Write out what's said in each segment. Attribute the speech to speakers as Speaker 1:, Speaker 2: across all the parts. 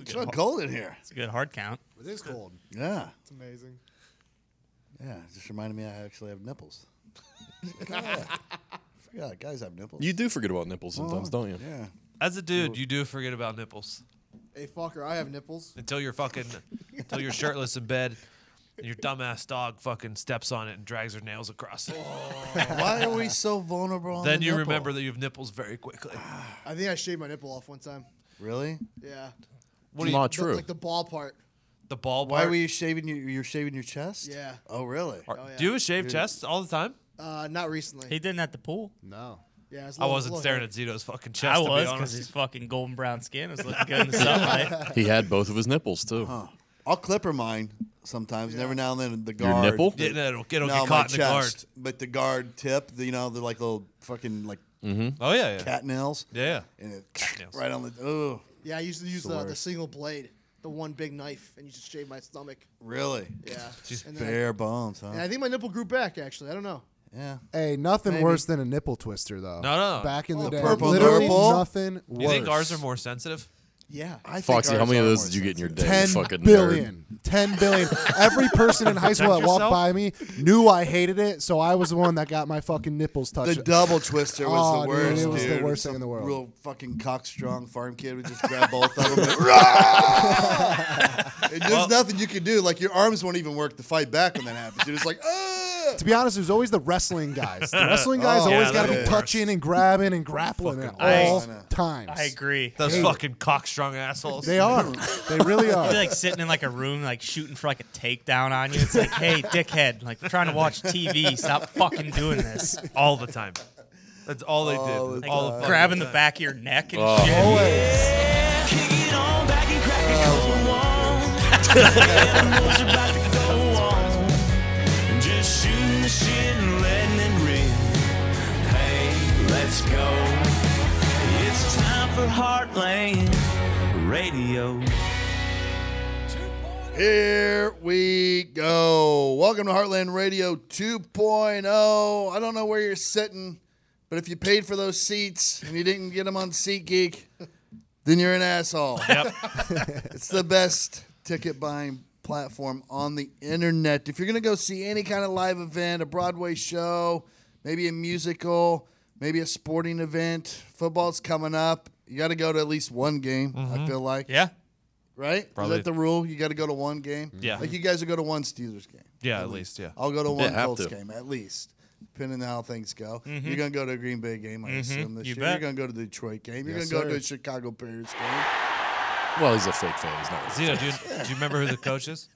Speaker 1: It's not cold in here.
Speaker 2: It's a good hard count.
Speaker 3: It is cold.
Speaker 1: Yeah,
Speaker 3: It's amazing.
Speaker 1: yeah. It just reminded me I actually have nipples. Forgot that guys have nipples.
Speaker 4: You do forget about nipples sometimes, don't you?
Speaker 1: Yeah.
Speaker 5: As a dude, you do forget about nipples
Speaker 3: Hey, fucker, I have nipples.
Speaker 5: until you're fucking, until you're shirtless in bed, and your dumbass dog fucking steps on it and drags her nails across it.
Speaker 1: Why are we so vulnerable? On
Speaker 5: then
Speaker 1: the
Speaker 5: you
Speaker 1: nipple?
Speaker 5: remember that you have nipples very quickly.
Speaker 3: I think I shaved my nipple off one time.
Speaker 1: Really?
Speaker 3: Yeah.
Speaker 5: What do
Speaker 4: It's
Speaker 5: you,
Speaker 4: not
Speaker 3: The-
Speaker 4: true.
Speaker 3: like the ball part.
Speaker 5: the ball
Speaker 1: Why
Speaker 5: part?
Speaker 1: were you shaving your? You're shaving your chest?
Speaker 3: Yeah.
Speaker 1: Oh, really?
Speaker 5: Are-
Speaker 3: yeah.
Speaker 5: Do you shave chests all the time?
Speaker 3: Uh, not recently.
Speaker 2: He didn't at the pool.
Speaker 6: No.
Speaker 3: yeah, it's a
Speaker 5: I
Speaker 3: little-
Speaker 5: wasn't
Speaker 3: little
Speaker 5: staring
Speaker 3: hairy.
Speaker 5: at Zito's fucking chest.
Speaker 2: I
Speaker 5: to be
Speaker 2: was because
Speaker 5: honest.
Speaker 2: his fucking golden brown skin was looking good in the sunlight.
Speaker 4: He had both of his nipples too.
Speaker 1: I'll clipper mine sometimes. and Every now and then, the
Speaker 4: Your
Speaker 1: guard.
Speaker 4: nipple?
Speaker 5: Yeah, no, it'll, it'll
Speaker 1: No,
Speaker 5: get
Speaker 1: my
Speaker 5: caught in the guard.
Speaker 1: chest. But the guard tip, the, you know, they're like little fucking like
Speaker 5: Oh yeah, yeah,
Speaker 1: cat nails.
Speaker 5: yeah. yeah.
Speaker 1: And it
Speaker 5: nails.
Speaker 1: right on the. Oh,
Speaker 3: Yeah, I used to use the, the
Speaker 1: worst.
Speaker 3: single blade, the one big knife, and you just shave my stomach.
Speaker 1: really?
Speaker 3: Yeah.
Speaker 5: Just
Speaker 3: and then I-
Speaker 1: Bare bones, huh?
Speaker 3: and I think my nipple grew back, actually. I don't know.
Speaker 1: yeah.
Speaker 6: Hey, nothing
Speaker 1: Maybe.
Speaker 6: worse than a nipple twister, though.
Speaker 5: No, no, no.
Speaker 6: Back in the
Speaker 1: Oh,
Speaker 6: day,
Speaker 1: purple
Speaker 6: literally
Speaker 1: nipple?
Speaker 6: nothing worse.
Speaker 5: You think ours are more sensitive?
Speaker 3: Yeah.
Speaker 1: I think
Speaker 4: Foxy, how
Speaker 1: ours
Speaker 4: many of
Speaker 1: are
Speaker 4: those
Speaker 1: more
Speaker 4: did you get in your day?
Speaker 6: Ten
Speaker 4: you fucking nerd?
Speaker 6: billion. Ten billion. Every person in high school that walked
Speaker 5: yourself?
Speaker 6: by me knew I hated it, so I was the one that got my fucking nipples touched.
Speaker 1: The double twister was
Speaker 6: Oh,
Speaker 1: the
Speaker 6: dude,
Speaker 1: worst.
Speaker 6: it was the
Speaker 1: dude.
Speaker 6: worst thing
Speaker 1: Some
Speaker 6: in the world.
Speaker 1: Real fucking cock strong farm kid would just grab both of them. And, "Rah!" And there's nothing you can do. Like your arms won't even work to fight back when that happens. You're just like, ah!
Speaker 6: to be honest, it was always the wrestling guys. The wrestling guys
Speaker 1: Oh,
Speaker 6: always
Speaker 5: yeah,
Speaker 6: got
Speaker 5: they're
Speaker 6: to be
Speaker 5: the worst.
Speaker 6: touching and grabbing and grappling at
Speaker 2: I-
Speaker 6: all
Speaker 1: I know.
Speaker 6: times.
Speaker 2: I agree.
Speaker 5: Those fucking cockstrong assholes.
Speaker 6: They are. They really
Speaker 2: You're
Speaker 6: are.
Speaker 2: like sitting in like a room, like shooting for like a takedown on you. It's like, hey, dickhead, like we're trying to watch TV. Stop fucking doing this.
Speaker 5: all the time. That's all they
Speaker 1: All
Speaker 5: did.
Speaker 1: the
Speaker 5: all the
Speaker 1: time.
Speaker 5: fucking
Speaker 2: Grabbing the
Speaker 5: time.
Speaker 2: back of your neck and
Speaker 4: Oh.
Speaker 2: shit.
Speaker 7: Kick it on back and crack it, go on. Everyone's about to go on. Just shooting the shit and letting it rip. Hey, let's go. It's time for Heartland Radio.
Speaker 1: Here we go. Welcome to Heartland Radio 2.0. I don't know where you're sitting, but if you paid for those seats and you didn't get them on SeatGeek, then you're an asshole.
Speaker 5: Yep.
Speaker 1: It's the best ticket buying platform on the internet. If you're going to go see any kind of live event, a Broadway show, maybe a musical, maybe a sporting event, football's coming up, you got to go to at least one game, I feel like.
Speaker 5: Mm-hmm. Yeah.
Speaker 1: Right? Is
Speaker 5: Probably.
Speaker 1: that the rule? You got to go to one game?
Speaker 5: Yeah.
Speaker 1: Like you guys will go to one Steelers game.
Speaker 5: Yeah. At least. Yeah.
Speaker 1: I'll go to one
Speaker 4: have
Speaker 1: Colts
Speaker 4: to.
Speaker 1: game at least, depending on how things go. You're gonna go to a Green Bay game, I assume this
Speaker 2: You
Speaker 1: year.
Speaker 2: bet.
Speaker 1: You're gonna go to the Detroit game. You're
Speaker 6: Yes,
Speaker 1: gonna go to
Speaker 6: sir.
Speaker 1: a Chicago Bears game.
Speaker 4: Well, he's a fake fan. He's not.
Speaker 5: Zeno, do you, do you remember who the coach is?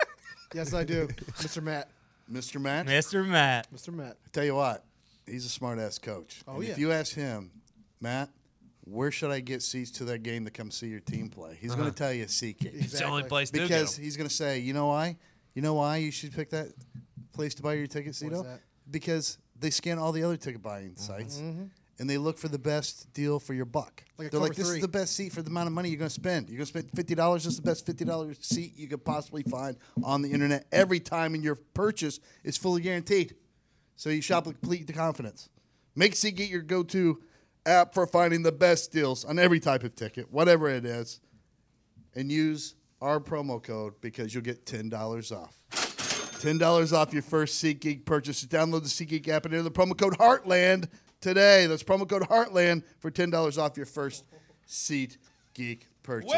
Speaker 3: Yes, I do. Mr. Matt.
Speaker 1: Mr. Matt,
Speaker 2: Mr. Matt.
Speaker 3: Mr. Matt.
Speaker 1: tell you what, he's a smart ass coach.
Speaker 3: Oh,
Speaker 1: And
Speaker 3: yeah.
Speaker 1: If you ask him, Matt, where should I get seats to that game to come see your team play? He's gonna tell you SeatGeek
Speaker 5: It's the only
Speaker 3: Exactly.
Speaker 5: place to
Speaker 1: because
Speaker 5: go.
Speaker 1: he's gonna say, you know why, you know why you should pick that place to buy your ticket, Cito?
Speaker 3: that?
Speaker 1: Because they scan all the other ticket buying sites. And they look for the best deal for your buck.
Speaker 3: Like a
Speaker 1: They're like,
Speaker 3: cover
Speaker 1: this
Speaker 3: three."
Speaker 1: is the best seat for the amount of money you're going to spend. You're going to spend fifty dollars. This is the best fifty dollars seat you could possibly find on the internet. Every time, and your purchase is fully guaranteed. So you shop with complete confidence. Make SeatGeek your go-to app for finding the best deals on every type of ticket, whatever it is, and use our promo code because you'll get ten dollars off. Ten dollars off your first SeatGeek purchase. Download the SeatGeek app and enter the promo code Heartland today. That's promo code Heartland for ten dollars off your first SeatGeek purchase.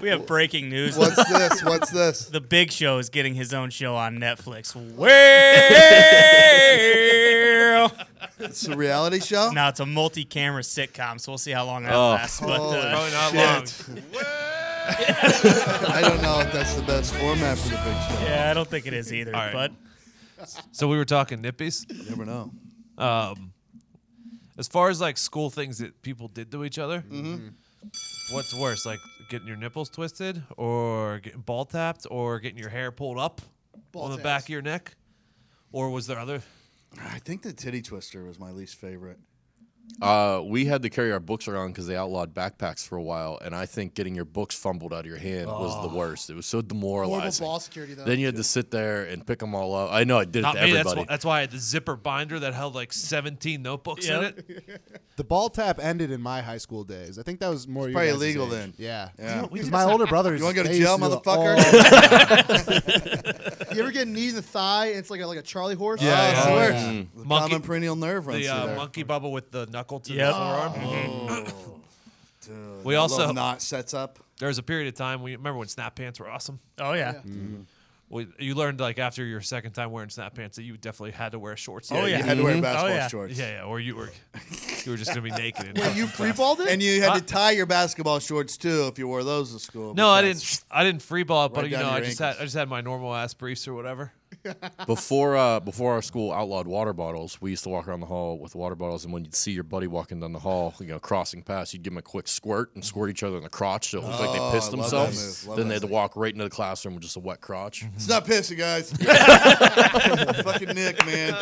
Speaker 2: We have breaking news.
Speaker 1: What's this? What's this?
Speaker 2: The Big Show is getting his own show on Netflix. Well,
Speaker 1: It's a reality show.
Speaker 2: now it's a multi-camera sitcom, so we'll see how long that
Speaker 4: Oh.
Speaker 2: lasts. But uh,
Speaker 5: Probably not long.
Speaker 1: I don't know if that's the best format for the big show.
Speaker 2: yeah, I don't think it is either.
Speaker 5: right.
Speaker 2: But
Speaker 5: So we were talking nippies.
Speaker 1: You never know.
Speaker 5: Um, as far as like school things that people did to each other, what's worse, like getting your nipples twisted, or getting ball tapped, or getting your hair pulled up
Speaker 3: Ball
Speaker 5: on the
Speaker 3: taps.
Speaker 5: back of your neck, or was there other?
Speaker 1: I think the titty twister was my least favorite.
Speaker 4: Uh, we had to carry our books around because they outlawed backpacks for a while, and I think getting your books fumbled out of your hand was the worst. It was so
Speaker 3: Horrible
Speaker 4: demoralizing.
Speaker 3: ball security though.
Speaker 4: Then you had to sit there and pick them all up. I know I did
Speaker 5: Not
Speaker 4: it to
Speaker 5: me. That's
Speaker 4: everybody.
Speaker 5: why, that's why I had the zipper binder that held like 17 notebooks in
Speaker 2: Yep.
Speaker 5: it.
Speaker 6: The ball tap ended in my my high school days. I think that was more your
Speaker 1: probably
Speaker 6: guys'
Speaker 1: illegal
Speaker 6: age.
Speaker 1: then.
Speaker 6: Yeah,
Speaker 1: Yeah. You know,
Speaker 6: Because my older brothers.
Speaker 1: You wanna go to
Speaker 6: they used
Speaker 1: jail,
Speaker 6: do it
Speaker 1: motherfucker?
Speaker 6: all-
Speaker 3: you ever get a knee in the thigh and it's like a, like a Charlie horse?
Speaker 5: Yeah,
Speaker 1: Oh,
Speaker 5: yeah.
Speaker 1: it's the
Speaker 5: Oh,
Speaker 1: worst.
Speaker 6: yeah.
Speaker 1: The
Speaker 5: Monkey-
Speaker 1: common perennial nerve runs
Speaker 5: The
Speaker 1: through
Speaker 5: uh,
Speaker 1: there.
Speaker 5: monkey bubble with the knuckle to
Speaker 2: Yep.
Speaker 5: the forearm.
Speaker 1: Dude,
Speaker 5: We
Speaker 1: I
Speaker 5: also-
Speaker 1: love knot sets up.
Speaker 5: There was a period of time we remember when snap pants were awesome.
Speaker 2: Oh yeah.
Speaker 5: We, you learned like after your second time wearing snap pants that you definitely had to wear shorts.
Speaker 2: Oh,
Speaker 1: You
Speaker 2: yeah.
Speaker 1: had to wear
Speaker 2: Mhm.
Speaker 1: basketball
Speaker 2: Oh, yeah.
Speaker 1: shorts.
Speaker 5: Mm-hmm. yeah, yeah. Or you were you were just gonna be naked. and-
Speaker 3: Wait, you free balled it?
Speaker 1: And you had
Speaker 5: Huh?
Speaker 1: to tie your basketball shorts too if you wore those to school.
Speaker 5: Uh, no, I
Speaker 1: because-
Speaker 5: didn't. I didn't free ball, it, but
Speaker 1: Right
Speaker 5: you
Speaker 1: down
Speaker 5: know,
Speaker 1: to
Speaker 5: I
Speaker 1: your
Speaker 5: just
Speaker 1: ankles.
Speaker 5: had I just had my normal ass briefs or whatever.
Speaker 4: Before uh, before our school outlawed water bottles, we used to walk around the hall with water bottles, and when you'd see your buddy walking down the hall, you know, crossing past, you'd give them a quick squirt and squirt each other in the crotch, so it looked like
Speaker 1: Oh,
Speaker 4: they
Speaker 1: I
Speaker 4: pissed
Speaker 1: love that
Speaker 4: themselves.
Speaker 1: move. Love
Speaker 4: Then
Speaker 1: that
Speaker 4: they had to
Speaker 1: move. Mm-hmm.
Speaker 4: walk right into the classroom with just a wet crotch.
Speaker 1: It's not pissing, guys. Fucking Nick, man.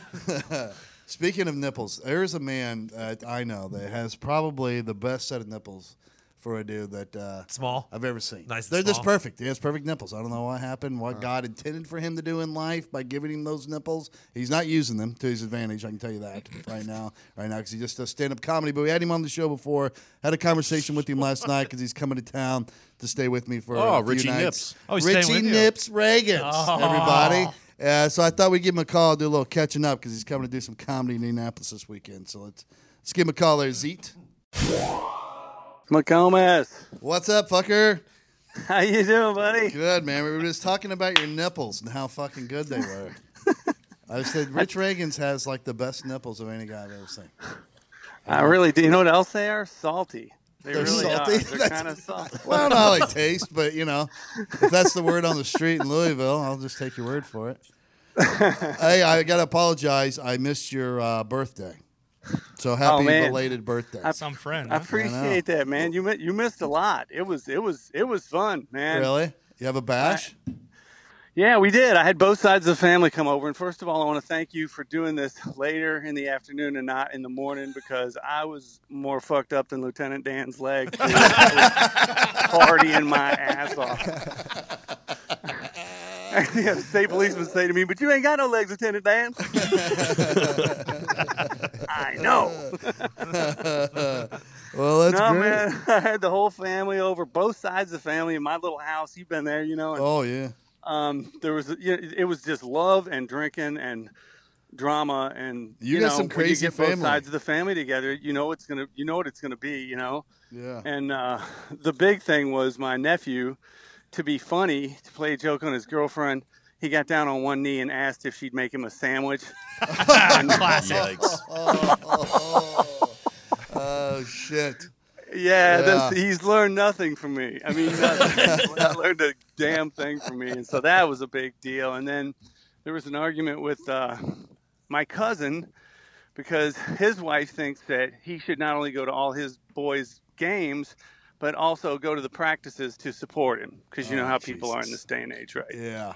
Speaker 1: Speaking of nipples, there is a man uh, I know that has probably the best set of nipples for a dude that uh,
Speaker 5: Small.
Speaker 1: I've ever seen.
Speaker 5: Nice and
Speaker 1: They're just
Speaker 5: small.
Speaker 1: perfect. He has perfect nipples. I don't know what happened, what God intended for him to do in life by giving him those nipples. He's not using them to his advantage. I can tell you that right now, right now, because he just does stand up comedy. But we had him on the show before. Had a conversation with him last night because he's coming to town to stay with me for
Speaker 4: Oh,
Speaker 1: a few
Speaker 4: Richie
Speaker 1: nights.
Speaker 4: Nips.
Speaker 5: Oh, he's staying
Speaker 1: Richie
Speaker 5: with you. Oh.
Speaker 1: Nips Reagans, everybody. Uh, so I thought we'd give him a call, do a little catching up because he's coming to do some comedy in Indianapolis this weekend. So let's let's give him a call there, Zeet.
Speaker 8: McComas,
Speaker 1: What's up, fucker?
Speaker 8: how you doing, buddy?
Speaker 1: Good, man. We were just talking about your nipples and how fucking good they were. I said Rich Reagan's has like the best nipples of any guy I've ever seen.
Speaker 8: I really do. You know what else they are? Salty. They
Speaker 1: They're
Speaker 8: really
Speaker 1: salty?
Speaker 8: are. They're
Speaker 1: That's-
Speaker 8: kind of salty.
Speaker 1: Well, I don't know how they taste, but you know, if that's the word on the street in Louisville, I'll just take your word for it. hey, I gotta apologize. I missed your uh, birthday. So happy
Speaker 8: Oh, man.
Speaker 1: belated birthday.
Speaker 2: Some friend.
Speaker 8: I
Speaker 2: huh?
Speaker 8: appreciate that, man. You mi- you missed a lot. It was it was it was fun, man.
Speaker 1: Really? You have a bash?
Speaker 8: Yeah, we did. I had both sides of the family come over, and first of all, I want to thank you for doing this later in the afternoon and not in the morning because I was more fucked up than Lieutenant Dan's leg. dude. I was Partying my ass off. yeah, the state policeman say to me, "But you ain't got no legs, Lieutenant Dan." I know.
Speaker 1: Well, that's
Speaker 8: no,
Speaker 1: great.
Speaker 8: man. I had the whole family over, both sides of the family in my little house. You've been there, you know. And,
Speaker 1: Oh yeah.
Speaker 8: um, there was you know, it was just love and drinking and drama and
Speaker 1: You
Speaker 8: you,
Speaker 1: got
Speaker 8: know
Speaker 1: some
Speaker 8: when you
Speaker 1: crazy
Speaker 8: get
Speaker 1: family.
Speaker 8: both sides of the family together, you know it's gonna you know what it's gonna be, you know.
Speaker 1: Yeah.
Speaker 8: And uh, the big thing was my nephew, to be funny, to play a joke on his girlfriend. He got down on one knee and asked if she'd make him a sandwich.
Speaker 4: Yikes!
Speaker 1: Oh shit.
Speaker 8: Yeah, That's, he's learned nothing from me. I mean, nothing. He's not learned a damn thing from me, and so that was a big deal. And then there was an argument with uh, my cousin because his wife thinks that he should not only go to all his boys' games, but also go to the practices to support him because you know how people are in this day and age, right?
Speaker 1: Yeah.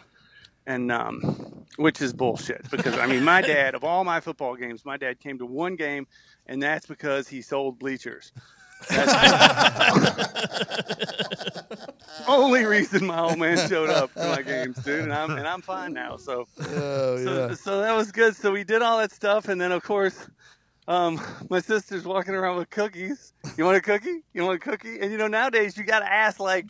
Speaker 8: and um, which is bullshit because I mean, my dad of all my football games, my dad came to one game, and that's because he sold bleachers. That's only reason my old man showed up to my games, dude, and I'm and I'm fine now. So,
Speaker 1: Oh
Speaker 8: so,
Speaker 1: yeah.
Speaker 8: so that was good. So we did all that stuff, and then of course. Um, my sister's walking around with cookies. You want a cookie? You want a cookie? And you know, nowadays you got to ask like,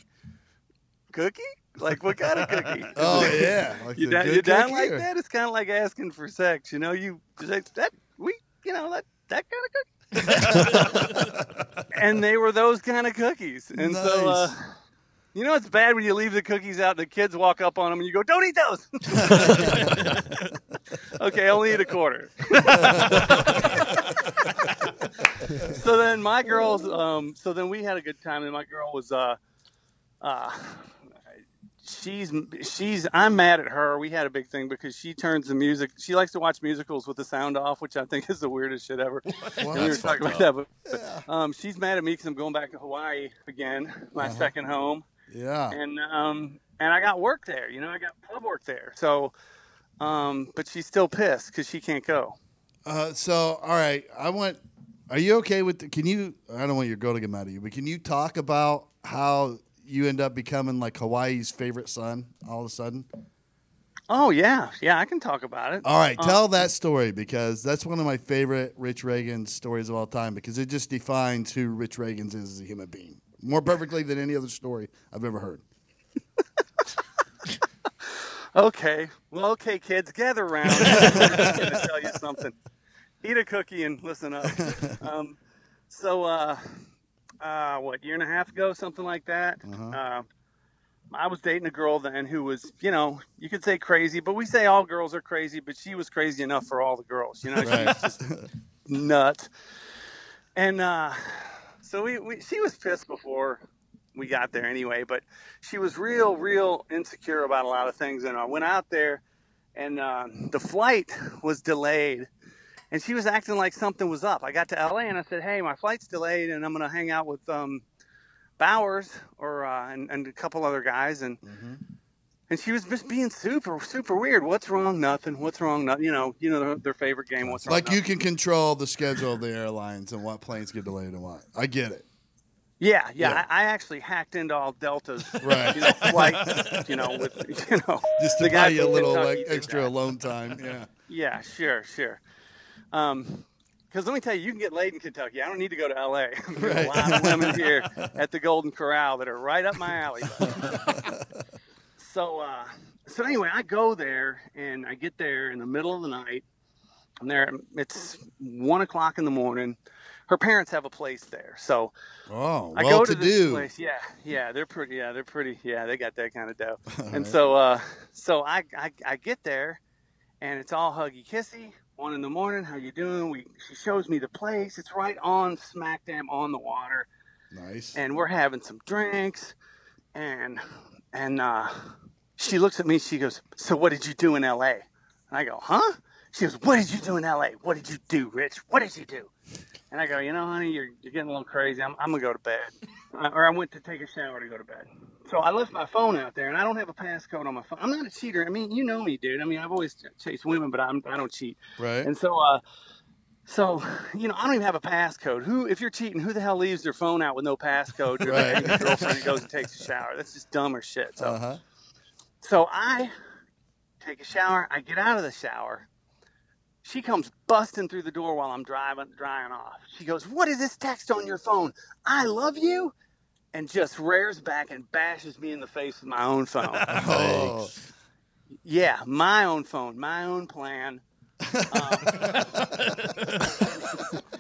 Speaker 8: cookie? Like what kind of cookie?
Speaker 1: Oh yeah. Like
Speaker 8: you
Speaker 1: the
Speaker 8: down,
Speaker 1: good
Speaker 8: you down
Speaker 1: cookie
Speaker 8: like
Speaker 1: or-
Speaker 8: that? It's kind of like asking for sex. You know, you that, that we, you know, that that kind of cookie. and they were those kind of cookies, and so. Uh,
Speaker 1: Nice.
Speaker 8: you know it's bad when you leave the cookies out. and The kids walk up on them, and you go, "Don't eat those." okay, I'll eat a quarter. so then my girls, um, so then we had a good time, and my girl was, uh, uh, she's she's I'm mad at her. We had a big thing because she turns the music. She likes to watch musicals with the sound off, which I think is the weirdest shit ever. And we were
Speaker 4: That's
Speaker 8: talking about
Speaker 4: fucked
Speaker 8: that, but um, she's mad at me because I'm going back to Hawaii again,
Speaker 1: Uh-huh.
Speaker 8: my second home,
Speaker 1: Yeah.
Speaker 8: and um, and I got work there. You know, I got pub work there. So, um, but she's still pissed because she can't go.
Speaker 1: Uh, so all right, I want Are you okay with? The, can you? I don't want your girl to get mad at you, but can you talk about how you end up becoming like Hawaii's favorite son all of a sudden?
Speaker 8: Oh yeah, yeah, I can talk about it.
Speaker 1: All right,
Speaker 8: Uh,
Speaker 1: tell that story because that's one of my favorite Rich Reagan stories of all time because it just defines who Rich Reagan is as a human being more perfectly than any other story I've ever heard.
Speaker 8: Okay. Well, okay, kids, gather around. I'm going to tell you something. Eat a cookie and listen up. Um, so, uh, uh, what, year and a half ago, something like that? uh I was dating a girl then who was, you know, you could say crazy, but we say all girls are crazy, but she was crazy enough for all the girls. You know, she was just nut. And uh, so we, we, she was pissed before we got there anyway, but she was real, real insecure about a lot of things. And I went out there, and uh, the flight was delayed, and she was acting like something was up. I got to LA, and I said, "Hey, my flight's delayed, and I'm gonna hang out with um, Bowers or uh, and, and a couple other guys." And and she was just being super, super weird. What's wrong? Nothing. What's wrong? Nothing. You know, you know their, their favorite game. What's wrong?
Speaker 1: Like you
Speaker 8: Nothing.
Speaker 1: can control the schedule of the airlines and what planes get delayed and what. I get it.
Speaker 8: Yeah, yeah.
Speaker 1: Yeah.
Speaker 8: I, I actually hacked into all Delta's,
Speaker 1: Right.
Speaker 8: you know, flights, you know, with you know,
Speaker 1: Just to buy
Speaker 8: the guy
Speaker 1: you a
Speaker 8: from
Speaker 1: little
Speaker 8: Kentucky
Speaker 1: like
Speaker 8: did
Speaker 1: extra
Speaker 8: that.
Speaker 1: alone time. Yeah.
Speaker 8: Yeah, sure, sure. Um, because let me tell you, you can get laid in Kentucky. I don't need to go to LA. There's a lot of women here at the Golden Corral that are right up my alley. so, uh, so anyway, I go there and I get there in the middle of the night. I'm there. It's one o'clock in the morning. Her parents have a place there, so
Speaker 1: Oh,
Speaker 8: I
Speaker 1: well
Speaker 8: go
Speaker 1: to,
Speaker 8: to, this
Speaker 1: do.
Speaker 8: place. Yeah, yeah, they're pretty. Yeah, they're pretty. Yeah, they got that kind of dough. and so, uh, so I, I I get there, and it's all huggy kissy. One in the morning. How you doing? We she shows me the place. It's right on smack dam on the water,
Speaker 1: Nice.
Speaker 8: and we're having some drinks, and and uh, she looks at me. She goes, "So what did you do in L.A.?" And I go, "Huh?" She goes, "What did you do in L.A.? What did you do, Rich? What did you do?" And I go, you know, honey, you're, you're getting a little crazy. I'm, I'm going to go to bed. Uh, or I went to take a shower to go to bed. So I left my phone out there, and I don't have a passcode on my phone. I'm not a cheater. I mean, you know me, dude. I mean, I've always ch- chased women, but I'm, I don't cheat.
Speaker 1: Right.
Speaker 8: And so, uh, so you know, I don't even have a passcode. Who, if you're cheating, who the hell leaves their phone out with no passcode? To
Speaker 1: Right.
Speaker 8: their girlfriend who goes and takes a shower. That's just dumb or shit. So,
Speaker 1: Uh huh.
Speaker 8: so I take a shower. I get out of the shower. She comes busting through the door while I'm driving, drying off. She goes, "What is this text on your phone? I love you," and just rears back and bashes me in the face with my own phone.
Speaker 1: Oh.
Speaker 8: yeah, my own phone, my own plan. Um,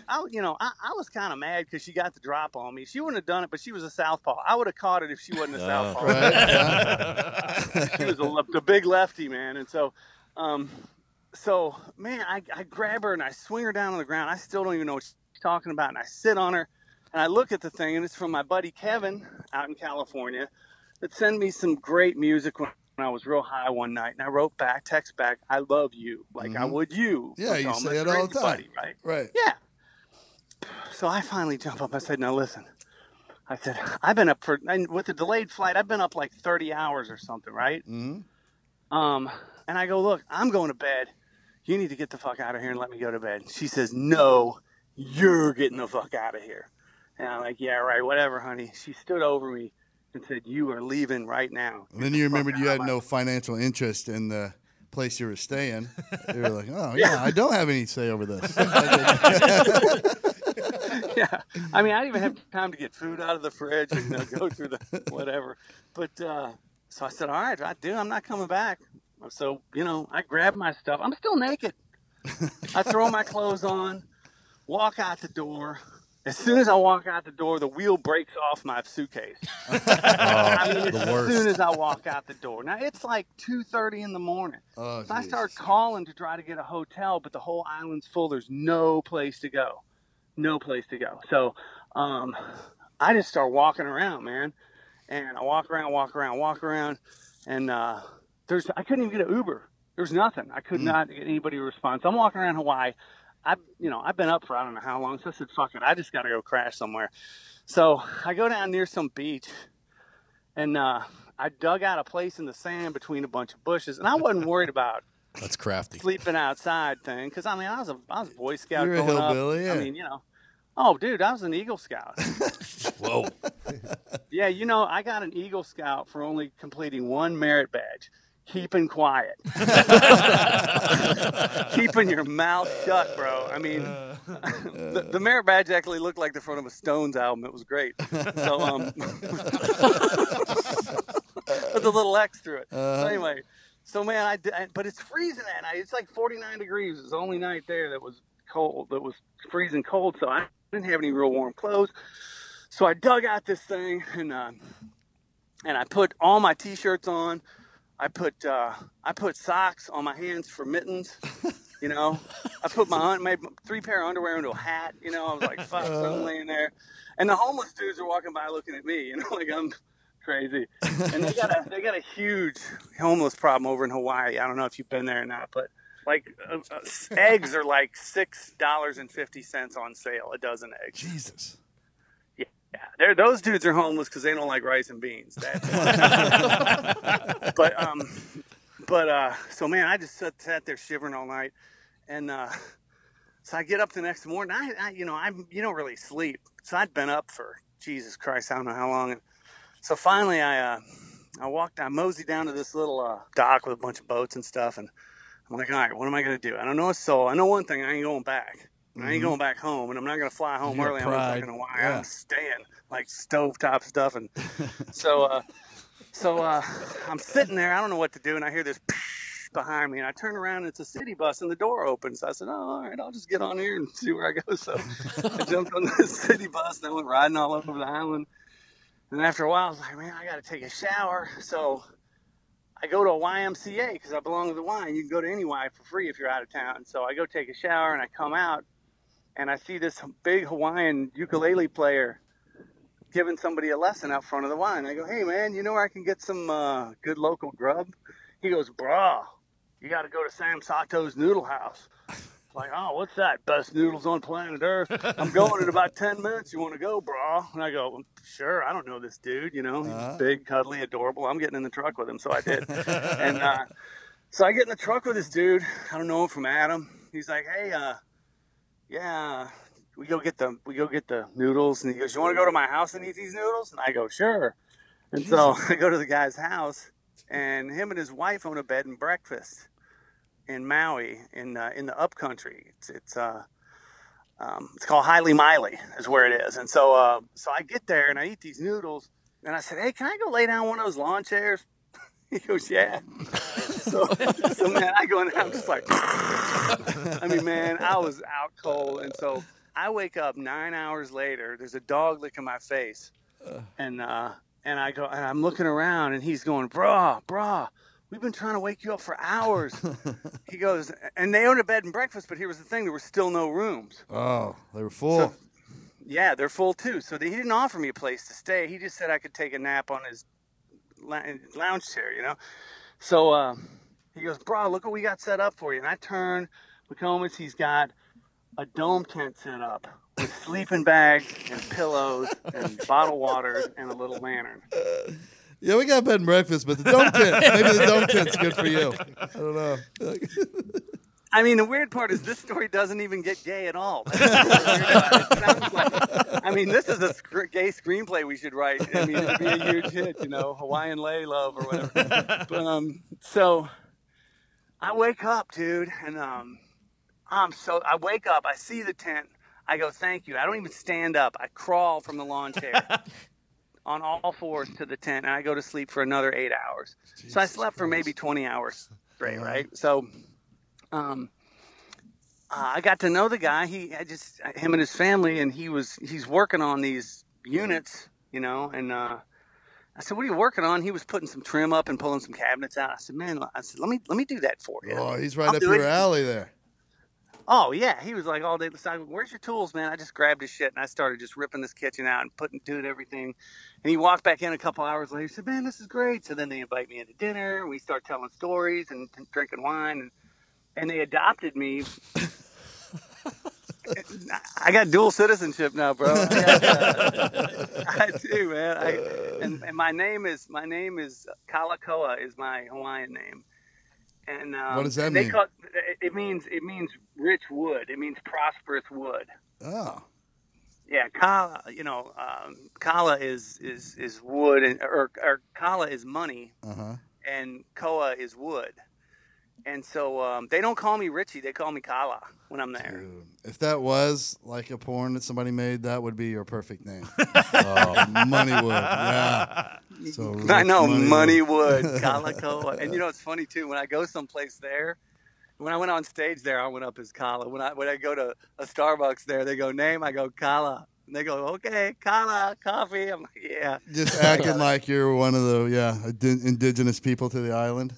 Speaker 8: I, you know, I, I was kind of mad because she got the drop on me. She wouldn't have done it, but she was a southpaw. I would have caught it if she wasn't a southpaw
Speaker 1: Right. Yeah.
Speaker 8: he was a, lef- a big lefty, man. And so, um, so man, I, I grab her and I swing her down on the ground. I still don't even know what she's talking about. And I sit on her and I look at the thing, and it's from my buddy Kevin out in California that sent me some great music when I was real high one night. And I wrote back, text back, I love you, like I would you.
Speaker 1: Mm-hmm. Yeah,
Speaker 8: Like,
Speaker 1: you
Speaker 8: I'm
Speaker 1: say
Speaker 8: a
Speaker 1: that all the
Speaker 8: crazy
Speaker 1: time.
Speaker 8: buddy, right?
Speaker 1: Right.
Speaker 8: Yeah. So I finally jump up. I said, "Now listen." I said, "I've been up for and with the delayed flight. I've been up like 30 hours or something, right?"
Speaker 1: Mhm.
Speaker 8: Um, and I go, "Look, I'm going to bed. You need to get the fuck out of here and let me go to bed." She says, "No, you're getting the fuck out of here." And I'm like, "Yeah, right, whatever, honey." She stood over me and said, "You are leaving right now."
Speaker 1: And then you remembered you had no financial interest in the place you were staying. You were like, oh, yeah, I don't have any say over this.
Speaker 8: yeah. I mean, I didn't even have time to get food out of the fridge and you know, go through the whatever. But uh, so I said, all right, I do. I'm not coming back. So, you know, I grab my stuff. I'm still naked. I throw my clothes on, walk out the door. As soon as I walk out the door, the wheel breaks off my suitcase. I mean, as soon as I walk out the door. Now, it's like 2.30 in the morning.
Speaker 1: Oh,
Speaker 8: So I
Speaker 1: geez.
Speaker 8: started calling to try to get a hotel, but the whole island's full. There's no place to go. No place to go. So um, I just start walking around, man. And I walk around, walk around, walk around. And uh, there's I couldn't even get an Uber. There's nothing. I could not get anybody to respond. So I'm walking around Hawaii. I, you know, I've been up for I don't know how long. So I said, "Fuck it, I just got to go crash somewhere." So I go down near some beach, and uh, I dug out a place in the sand between a bunch of bushes, and I wasn't worried about
Speaker 4: That's crafty.
Speaker 8: sleeping outside thing because I mean I was a I was a Boy Scout
Speaker 1: You're a
Speaker 8: growing up.
Speaker 1: hillbilly, yeah.
Speaker 8: I mean you know Oh, dude, I was an Eagle Scout.
Speaker 4: Whoa.
Speaker 8: Yeah, you know, I got an Eagle Scout for only completing one merit badge. Keeping quiet. Keeping your mouth shut, bro. I mean,
Speaker 1: Uh,
Speaker 8: the, the merit badge actually looked like the front of a Stones album. It was great. So, um, with a little X through it. So anyway, so man, I, d- I- but it's freezing that night. It's like 49 degrees. It's the only night there that was cold, that was freezing cold. So I didn't have any real warm clothes. So I dug out this thing and uh, and I put all my t-shirts on. I put uh, I put socks on my hands for mittens. You know, I put my un- made three pair of underwear into a hat. You know, I was like, "Fuck!" so I'm laying there, and the homeless dudes are walking by looking at me. You know, like I'm crazy. And they got a they got a huge homeless problem over in Hawaii. I don't know if you've been there or not, but like uh, uh, eggs are like six dollars and fifty cents on sale a dozen eggs.
Speaker 1: Jesus.
Speaker 8: Yeah, they're, those dudes are homeless because they don't like rice and beans. That's- but um, but uh, so man, I just sat, sat there shivering all night, and uh, so I get up the next morning. I, I you know I am you don't really sleep, so I'd been up for Jesus Christ, I don't know how long. And so finally, I uh, I walked, I moseyed down to this little uh, dock with a bunch of boats and stuff, and I'm like, all right, what am I gonna do? I don't know a soul. I know one thing, I ain't going back. I ain't going back home, and I'm not gonna fly home early. I'm not gonna why I'm staying like stovetop stuff, and so uh, so uh, I'm sitting there. I don't know what to do, and I hear this behind me, and I turn around. and It's a city bus, and the door opens. I said, "Oh, all right, I'll just get on here and see where I go." So I jumped on the city bus, and I went riding all over the island. And after a while, I was like, "Man, I got to take a shower." So I go to a YMCA because I belong to the Y. and You can go to any Y for free if you're out of town. So I go take a shower, and I come out, and I see this big Hawaiian ukulele player giving somebody a lesson out front of the wine. I go, hey man, you know where I can get some uh, good local grub? He goes, brah, you got to go to Sam Sato's Noodle House. It's Like, oh, what's that? Best noodles on planet Earth. I'm going in about 10 minutes. You want to go, brah? And I go, sure. I don't know this dude. You know, he's big, cuddly, adorable. I'm getting in the truck with him. So I did. and uh, so I get in the truck with this dude. I don't know him from Adam. He's like, hey, uh, yeah we go get the we go get the noodles and he goes you want to go to my house and eat these noodles and i go sure and so i go to the guy's house and him and his wife own a bed and breakfast in maui in uh, in the upcountry it's it's uh um, it's called Highly Miley is where it is, and so uh, so I get there and I eat these noodles, and I said, "Hey, can I go lay down on one of those lawn chairs?" He goes, "Yeah." so, so man, I go in there, I'm just like, I mean, man, I was out cold, and so I wake up nine hours later. There's a dog licking my face, and uh, and I go and I'm looking around, and he's going, "Brah, brah, we've been trying to wake you up for hours." he goes, and they owned a bed and breakfast, but here was the thing: there were still no rooms.
Speaker 1: Oh, they were full.
Speaker 8: Yeah, they're full too. So he didn't offer me a place to stay. He just said I could take a nap on his lou- lounge chair, you know. So uh, he goes, "Bro, look what we got set up for you." And I turn, McComas, he's got a dome tent set up with sleeping bags and pillows and bottled water and a little lantern.
Speaker 1: yeah, we got bed and breakfast, but the dome tent. Maybe the dome tent's good for you. I don't know.
Speaker 8: I mean, the weird part is this story doesn't even get gay at all. That's what's weird about it. It sounds like- I mean, this is a scr- gay screenplay we should write. I mean, it'd be a huge hit, you know, Hawaiian lay love or whatever. But, um, so I wake up, dude, and um, I'm so I wake up, I see the tent, I go, "Thank you." I don't even stand up. I crawl from the lawn chair on all fours to the tent, and I go to sleep for another eight hours. so I slept for maybe 20 hours straight, right? So um, uh, I got to know the guy. He, I just uh, him and his family, and he was he's working on these units, you know. And uh, I said, "What are you working on?" He was putting some trim up and pulling some cabinets out. I said, "Man, I said, let me let me do that for you."
Speaker 1: Oh, he's right
Speaker 8: I'll
Speaker 1: up
Speaker 8: do
Speaker 1: your
Speaker 8: it.
Speaker 1: alley there.
Speaker 8: Oh yeah, he was like all day. So I go, Where's your tools, man? I just grabbed his shit and I started just ripping this kitchen out and putting doing everything. And he walked back in a couple hours later. He said, "Man, this is great." So then they invite me into dinner. We start telling stories and, and drinking wine, and and they adopted me. I got dual citizenship now, bro. I, got, uh, I do, man. I,
Speaker 1: Uh.
Speaker 8: and, and my name is my name is uh, Kalakoa is my Hawaiian name. And um,
Speaker 1: What does that
Speaker 8: and they
Speaker 1: mean?
Speaker 8: Call, it- it means it means rich wood. It means prosperous wood.
Speaker 1: Oh,
Speaker 8: Yeah, kala. You know, um, kala is is is wood, and or, or kala is money,
Speaker 1: Uh huh.
Speaker 8: and koa is wood. And so um, they don't call me Richie; they call me Kala when I'm there.
Speaker 1: If that was like a porn that somebody made, that would be your perfect name. Moneywood. Yeah. So
Speaker 8: I
Speaker 1: Rich
Speaker 8: know
Speaker 1: Moneywood.
Speaker 8: Moneywood, Calico, and you know it's funny too. When I go someplace there, when I went on stage there, I went up as Kala. When I when I go to a Starbucks there, they go name, I go Kala, and they go okay, Kala coffee. I'm like yeah,
Speaker 1: Just acting like you're one of the yeah indi- indigenous people to the island.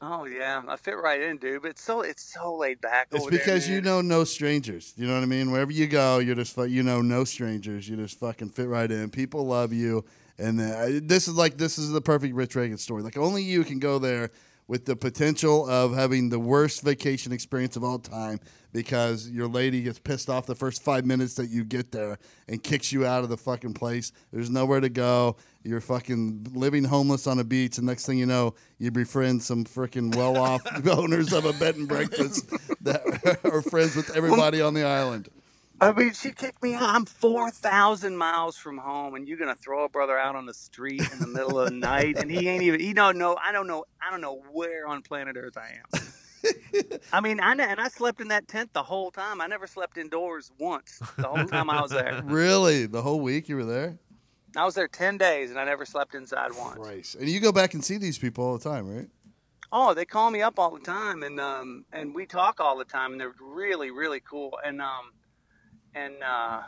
Speaker 8: oh yeah, I fit right in, dude. But it's so it's so laid back.
Speaker 1: It's
Speaker 8: over there,
Speaker 1: because you
Speaker 8: man.
Speaker 1: know no strangers. You know what I mean? Wherever you go, you're just fu- you know no strangers. You just fucking fit right in. People love you, and uh, I- this is like this is the perfect Rich Reagan story. Like only you can go there with the potential of having the worst vacation experience of all time because your lady gets pissed off the first five minutes that you get there and kicks you out of the fucking place. There's nowhere to go. You're fucking living homeless on a beach, and next thing you know, you befriend some freaking well-off owners of a bed and breakfast that are friends with everybody on the island.
Speaker 8: I mean, she kicked me out. I'm 4,000 miles from home, and you're going to throw a brother out on the street in the middle of the night, and he ain't even, he don't know, I don't know, I don't know where on planet Earth I am. I mean, I, kn- and I slept in that tent the whole time. I never slept indoors once the whole time I was there.
Speaker 1: Really, the whole week you were there.
Speaker 8: I was there 10 days, and I never slept inside once.
Speaker 1: Christ. And you go back and see these people all the time, right?
Speaker 8: Oh, they call me up all the time, and um, and we talk all the time, and they're really, really cool. And um, and uh,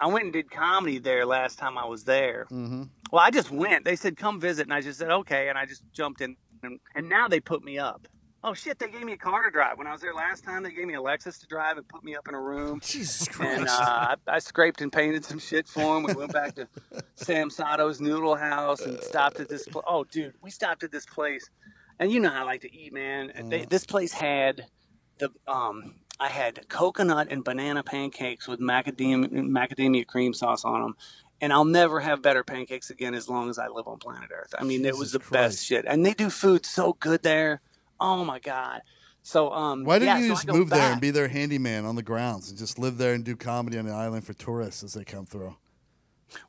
Speaker 8: I went and did comedy there last time I was there. Mm-hmm. Well, I just went. They said come visit, and I just said okay, and I just jumped in, and, and now they put me up. Oh shit! They gave me a car to drive when I was there last time. They gave me a Lexus to drive and put me up in a room.
Speaker 1: Jesus
Speaker 8: And uh, I, I scraped and painted some shit for him. We went back to Sam Sato's noodle house and stopped at this. Pl- oh, dude, we stopped at this place, and you know how I like to eat, man. And
Speaker 1: Mm-hmm.
Speaker 8: They, this place had the um, I had coconut and banana pancakes with macadamia macadamia cream sauce on them. And I'll never have better pancakes again as long as I live on planet Earth. I mean, it was the best shit. And they do food so good there. Oh my god. So um
Speaker 1: Why didn't you
Speaker 8: yeah, so I
Speaker 1: just
Speaker 8: go
Speaker 1: move there
Speaker 8: back.
Speaker 1: and be their handyman on the grounds and just live there and do comedy on the island for tourists as they come through?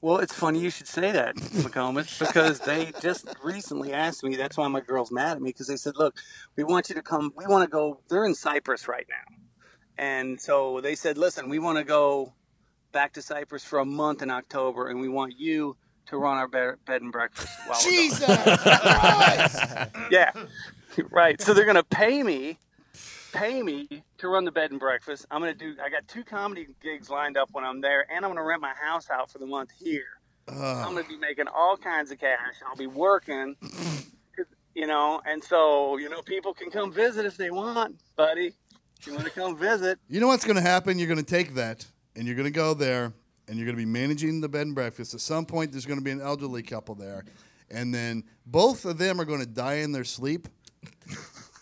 Speaker 8: Well, it's funny you should say that, McComas, because they just recently asked me. That's why my girl's mad at me because they said, "Look, we want you to come. We want to go. They're in Cyprus right now, and so they said, "Listen, we want to go back to Cyprus for a month in October, and we want you to run our bed, bed and breakfast." While we're gone." yeah, right. So they're gonna pay me, pay me to run the bed and breakfast. I'm gonna do. I got two comedy gigs lined up when I'm there, and I'm gonna rent my house out for the month here. I'm gonna be making all kinds of cash. I'll be working, you know, and so you know people can come visit if they want, buddy. If you want to come visit,
Speaker 1: You know what's going to happen? You're going to take that and you're going to go there and you're going to be managing the bed and breakfast. At some point, there's going to be an elderly couple there. And then both of them are going to die in their sleep.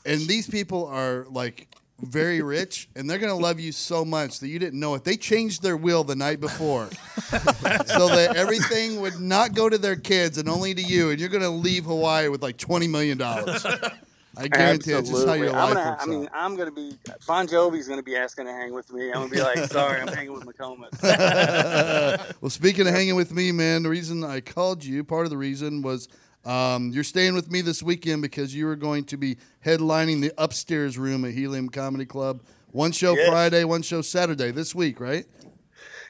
Speaker 1: And these people are like very rich and they're going to love you so much that you didn't know it. They changed their will the night before so that everything would not go to their kids and only to you. And you're going to leave Hawaii with like $20 million. I guarantee it's just how your
Speaker 8: I'm
Speaker 1: life
Speaker 8: gonna,
Speaker 1: works
Speaker 8: I
Speaker 1: out.
Speaker 8: mean, I'm gonna be Bon Jovi's gonna be asking to hang with me. I'm gonna be like, sorry, I'm hanging with McComas.
Speaker 1: Well, speaking of hanging with me, man, the reason I called you, part of the reason was um, you're staying with me this weekend because you are going to be headlining the upstairs room at Helium Comedy Club. One show
Speaker 8: Yes.
Speaker 1: Friday, one show Saturday this week, right?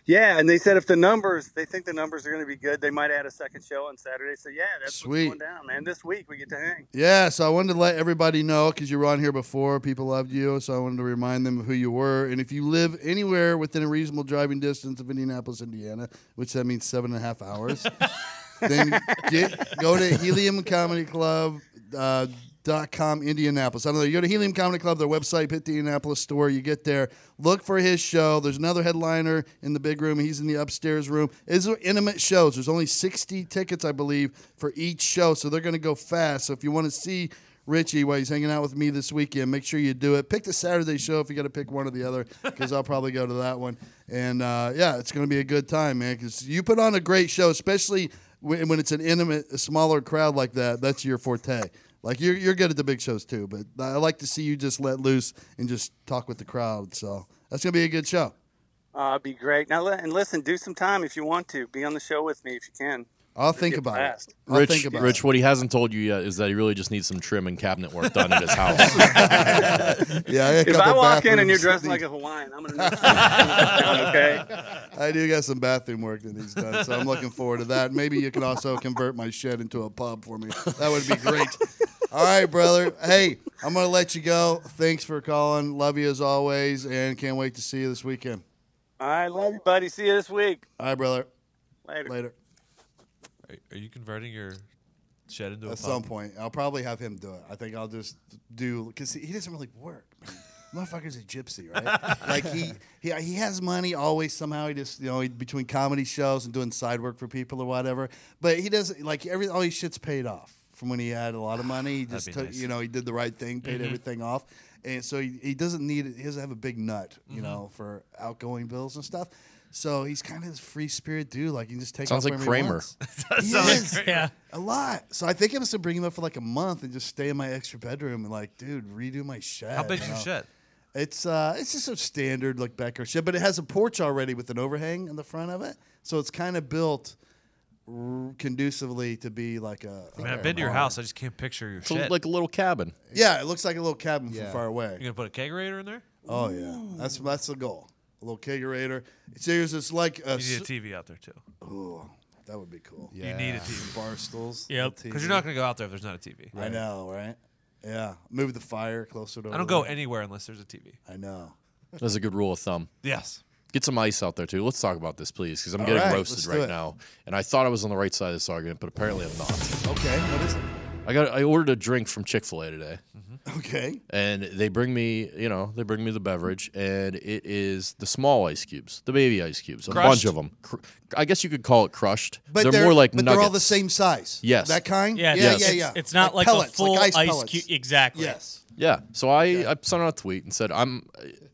Speaker 8: Yeah, and they said if the numbers, they think the numbers are going to be good, they might add a second show on Saturday. So yeah, that's
Speaker 1: Sweet.
Speaker 8: what's going down, man. This week we get to hang.
Speaker 1: Yeah, so I wanted to let everybody know because you were on here before. People loved you, so I wanted to remind them of who you were. And if you live anywhere within a reasonable driving distance of Indianapolis, Indiana, which that means seven and a half hours, then get, go to Helium Comedy Club. Uh, Dot com Indianapolis. I don't know. You go to Helium Comedy Club, their website, hit the Indianapolis store. You get there, look for his show. There's another headliner in the big room. He's in the upstairs room. These are intimate shows. There's only 60 tickets, I believe, for each show. So they're going to go fast. So if you want to see Richie while he's hanging out with me this weekend, make sure you do it. Pick the Saturday show if you got to pick one or the other, because I'll probably go to that one. And uh, yeah, it's going to be a good time, man, because you put on a great show, especially when, when it's an intimate, a smaller crowd like that, that's your forte. Like you're you're good at the big shows too, but I like to see you just let loose and just talk with the crowd. So that's gonna be a good show.
Speaker 8: Uh, it'd be great. Now, li- and listen, do some time if you want to. Be on the show with me if you can.
Speaker 1: I'll think
Speaker 8: get
Speaker 1: about it.
Speaker 8: blast.
Speaker 1: I'll
Speaker 4: Rich,
Speaker 1: think about
Speaker 4: Rich,
Speaker 1: it.
Speaker 4: what he hasn't told you yet is that he really just needs some trim and cabinet work done at his house.
Speaker 1: Yeah, I got a
Speaker 8: If I
Speaker 1: couple
Speaker 8: walk in and you're
Speaker 1: bathrooms
Speaker 8: dressed
Speaker 1: that
Speaker 8: like
Speaker 1: need-
Speaker 8: a Hawaiian, I'm gonna. know- okay.
Speaker 1: I do got some bathroom work that he's done, so I'm looking forward to that. Maybe you can also convert my shed into a pub for me. That would be great. All right, brother. Hey, I'm gonna let you go. Thanks for calling. Love you as always, and can't wait to see you this weekend.
Speaker 8: All right, love you, buddy. See you this week.
Speaker 1: All right, brother.
Speaker 8: Later.
Speaker 1: Later.
Speaker 5: Are, are you converting your shed into a
Speaker 1: At
Speaker 5: pub?
Speaker 1: some point, I'll probably have him do it. I think I'll just do because he doesn't really work. man. Motherfucker's a gypsy, right? like he, he he has money always somehow. He just you know he, between comedy shows and doing side work for people or whatever. But he doesn't like every all his shit's paid off from when he had a lot of money. He just
Speaker 5: be
Speaker 1: took
Speaker 5: nice. Mm-hmm.
Speaker 1: you know he did the right thing, paid everything off, and so he, he doesn't need he doesn't have a big nut
Speaker 5: Mm-hmm.
Speaker 1: you know for outgoing bills and stuff. So he's kind of this free spirit dude. Like he can just take
Speaker 4: Sounds
Speaker 1: off
Speaker 4: like
Speaker 1: wherever he
Speaker 4: Kramer.
Speaker 1: wants.
Speaker 5: That
Speaker 1: He
Speaker 5: sounds like
Speaker 1: is.
Speaker 5: great.
Speaker 2: Yeah.
Speaker 1: A lot. So I think I'm just gonna bring him up for like a month and just stay in my extra bedroom and like, dude, redo my shed.
Speaker 5: How big's
Speaker 1: you
Speaker 5: your
Speaker 1: know?
Speaker 5: shed?
Speaker 1: It's uh, it's just a standard like backyard shed, but it has a porch already with an overhang in the front of it, so it's kind of built r- conducively to be like a.
Speaker 5: I mean, I've been to your house. I just can't picture your
Speaker 4: It's
Speaker 5: shed.
Speaker 4: like a little cabin.
Speaker 1: Yeah, it looks like a little cabin
Speaker 6: Yeah.
Speaker 1: from far
Speaker 5: you
Speaker 1: away.
Speaker 5: gonna put a kegerator in there?
Speaker 1: Oh yeah, that's that's the goal. A little kegerator. Serious, it's like a.
Speaker 5: You need
Speaker 1: s-
Speaker 5: a TV out there too.
Speaker 1: Ooh, that would be cool.
Speaker 5: You need a TV
Speaker 1: Bar stools.
Speaker 2: Yep.
Speaker 5: because you're not gonna go out there if there's not a TV.
Speaker 1: I know, right? Yeah, move the fire closer to.
Speaker 5: I don't
Speaker 1: over
Speaker 5: go
Speaker 1: there.
Speaker 5: anywhere unless there's a TV.
Speaker 1: I know.
Speaker 4: That's a good rule of thumb.
Speaker 5: Yes.
Speaker 4: Get some ice out there too. Let's talk about this, please, because I'm
Speaker 1: All
Speaker 4: getting
Speaker 1: right, let's
Speaker 4: roasted
Speaker 1: do
Speaker 4: right
Speaker 1: it.
Speaker 4: now. And I thought I was on the right side of this argument, but apparently I'm not.
Speaker 1: Okay, what is it?
Speaker 4: I got I ordered a drink from Chick Fil A today,
Speaker 1: Okay.
Speaker 4: and they bring me, you know, they bring me the beverage, and it is the small ice cubes, the baby ice cubes, a bunch
Speaker 5: Crushed?
Speaker 4: of them. Cr- I guess you could call it crushed.
Speaker 1: But
Speaker 4: they're, more like
Speaker 1: but
Speaker 4: nuggets.
Speaker 1: they're all the same size.
Speaker 4: Yes.
Speaker 1: That kind?
Speaker 2: Yeah,
Speaker 1: yeah,
Speaker 2: it's,
Speaker 1: yeah,
Speaker 2: it's-
Speaker 1: yeah.
Speaker 2: It's not like,
Speaker 1: pellets,
Speaker 2: a full
Speaker 1: like ice
Speaker 2: ice
Speaker 1: pellets.
Speaker 2: cube. Exactly.
Speaker 1: Yes.
Speaker 4: Yeah. So I, I sent out a tweet and said, I'm,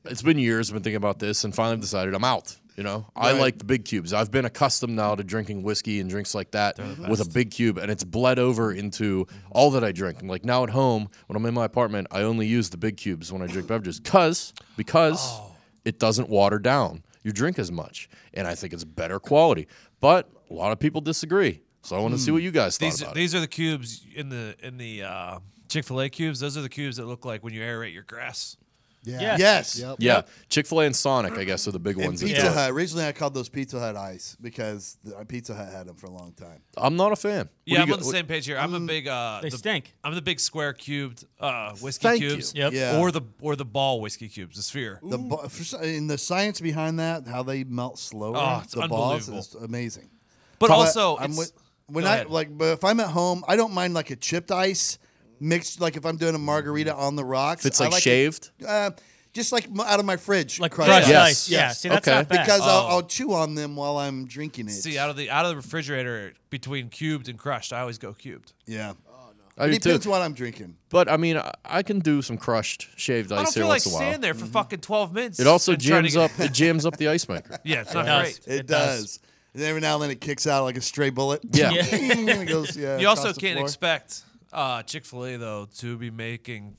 Speaker 4: it's been years, I've been thinking about this and finally decided I'm out. You know, I
Speaker 1: Right.
Speaker 4: like the big cubes. I've been accustomed now to drinking whiskey and drinks like that with a big cube, and it's bled over into all that I drink. And like now at home, when I'm in my apartment, I only use the big cubes when I drink beverages cause, because it doesn't water down your drink as much. And I think it's better quality. But a lot of people disagree. So I want to see what you guys thought
Speaker 5: These
Speaker 4: about it.
Speaker 5: these are the cubes in the in the uh, Chick Fil A cubes. Those are the cubes that look like when you aerate your grass.
Speaker 6: Yeah.
Speaker 1: Yes.
Speaker 6: Yep.
Speaker 4: Yeah. Chick fil A and Sonic, I guess, are the big
Speaker 1: And
Speaker 4: ones. that
Speaker 1: Pizza
Speaker 4: do it.
Speaker 1: Hut. Originally, I called those Pizza Hut ice because the, uh, Pizza Hut had them for a long time.
Speaker 4: I'm not a fan. What Mm.
Speaker 5: yeah,
Speaker 4: do
Speaker 5: I'm
Speaker 4: you
Speaker 5: on the
Speaker 4: got-
Speaker 5: same page here. I'm a big uh,
Speaker 2: They
Speaker 5: the-
Speaker 2: stink.
Speaker 5: I'm the big square cubed uh, whiskey
Speaker 4: Thank
Speaker 5: cubes.
Speaker 2: you. Yep.
Speaker 1: Yeah.
Speaker 5: Or the or the ball whiskey cubes, the sphere.
Speaker 1: The ba- for, s- and the science behind that, how they melt slower,
Speaker 5: Oh, it's
Speaker 1: the balls
Speaker 5: unbelievable.
Speaker 1: is amazing.
Speaker 5: But
Speaker 1: But
Speaker 5: also,
Speaker 1: I'm
Speaker 5: it's-
Speaker 1: with, when
Speaker 5: go
Speaker 1: I
Speaker 5: ahead.
Speaker 1: like, but if I'm at home, I don't mind like a chipped ice mixed. Like if I'm doing a margarita on the rocks,
Speaker 4: Mm-hmm. If it's
Speaker 1: I
Speaker 4: like,
Speaker 1: like it-
Speaker 4: shaved,
Speaker 1: uh, just like m- out of my fridge,
Speaker 2: Like
Speaker 1: crushed
Speaker 2: crushed
Speaker 1: ice.
Speaker 4: Yes.
Speaker 2: ice. Yeah.
Speaker 4: Yes.
Speaker 2: See, that's
Speaker 4: Okay.
Speaker 2: not bad.
Speaker 1: because I'll, I'll chew on them while I'm drinking it.
Speaker 5: see out of the out of the refrigerator between cubed and crushed, I always go cubed.
Speaker 1: yeah, it
Speaker 4: I do too.
Speaker 1: depends what I'm drinking.
Speaker 4: But I mean, I, I can do some crushed shaved
Speaker 5: I
Speaker 4: ice
Speaker 5: don't
Speaker 4: here
Speaker 5: feel like
Speaker 4: once in a while.
Speaker 5: standing there
Speaker 1: Mm-hmm.
Speaker 5: for fucking twelve minutes.
Speaker 4: It also
Speaker 5: and trying to
Speaker 4: jams
Speaker 5: get-
Speaker 4: up. It jams up the ice maker.
Speaker 5: Yeah, it's not
Speaker 2: does.
Speaker 5: great.
Speaker 1: It,
Speaker 2: It
Speaker 1: does.
Speaker 2: does.
Speaker 1: And every now and then it kicks out like a stray bullet.
Speaker 4: Yeah.
Speaker 2: Yeah.
Speaker 1: It goes, yeah,
Speaker 5: You also
Speaker 1: across the
Speaker 5: can't
Speaker 1: floor.
Speaker 5: expect uh, Chick Fil A though to be making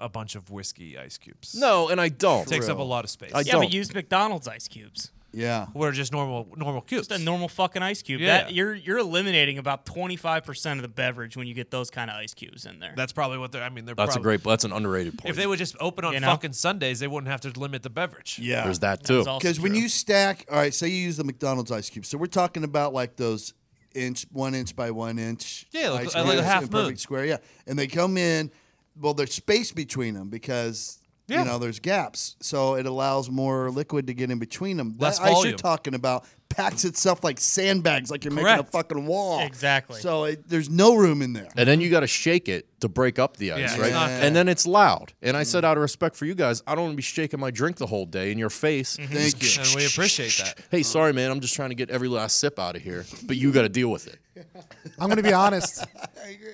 Speaker 5: a bunch of whiskey ice cubes.
Speaker 4: No, and I don't.
Speaker 5: it takes up a lot of space.
Speaker 4: I
Speaker 2: yeah,
Speaker 4: don't.
Speaker 2: but use McDonald's ice cubes.
Speaker 1: Yeah.
Speaker 5: We're just normal normal cubes.
Speaker 2: Just a normal fucking ice cube.
Speaker 5: Yeah.
Speaker 2: That you're you're eliminating about twenty five percent of the beverage when you get those kind of ice cubes in there.
Speaker 5: That's probably what they're. I mean, they're.
Speaker 4: That's a
Speaker 5: probably,
Speaker 4: great. That's an underrated point.
Speaker 5: If they would just open on
Speaker 2: You know?
Speaker 5: fucking Sundays, they wouldn't have to limit the beverage.
Speaker 1: Yeah.
Speaker 4: There's that too.
Speaker 2: That's also
Speaker 1: Because when
Speaker 2: true.
Speaker 1: you stack, all right, say you use the McDonald's ice cube. So we're talking about like those inch, one inch by one inch.
Speaker 5: Yeah, like-
Speaker 1: ice
Speaker 5: like a
Speaker 1: cubes
Speaker 5: half
Speaker 1: in
Speaker 5: moon.
Speaker 1: perfect square. Yeah, and they come in. Well, there's space between them because
Speaker 5: Yeah.
Speaker 1: you know there's gaps, so it allows more liquid to get in between them.
Speaker 5: Less
Speaker 1: that ice you're
Speaker 5: volume.
Speaker 1: talking about packs itself like sandbags, like you're making a
Speaker 5: Correct.
Speaker 1: fucking wall.
Speaker 2: Exactly.
Speaker 1: So it, there's no room in there.
Speaker 4: and then you got to shake it to break up the ice,
Speaker 5: it's
Speaker 4: right?
Speaker 5: not Mm-hmm.
Speaker 4: And then it's loud. And I said, out of respect for you guys, I don't want to be shaking my drink the whole day in your face.
Speaker 5: Mm-hmm.
Speaker 1: Thank you.
Speaker 5: And we appreciate that.
Speaker 4: Hey, sorry, man. I'm just trying to get every last sip out of here, but you got to deal with it.
Speaker 6: I'm gonna be honest.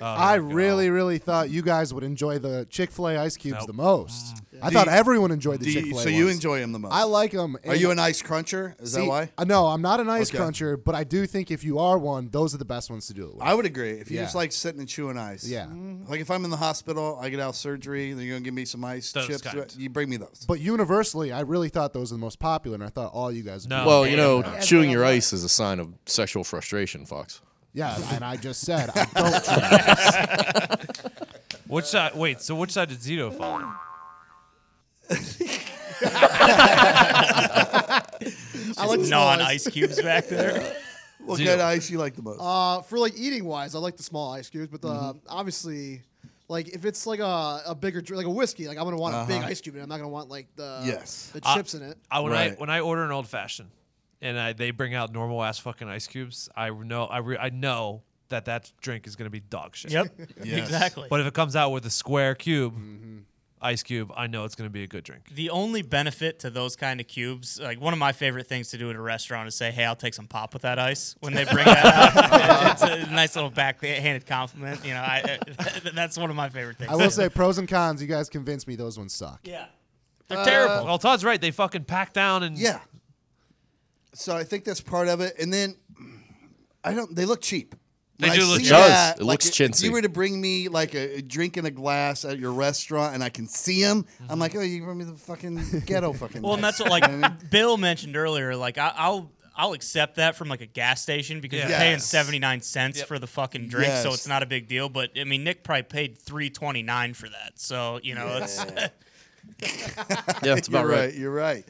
Speaker 5: Oh, my
Speaker 6: I
Speaker 5: God.
Speaker 6: really, really thought you guys would enjoy the Chick Fil A ice cubes the most. I
Speaker 1: Do
Speaker 6: thought
Speaker 1: you-
Speaker 6: everyone enjoyed the
Speaker 1: Do
Speaker 6: Chick
Speaker 1: you,
Speaker 6: Fil A.
Speaker 1: so you enjoy them the most.
Speaker 6: I like them.
Speaker 1: Are you an ice cruncher? Is that why?
Speaker 6: uh, No, I'm not an ice
Speaker 1: Okay.
Speaker 6: cruncher, but I do think if you are one, those are the best ones to do it with.
Speaker 1: I would agree. If you
Speaker 6: Yeah.
Speaker 1: just like sitting and chewing ice.
Speaker 6: Yeah.
Speaker 1: Like if I'm in the hospital, I get out of surgery, they're gonna give me some ice
Speaker 5: Those
Speaker 1: chips.
Speaker 5: kinds.
Speaker 1: You bring me those.
Speaker 6: but universally, I really thought those were the most popular, and I thought all you guys. would
Speaker 5: No.
Speaker 6: be-
Speaker 4: Well, you know,
Speaker 3: Yeah.
Speaker 4: chewing your ice is a sign of sexual frustration, Fox.
Speaker 6: Yeah, and I just said I don't.
Speaker 5: Which side? Wait, so which side did Zito fall? on?
Speaker 3: I like the small
Speaker 2: non
Speaker 3: ice.
Speaker 2: ice cubes back there.
Speaker 1: what
Speaker 5: Zero.
Speaker 1: kind of ice you like the most?
Speaker 3: Uh, for like eating wise, I like the small ice cubes, but the,
Speaker 1: Mm-hmm.
Speaker 3: obviously, like if it's like a, a bigger dr- like a whiskey, like I'm gonna want a big ice cube, and I'm not gonna want like the
Speaker 1: Uh-huh. Yes.
Speaker 3: the
Speaker 5: Uh,
Speaker 3: chips in it.
Speaker 5: I, when I
Speaker 1: Right.
Speaker 5: when I order an old fashioned, and I, they bring out normal ass fucking ice cubes, I know I re, I know that that drink is gonna be dog shit.
Speaker 2: Yep.
Speaker 1: Yes.
Speaker 2: Exactly.
Speaker 5: But if it comes out with a square cube,
Speaker 4: Mm-hmm.
Speaker 5: ice cube, I know it's gonna be a good drink.
Speaker 2: the only benefit to those kind of cubes, like one of my favorite things to do at a restaurant is say, "Hey, I'll take some pop with that ice." When they bring that out, it's a nice little backhanded compliment. You know, I, that's one of my favorite things.
Speaker 6: I will say pros and cons. You guys convinced me those ones suck.
Speaker 4: Uh,
Speaker 2: yeah, they're terrible.
Speaker 5: Well, Todd's right. They fucking pack down and
Speaker 1: Yeah. So I think that's part of it, and then I don't. They look cheap.
Speaker 5: They
Speaker 1: When
Speaker 5: do
Speaker 1: I
Speaker 5: look
Speaker 1: see
Speaker 5: cheap.
Speaker 4: Does.
Speaker 1: that,
Speaker 4: It looks
Speaker 1: If
Speaker 4: chintzy.
Speaker 1: you were to bring me like a, a drink in a glass at your restaurant, and I can see them,
Speaker 5: Mm-hmm.
Speaker 1: I'm like, oh, you bring me the fucking ghetto fucking.
Speaker 2: Well, and
Speaker 1: ice."
Speaker 2: that's what like Bill mentioned earlier. Like I, I'll I'll accept that from like a gas station because
Speaker 5: Yeah.
Speaker 2: you're paying
Speaker 1: Yes.
Speaker 2: seventy nine cents for the fucking drink, so
Speaker 1: Yes.
Speaker 2: it's not a big deal. But I mean, Nick probably paid three twenty nine for that, so you know it's
Speaker 4: Yeah, it's about
Speaker 1: you're
Speaker 4: right.
Speaker 1: You're right.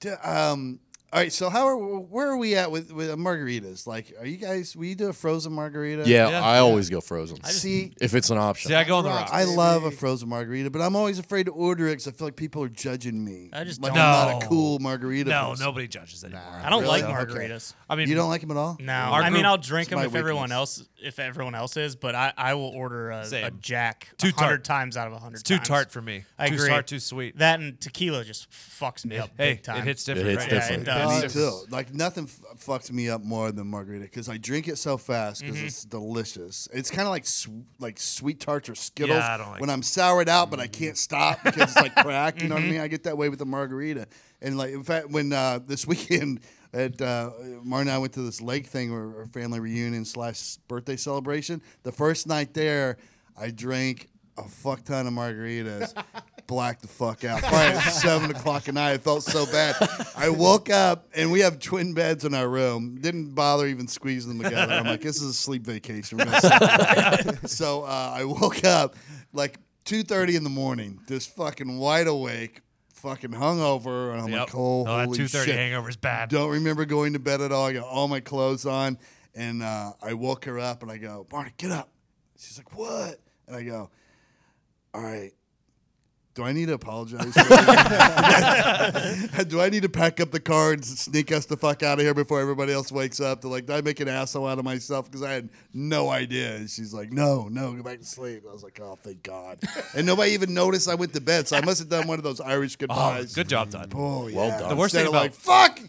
Speaker 1: D- Um, all right. So how are where are we at with with margaritas? Like, are you guys? Will you do a frozen margarita?
Speaker 4: Yeah,
Speaker 5: Yeah.
Speaker 4: I always go frozen
Speaker 1: See,
Speaker 4: if it's an option.
Speaker 5: See, I go on the
Speaker 3: Rocks.
Speaker 1: I
Speaker 5: rocks.
Speaker 1: love a frozen margarita, but I'm always afraid to order it because I feel like people are judging me.
Speaker 2: I just
Speaker 1: like
Speaker 2: don't.
Speaker 1: I'm not a
Speaker 5: No.
Speaker 1: cool margarita.
Speaker 5: no,
Speaker 1: person.
Speaker 5: nobody judges anymore.
Speaker 2: I don't
Speaker 1: Really?
Speaker 2: like
Speaker 1: Okay.
Speaker 2: margaritas.
Speaker 5: I mean,
Speaker 1: You don't like them at all?
Speaker 2: No,
Speaker 5: Our
Speaker 2: I mean
Speaker 5: group-
Speaker 2: I'll drink them
Speaker 1: my
Speaker 2: if everyone
Speaker 1: weakness.
Speaker 2: else if everyone else is, but I, I will order a, a
Speaker 5: Same.
Speaker 2: Jack
Speaker 5: Too
Speaker 2: two
Speaker 5: tart.
Speaker 2: hundred times out of hundred.
Speaker 5: It's too tart for me.
Speaker 2: I
Speaker 5: too
Speaker 2: agree.
Speaker 5: tart, too sweet.
Speaker 2: That and tequila just fucks me up
Speaker 5: hey,
Speaker 2: big time.
Speaker 5: it hits different.
Speaker 4: hits
Speaker 5: right?
Speaker 4: Yeah, different. it
Speaker 2: does.
Speaker 1: Me
Speaker 2: Uh,
Speaker 1: too. Like nothing f- fucks me up more than margarita because I drink it so fast
Speaker 5: Mm-hmm.
Speaker 1: because it's delicious. It's kind of like sw- like sweet tarts or Skittles
Speaker 5: Yeah, I don't like
Speaker 1: when I'm soured out, but I can't stop because it's like crack. You know what I mean? I get that way with the margarita. And like in fact, when uh, this weekend at uh, Mar and I went to this lake thing or, or family reunion slash birthday celebration, the first night there, I drank. A fuck ton of margaritas, blacked the fuck out. Probably at seven o'clock at night, I felt so bad. I woke up and we have twin beds in our room. Didn't bother even squeezing them together. I'm like, this is a sleep vacation. We're gonna sleep so uh, I woke up like 2:30 in the morning, just fucking wide awake, fucking hungover, and I'm
Speaker 5: Yep.
Speaker 1: like, "Oh,
Speaker 5: oh, that
Speaker 1: holy
Speaker 5: two thirty
Speaker 1: shit!"
Speaker 5: hangover is bad.
Speaker 1: Don't remember going to bed at all. I got all my clothes on, and uh, I woke her up, and I go, "Barney, get up." She's like, "What?" And I go, "All right." Do I need to apologize? Do I need to pack up the car and sneak us the fuck out of here before everybody else wakes up? To like, did I make an asshole out of myself because I had no idea? And she's like, no, no, go back to sleep. I was like, oh, thank God. And nobody even noticed I went to bed, so I must have done one of those Irish
Speaker 5: Oh,
Speaker 1: goodbyes.
Speaker 5: good job, Todd.
Speaker 1: Oh, yeah.
Speaker 4: Well done.
Speaker 5: The worst
Speaker 1: Instead
Speaker 5: thing
Speaker 1: of like, fuck.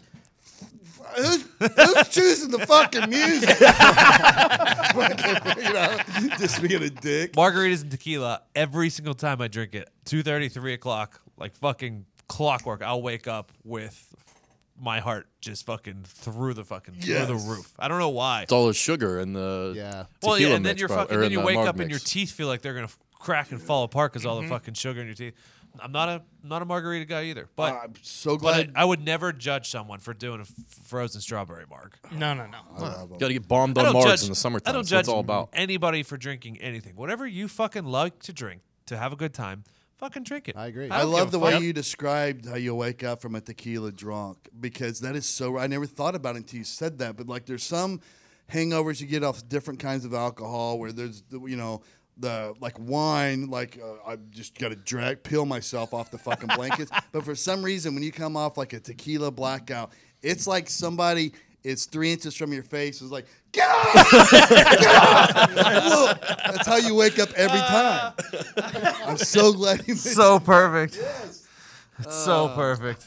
Speaker 1: Who's, who's choosing the fucking music? you know, just being a dick.
Speaker 5: margaritas and tequila every single time I drink it. 2.30, 3 o'clock, like fucking clockwork. I'll wake up with my heart just fucking through the fucking through
Speaker 1: Yes.
Speaker 5: the roof. I don't know why.
Speaker 4: It's all the sugar and the
Speaker 6: Yeah.
Speaker 5: Well, yeah,
Speaker 4: tequila
Speaker 5: and then
Speaker 4: mix,
Speaker 5: you're
Speaker 4: probably-
Speaker 5: fucking,
Speaker 4: or
Speaker 5: then
Speaker 4: in
Speaker 5: you
Speaker 4: the
Speaker 5: wake
Speaker 4: marg
Speaker 5: up and your
Speaker 4: mix.
Speaker 5: teeth feel like they're gonna f- crack and fall apart because all the fucking sugar in your teeth. I'm not a not a margarita guy either, but.
Speaker 1: I'm so
Speaker 5: but I,
Speaker 1: glad.
Speaker 5: I would never judge someone for doing a f- frozen strawberry marg.
Speaker 2: No, no, no.
Speaker 4: Got to get bombed
Speaker 5: I
Speaker 4: on
Speaker 5: don't
Speaker 4: Mars
Speaker 5: judge
Speaker 4: in the summertime.
Speaker 5: I don't
Speaker 4: That's
Speaker 5: judge
Speaker 4: what it's all about.
Speaker 5: anybody for drinking anything. Whatever you fucking like to drink to have a good time, fucking drink it.
Speaker 6: I agree.
Speaker 1: I,
Speaker 5: don't give
Speaker 1: love
Speaker 5: a
Speaker 1: the
Speaker 5: fuck.
Speaker 1: way you described how you wake up from a tequila drunk because that is so. I never thought about it until you said that. But like, there's some hangovers you get off different kinds of alcohol where there's the- you know the like wine like uh, I've just got to drag peel myself off the fucking blankets. but for some reason, when you come off like a tequila blackout, it's like somebody. It's three inches from your face. It's like, get up! Get up! Look, that's how you wake up every time. I'm so glad you mentioned
Speaker 5: perfect. so perfect.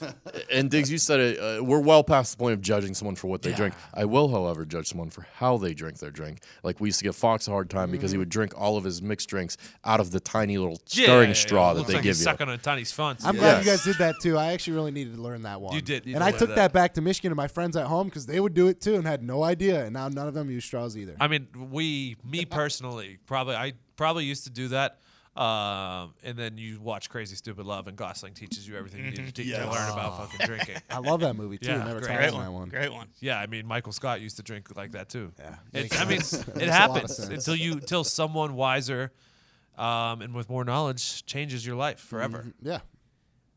Speaker 4: And Diggs, you said it. Uh, we're well past the point of judging someone for what they drink. I will, however, judge someone for how they drink their drink. Like we used to give Fox a hard time because
Speaker 1: Mm.
Speaker 4: he would drink all of his mixed drinks out of the tiny little stirring straw that
Speaker 5: Looks
Speaker 4: they
Speaker 5: like
Speaker 4: give
Speaker 5: he's
Speaker 4: you.
Speaker 5: Sucking on a tiny sponge.
Speaker 6: I'm glad you guys did that too. I actually really needed to learn that one.
Speaker 5: You did. You
Speaker 6: and
Speaker 5: did
Speaker 6: I
Speaker 5: learn
Speaker 6: took
Speaker 5: that.
Speaker 6: that. back to Michigan to my friends at home because they would do it too and had no idea. And now none of them use straws either.
Speaker 5: I mean, we, me personally, probably I probably used to do that. Um, and then you watch Crazy Stupid Love, and Gosling teaches you everything you
Speaker 6: Mm-hmm.
Speaker 5: need to, teach to learn about fucking drinking.
Speaker 6: I love that movie too.
Speaker 5: Yeah,
Speaker 6: Never
Speaker 5: great.
Speaker 6: talked
Speaker 5: Great
Speaker 6: about that one.
Speaker 2: Great one.
Speaker 5: Yeah, I mean, Michael Scott used to drink like that too. Yeah,
Speaker 6: makes
Speaker 5: I mean,
Speaker 6: sense. Makes a
Speaker 5: it
Speaker 6: lot of
Speaker 5: happens
Speaker 6: sense.
Speaker 5: until you, until someone wiser, um, and with more knowledge changes your life forever.
Speaker 6: Yeah.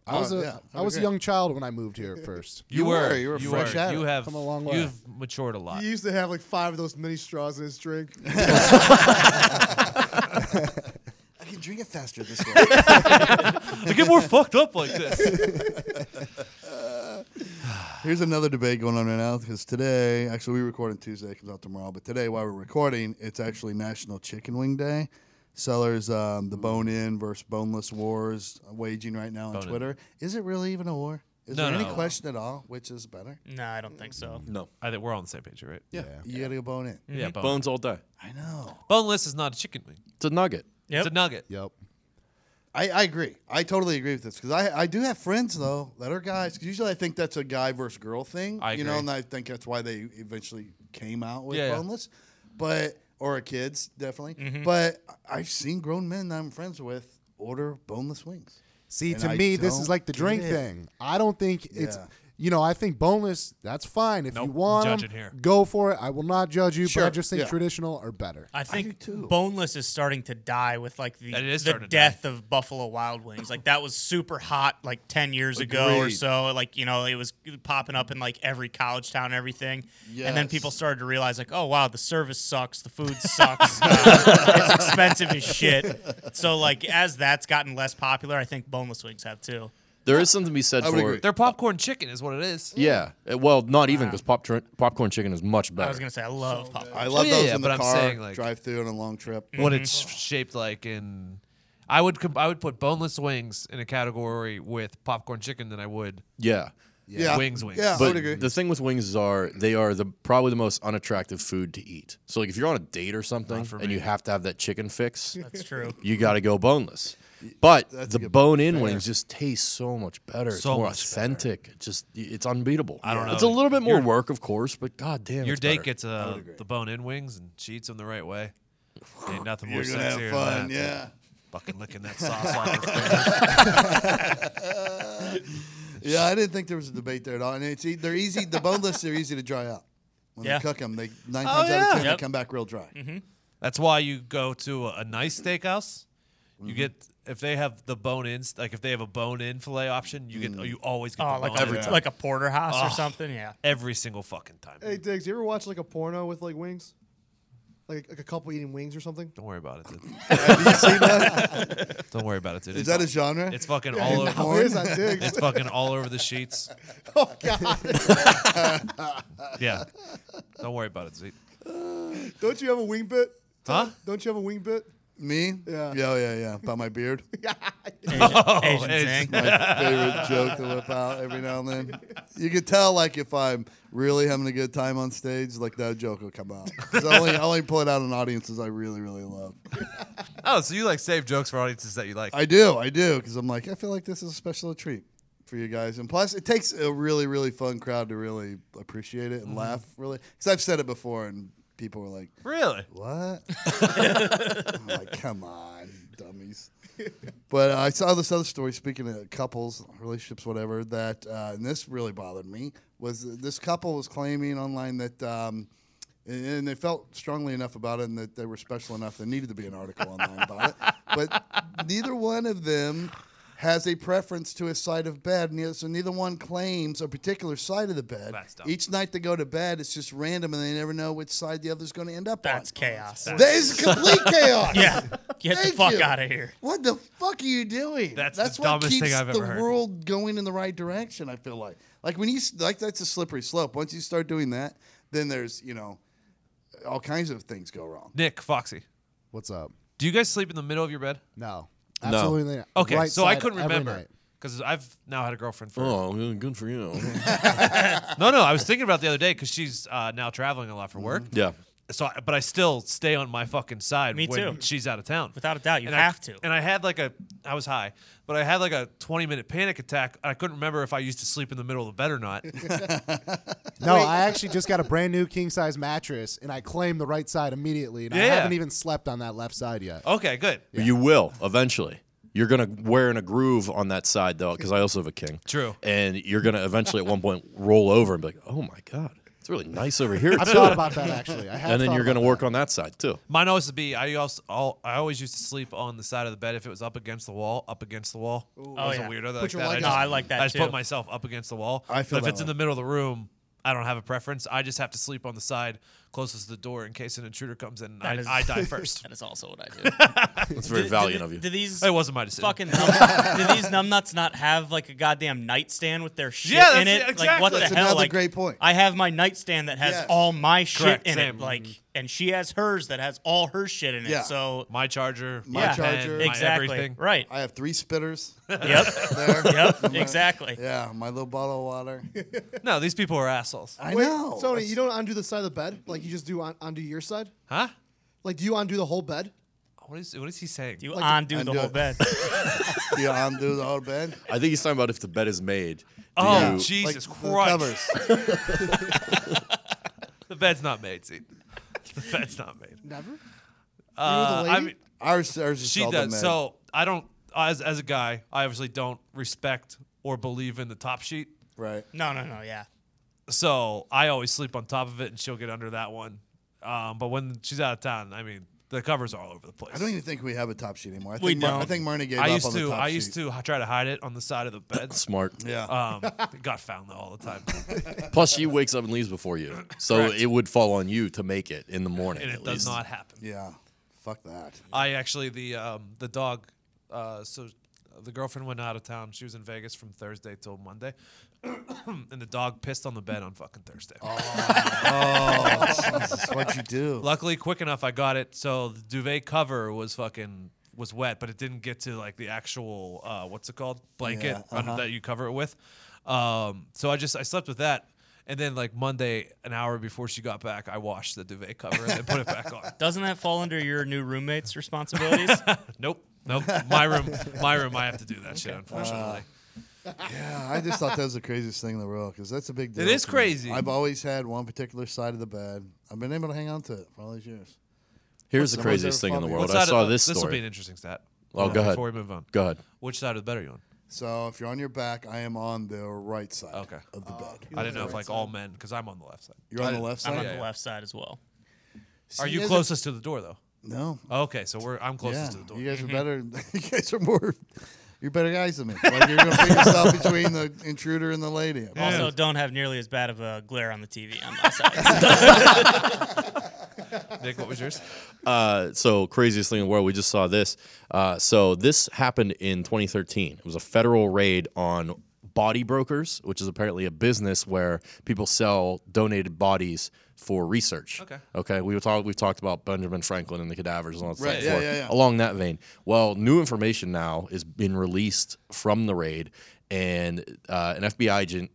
Speaker 3: Oh,
Speaker 6: I was a I
Speaker 1: yeah, I'd
Speaker 6: was a
Speaker 1: agree.
Speaker 6: young child when I moved here at first.
Speaker 5: You, were, you were,
Speaker 1: fresh at
Speaker 5: you
Speaker 1: it.
Speaker 5: have
Speaker 6: Come a long way.
Speaker 5: You've matured a lot.
Speaker 3: He used to have like five of those mini straws in his drink.
Speaker 1: I can drink it faster this way.
Speaker 5: I get more fucked up like this.
Speaker 1: Here's another debate going on right now because today, actually, we record on Tuesday, it comes out tomorrow. But today, while we're recording, it's actually National Chicken Wing Day. Sellers, um, the bone in versus boneless wars uh, waging right now on
Speaker 5: in.
Speaker 1: Twitter. Is it really even a war? Is
Speaker 5: No,
Speaker 1: there any
Speaker 5: no.
Speaker 1: question at all which is better?
Speaker 2: No, I don't think so.
Speaker 4: No
Speaker 5: I think we're all on the same page, right?
Speaker 1: Yeah. You got to go bone in.
Speaker 5: Yeah, bone.
Speaker 4: bones all day.
Speaker 1: I know.
Speaker 5: boneless is not a chicken wing.
Speaker 4: It's a nugget.
Speaker 2: Yep.
Speaker 5: It's a nugget.
Speaker 6: Yep.
Speaker 1: I, I agree. I totally agree with this because I I do have friends though that are guys. 'cause usually I think that's a guy versus girl thing.
Speaker 5: I
Speaker 1: you know,
Speaker 5: agree.
Speaker 1: and I think that's why they eventually came out with
Speaker 5: Yeah, Mm-hmm. yeah.
Speaker 1: boneless, but or kids definitely. But I- I've seen grown men that I'm friends with order boneless wings.
Speaker 6: See,
Speaker 1: And
Speaker 6: to
Speaker 1: I
Speaker 6: me, this
Speaker 1: don't
Speaker 6: is like the
Speaker 1: get
Speaker 6: drink
Speaker 1: it.
Speaker 6: thing. I don't think it's.
Speaker 1: Yeah.
Speaker 6: You know, I think boneless. That's fine if
Speaker 5: Nope,
Speaker 6: you want
Speaker 5: judge
Speaker 6: 'em,
Speaker 5: it here.
Speaker 6: Go for it. I will not judge you, but I
Speaker 1: Sure,
Speaker 6: just think
Speaker 1: yeah.
Speaker 6: traditional are better.
Speaker 2: I think
Speaker 1: do too.
Speaker 2: boneless is starting to die with like the,
Speaker 5: It is
Speaker 2: the
Speaker 5: starting to
Speaker 2: death of Buffalo Wild Wings. Like that was super hot like 10 years ago or
Speaker 1: Agreed.
Speaker 2: so. Like, you know, it was popping up in like every college town and everything. And then
Speaker 1: Yes.
Speaker 2: people started to realize like, oh wow, the service sucks, the food sucks. uh, it's expensive as shit. So like as that's gotten less popular, I think boneless wings have too.
Speaker 4: There is something to be said
Speaker 1: I
Speaker 4: for.
Speaker 1: would agree.
Speaker 5: They're popcorn chicken, is what it is.
Speaker 4: Yeah. Uh, Well, not even because pop tr- popcorn chicken is much better.
Speaker 2: I was going to say I love popcorn.
Speaker 1: I love
Speaker 5: Oh, yeah,
Speaker 1: those
Speaker 5: yeah,
Speaker 1: in
Speaker 5: but
Speaker 1: the
Speaker 5: I'm
Speaker 1: car
Speaker 5: saying, like- Mm-hmm.
Speaker 1: drive through on a long trip.
Speaker 5: What it's shaped like, and I would comp- I would put boneless wings in a category with popcorn chicken than I would
Speaker 4: yeah.
Speaker 1: Yeah,
Speaker 5: wings wings.
Speaker 1: Yeah, I
Speaker 4: But
Speaker 1: would agree.
Speaker 4: the thing with wings are they are the probably the most unattractive food to eat. So like if you're on a date or something and you have to have that chicken fix,
Speaker 2: That's true.
Speaker 4: you got to go boneless. But the
Speaker 1: good
Speaker 4: bone-in wings just taste so much better. it's
Speaker 5: So
Speaker 4: more
Speaker 5: much better.
Speaker 4: authentic. It Just it's unbeatable. I
Speaker 5: don't know.
Speaker 4: It's a little bit more work, of course, but goddamn,
Speaker 5: Your
Speaker 4: it's
Speaker 5: date
Speaker 4: better.
Speaker 5: gets uh, the bone in wings and she eats them the right way. Ain't nothing more
Speaker 1: You're gonna have
Speaker 5: sexier
Speaker 1: fun.
Speaker 5: than that.
Speaker 1: Yeah.
Speaker 5: Fucking licking that sauce off her finger.
Speaker 1: Yeah, I didn't think there was a debate there at all. And it's e- they're easy. The boneless, they're easy to dry out. When
Speaker 2: Yeah.
Speaker 1: you cook them, they nine times out
Speaker 5: Oh, yeah. Mm-hmm.
Speaker 1: of ten
Speaker 2: Yep.
Speaker 1: they come back real dry.
Speaker 5: That's why you go to a, a nice steakhouse.
Speaker 1: Mm-hmm.
Speaker 5: You get if they have the bone in, like if they have a bone in fillet option, you get
Speaker 1: Mm.
Speaker 5: you always get
Speaker 2: Oh,
Speaker 5: the
Speaker 2: like
Speaker 5: bone
Speaker 2: a,
Speaker 5: in
Speaker 2: like a porterhouse
Speaker 5: Oh.
Speaker 2: or something, yeah.
Speaker 5: every single fucking time.
Speaker 3: hey Diggs, you ever watch like a porno with like wings? Like, like a couple eating wings or something?
Speaker 5: Don't worry about it, dude. Don't worry about it, dude.
Speaker 1: Is
Speaker 5: It's
Speaker 1: that
Speaker 5: all-
Speaker 1: a genre?
Speaker 5: It's fucking all over.
Speaker 1: Porn?
Speaker 3: It is on Diggs.
Speaker 5: It's fucking all over the sheets.
Speaker 3: oh God!
Speaker 5: Yeah. Don't worry about it, Zeke.
Speaker 3: Don't you have a wing bit?
Speaker 5: Huh?
Speaker 3: Don't you have a wing bit?
Speaker 1: Me?
Speaker 3: Yeah.
Speaker 1: Yeah, yeah, yeah. By my beard.
Speaker 2: Asian
Speaker 5: Oh, it's-
Speaker 2: thing.
Speaker 1: My favorite joke to whip out every now and then. You could tell, like, if I'm really having a good time on stage, like, that joke will come out. 'Cause I only, I only pull it out in audiences I really, really love.
Speaker 5: Oh, so you like save jokes for audiences that you like?
Speaker 1: I do, I do, because I'm like, I feel like this is a special treat for you guys. And plus, it takes a really, really fun crowd to really appreciate it and laugh, really. Because I've said it before, and people were like,
Speaker 5: really?
Speaker 1: what? I'm like, come on, dummies. But uh, I saw this other story, speaking of couples, relationships, whatever, that, uh, and this really bothered me, was this couple was claiming online that, um, and and they felt strongly enough about it and that they were special enough, there needed to be an article online about it. But neither one of them has a preference to a side of bed, and so neither one claims a particular side of the bed.
Speaker 5: That's dumb.
Speaker 1: Each night they go to bed, it's just random, and they never know which side the other's going to end up on.
Speaker 2: That's chaos.
Speaker 1: That is complete chaos.
Speaker 2: yeah. Get the
Speaker 1: Thank
Speaker 2: fuck
Speaker 1: you.
Speaker 2: out of here.
Speaker 1: What the fuck are you doing?
Speaker 5: That's the
Speaker 1: what
Speaker 5: dumbest thing
Speaker 1: keeps
Speaker 5: I've
Speaker 1: the
Speaker 5: ever heard.
Speaker 1: world going in the right direction. I feel like, like when you s- like that's a slippery slope. Once you start doing that, then there's you know, all kinds of things go wrong.
Speaker 5: Nick, Foxy,
Speaker 6: What's up?
Speaker 5: do you guys sleep in the middle of your bed?
Speaker 6: No, absolutely not.
Speaker 5: Okay,
Speaker 6: Right
Speaker 5: so I
Speaker 6: side
Speaker 5: couldn't
Speaker 6: every
Speaker 5: remember.
Speaker 6: night.
Speaker 5: Because I've now had a girlfriend for
Speaker 4: Oh, good for you.
Speaker 5: no, no. I was thinking about it the other day because she's uh, now traveling a lot for work.
Speaker 4: Mm-hmm. yeah.
Speaker 5: So, I- but I still stay on my fucking side
Speaker 2: Me
Speaker 5: when
Speaker 2: too.
Speaker 5: she's out of town.
Speaker 2: Without a doubt, you
Speaker 5: and
Speaker 2: have
Speaker 5: I,
Speaker 2: to.
Speaker 5: And I had like a, I was high, but I had like a 20 minute panic attack. I couldn't remember if I used to sleep in the middle of the bed or not.
Speaker 6: No, I actually just got a brand new king size mattress, and I claimed the right side immediately, and I
Speaker 5: Yeah. Oh.
Speaker 6: haven't even slept on that left side yet.
Speaker 5: okay, good.
Speaker 4: You will eventually. You're gonna wear in a groove on that side though, because I also have a king.
Speaker 5: True.
Speaker 4: And you're gonna eventually at one point roll over and be like, "Oh my god, it's really nice over here."
Speaker 6: I've
Speaker 4: too."
Speaker 6: thought about that actually. I have
Speaker 4: and then
Speaker 6: thought
Speaker 4: you're
Speaker 6: about
Speaker 4: gonna work on that side too.
Speaker 5: Mine always would be I also all, I always used to sleep on the side of the bed if it was up against the wall, up against the wall. I was
Speaker 2: Oh, yeah.
Speaker 5: a weirdo that
Speaker 3: Put
Speaker 5: like
Speaker 3: your
Speaker 5: that.
Speaker 3: leg
Speaker 5: just,
Speaker 2: up. No, I like that
Speaker 5: I just
Speaker 2: too.
Speaker 5: put myself up against the wall.
Speaker 1: I feel
Speaker 5: but
Speaker 1: that
Speaker 5: if it's in
Speaker 1: way.
Speaker 5: the middle of the room, I don't have a preference. I just have to sleep on the side closest to the door in case an intruder comes in. and I,
Speaker 2: That is-
Speaker 5: I die first.
Speaker 2: That is also what I do.
Speaker 4: That's very
Speaker 2: Do- do
Speaker 4: valiant
Speaker 2: the-
Speaker 4: of you.
Speaker 2: Do these
Speaker 5: it wasn't my decision.
Speaker 2: fucking num- do these numbnuts not have like a goddamn nightstand with their shit
Speaker 5: Yeah,
Speaker 2: in it?
Speaker 5: that's-
Speaker 2: Like what
Speaker 5: exactly.
Speaker 1: That's
Speaker 2: the hell?
Speaker 1: another
Speaker 2: Like
Speaker 1: great point.
Speaker 2: I have my nightstand that has
Speaker 1: Yes.
Speaker 2: all my shit
Speaker 5: Correct,
Speaker 2: in
Speaker 5: same.
Speaker 2: it, like, and she has hers that has all her shit in it.
Speaker 1: Yeah.
Speaker 2: So
Speaker 5: my charger, my
Speaker 2: Yeah.
Speaker 1: charger.
Speaker 5: pen,
Speaker 2: exactly
Speaker 5: my everything.
Speaker 2: right.
Speaker 1: I have three spitters
Speaker 2: Yep.
Speaker 1: there.
Speaker 2: yep. Exactly.
Speaker 1: Yeah, my little bottle of water.
Speaker 5: No, these people are assholes.
Speaker 1: I
Speaker 3: Wait,
Speaker 1: know.
Speaker 3: Sony, you don't undo the side of the bed? Like you just do on, undo your side?
Speaker 5: Huh?
Speaker 3: Like do you undo the whole bed?
Speaker 5: What is what is he saying?
Speaker 2: You
Speaker 3: Like
Speaker 2: undo the
Speaker 1: undo
Speaker 2: whole
Speaker 1: it.
Speaker 2: bed.
Speaker 1: Do you undo the whole bed?
Speaker 4: I think he's talking about if the bed is made. do
Speaker 5: oh
Speaker 4: you-
Speaker 1: Like
Speaker 5: Jesus
Speaker 1: the
Speaker 5: Christ! The,
Speaker 1: covers.
Speaker 5: bed's not made. See, the bed's not made.
Speaker 3: Never?
Speaker 5: Uh, I
Speaker 3: lady?
Speaker 5: mean,
Speaker 1: Ours, ours is
Speaker 5: She
Speaker 1: seldom
Speaker 5: does.
Speaker 1: made.
Speaker 5: So I don't, as as a guy, I obviously don't respect or believe in the top sheet.
Speaker 1: right.
Speaker 2: No, no, no. Yeah.
Speaker 5: So I always sleep on top of it, and she'll get under that one. Um, but when she's out of town, I mean, the covers are all over the place.
Speaker 1: I don't even think we have a top sheet anymore. I
Speaker 2: We
Speaker 1: think Mar- I
Speaker 2: don't.
Speaker 1: think Marnie gave
Speaker 5: I
Speaker 1: up
Speaker 5: used
Speaker 1: on the
Speaker 5: to.
Speaker 1: top
Speaker 5: I
Speaker 1: sheet.
Speaker 5: used to h- try to hide it on the side of the bed.
Speaker 4: Smart.
Speaker 1: Yeah.
Speaker 5: Um, it got found though all the time,
Speaker 4: Plus, she wakes up and leaves before you, so
Speaker 5: Correct.
Speaker 4: it would fall on you to make it in the morning.
Speaker 5: and it
Speaker 4: at
Speaker 5: does
Speaker 4: least.
Speaker 5: not happen.
Speaker 1: yeah. Fuck that.
Speaker 5: I actually the um, the dog. Uh, so the girlfriend went out of town. She was in Vegas from Thursday till Monday, and the dog pissed on the bed on fucking Thursday.
Speaker 1: That's what you do.
Speaker 5: Luckily, quick enough, I got it. So the duvet cover was fucking was wet, but it didn't get to like the actual uh, what's it called blanket
Speaker 1: Yeah,
Speaker 5: under, that you cover it with. Um, so I just I slept with that, and then like Monday, an hour before she got back, I washed the duvet cover and then put it back on.
Speaker 2: Doesn't that fall under your new roommate's responsibilities?
Speaker 5: Nope, nope. My room, my room. I have to do that shit. Unfortunately,
Speaker 1: Yeah, I just thought that was the craziest thing in the world because that's a big deal.
Speaker 5: is
Speaker 1: to me.
Speaker 5: crazy.
Speaker 1: I've always had one particular side of the bed. I've been able to hang on to it for all these years.
Speaker 4: Here's the
Speaker 1: Someone's
Speaker 4: craziest
Speaker 1: ever
Speaker 4: thing in the
Speaker 1: found me.
Speaker 4: world.
Speaker 5: What
Speaker 4: I
Speaker 5: side
Speaker 4: saw
Speaker 5: of,
Speaker 4: this
Speaker 5: This will be an
Speaker 4: story.
Speaker 5: interesting stat.
Speaker 4: Oh, go ahead.
Speaker 5: Before we move on,
Speaker 4: Go ahead.
Speaker 5: which side of the bed are you on?
Speaker 1: So if you're on your back, I am on the right side
Speaker 5: Okay.
Speaker 1: of the bed.
Speaker 5: I didn't know if like all men, because I'm on the left side.
Speaker 1: You're on the left
Speaker 2: I'm
Speaker 1: side.
Speaker 2: on
Speaker 5: Yeah,
Speaker 2: the
Speaker 5: yeah.
Speaker 2: left side as well.
Speaker 1: See,
Speaker 5: Are you
Speaker 1: guys
Speaker 5: closest to the door though?
Speaker 1: no.
Speaker 5: Okay, so we're I'm
Speaker 1: Yeah,
Speaker 5: closest to the door.
Speaker 1: you guys are better. you guys are more. You're better guys than me. Like you're gonna pick yourself between the intruder and the lady.
Speaker 2: Also, don't have nearly as bad of a glare on the TV on my side.
Speaker 5: Nick, what was
Speaker 1: Um,
Speaker 5: yours?
Speaker 4: Uh, so craziest thing in the world. We just saw this. Uh, so this happened in 2013. It was a federal raid on body brokers, which is apparently a business where people sell donated bodies for research.
Speaker 5: Okay.
Speaker 4: Okay. We talked. We've talked about Benjamin Franklin and the cadavers and all that
Speaker 1: Right,
Speaker 4: stuff.
Speaker 1: yeah,
Speaker 4: before.
Speaker 1: yeah, yeah.
Speaker 4: Along that vein, well, new information now is been released from the raid, and uh, an FBI agent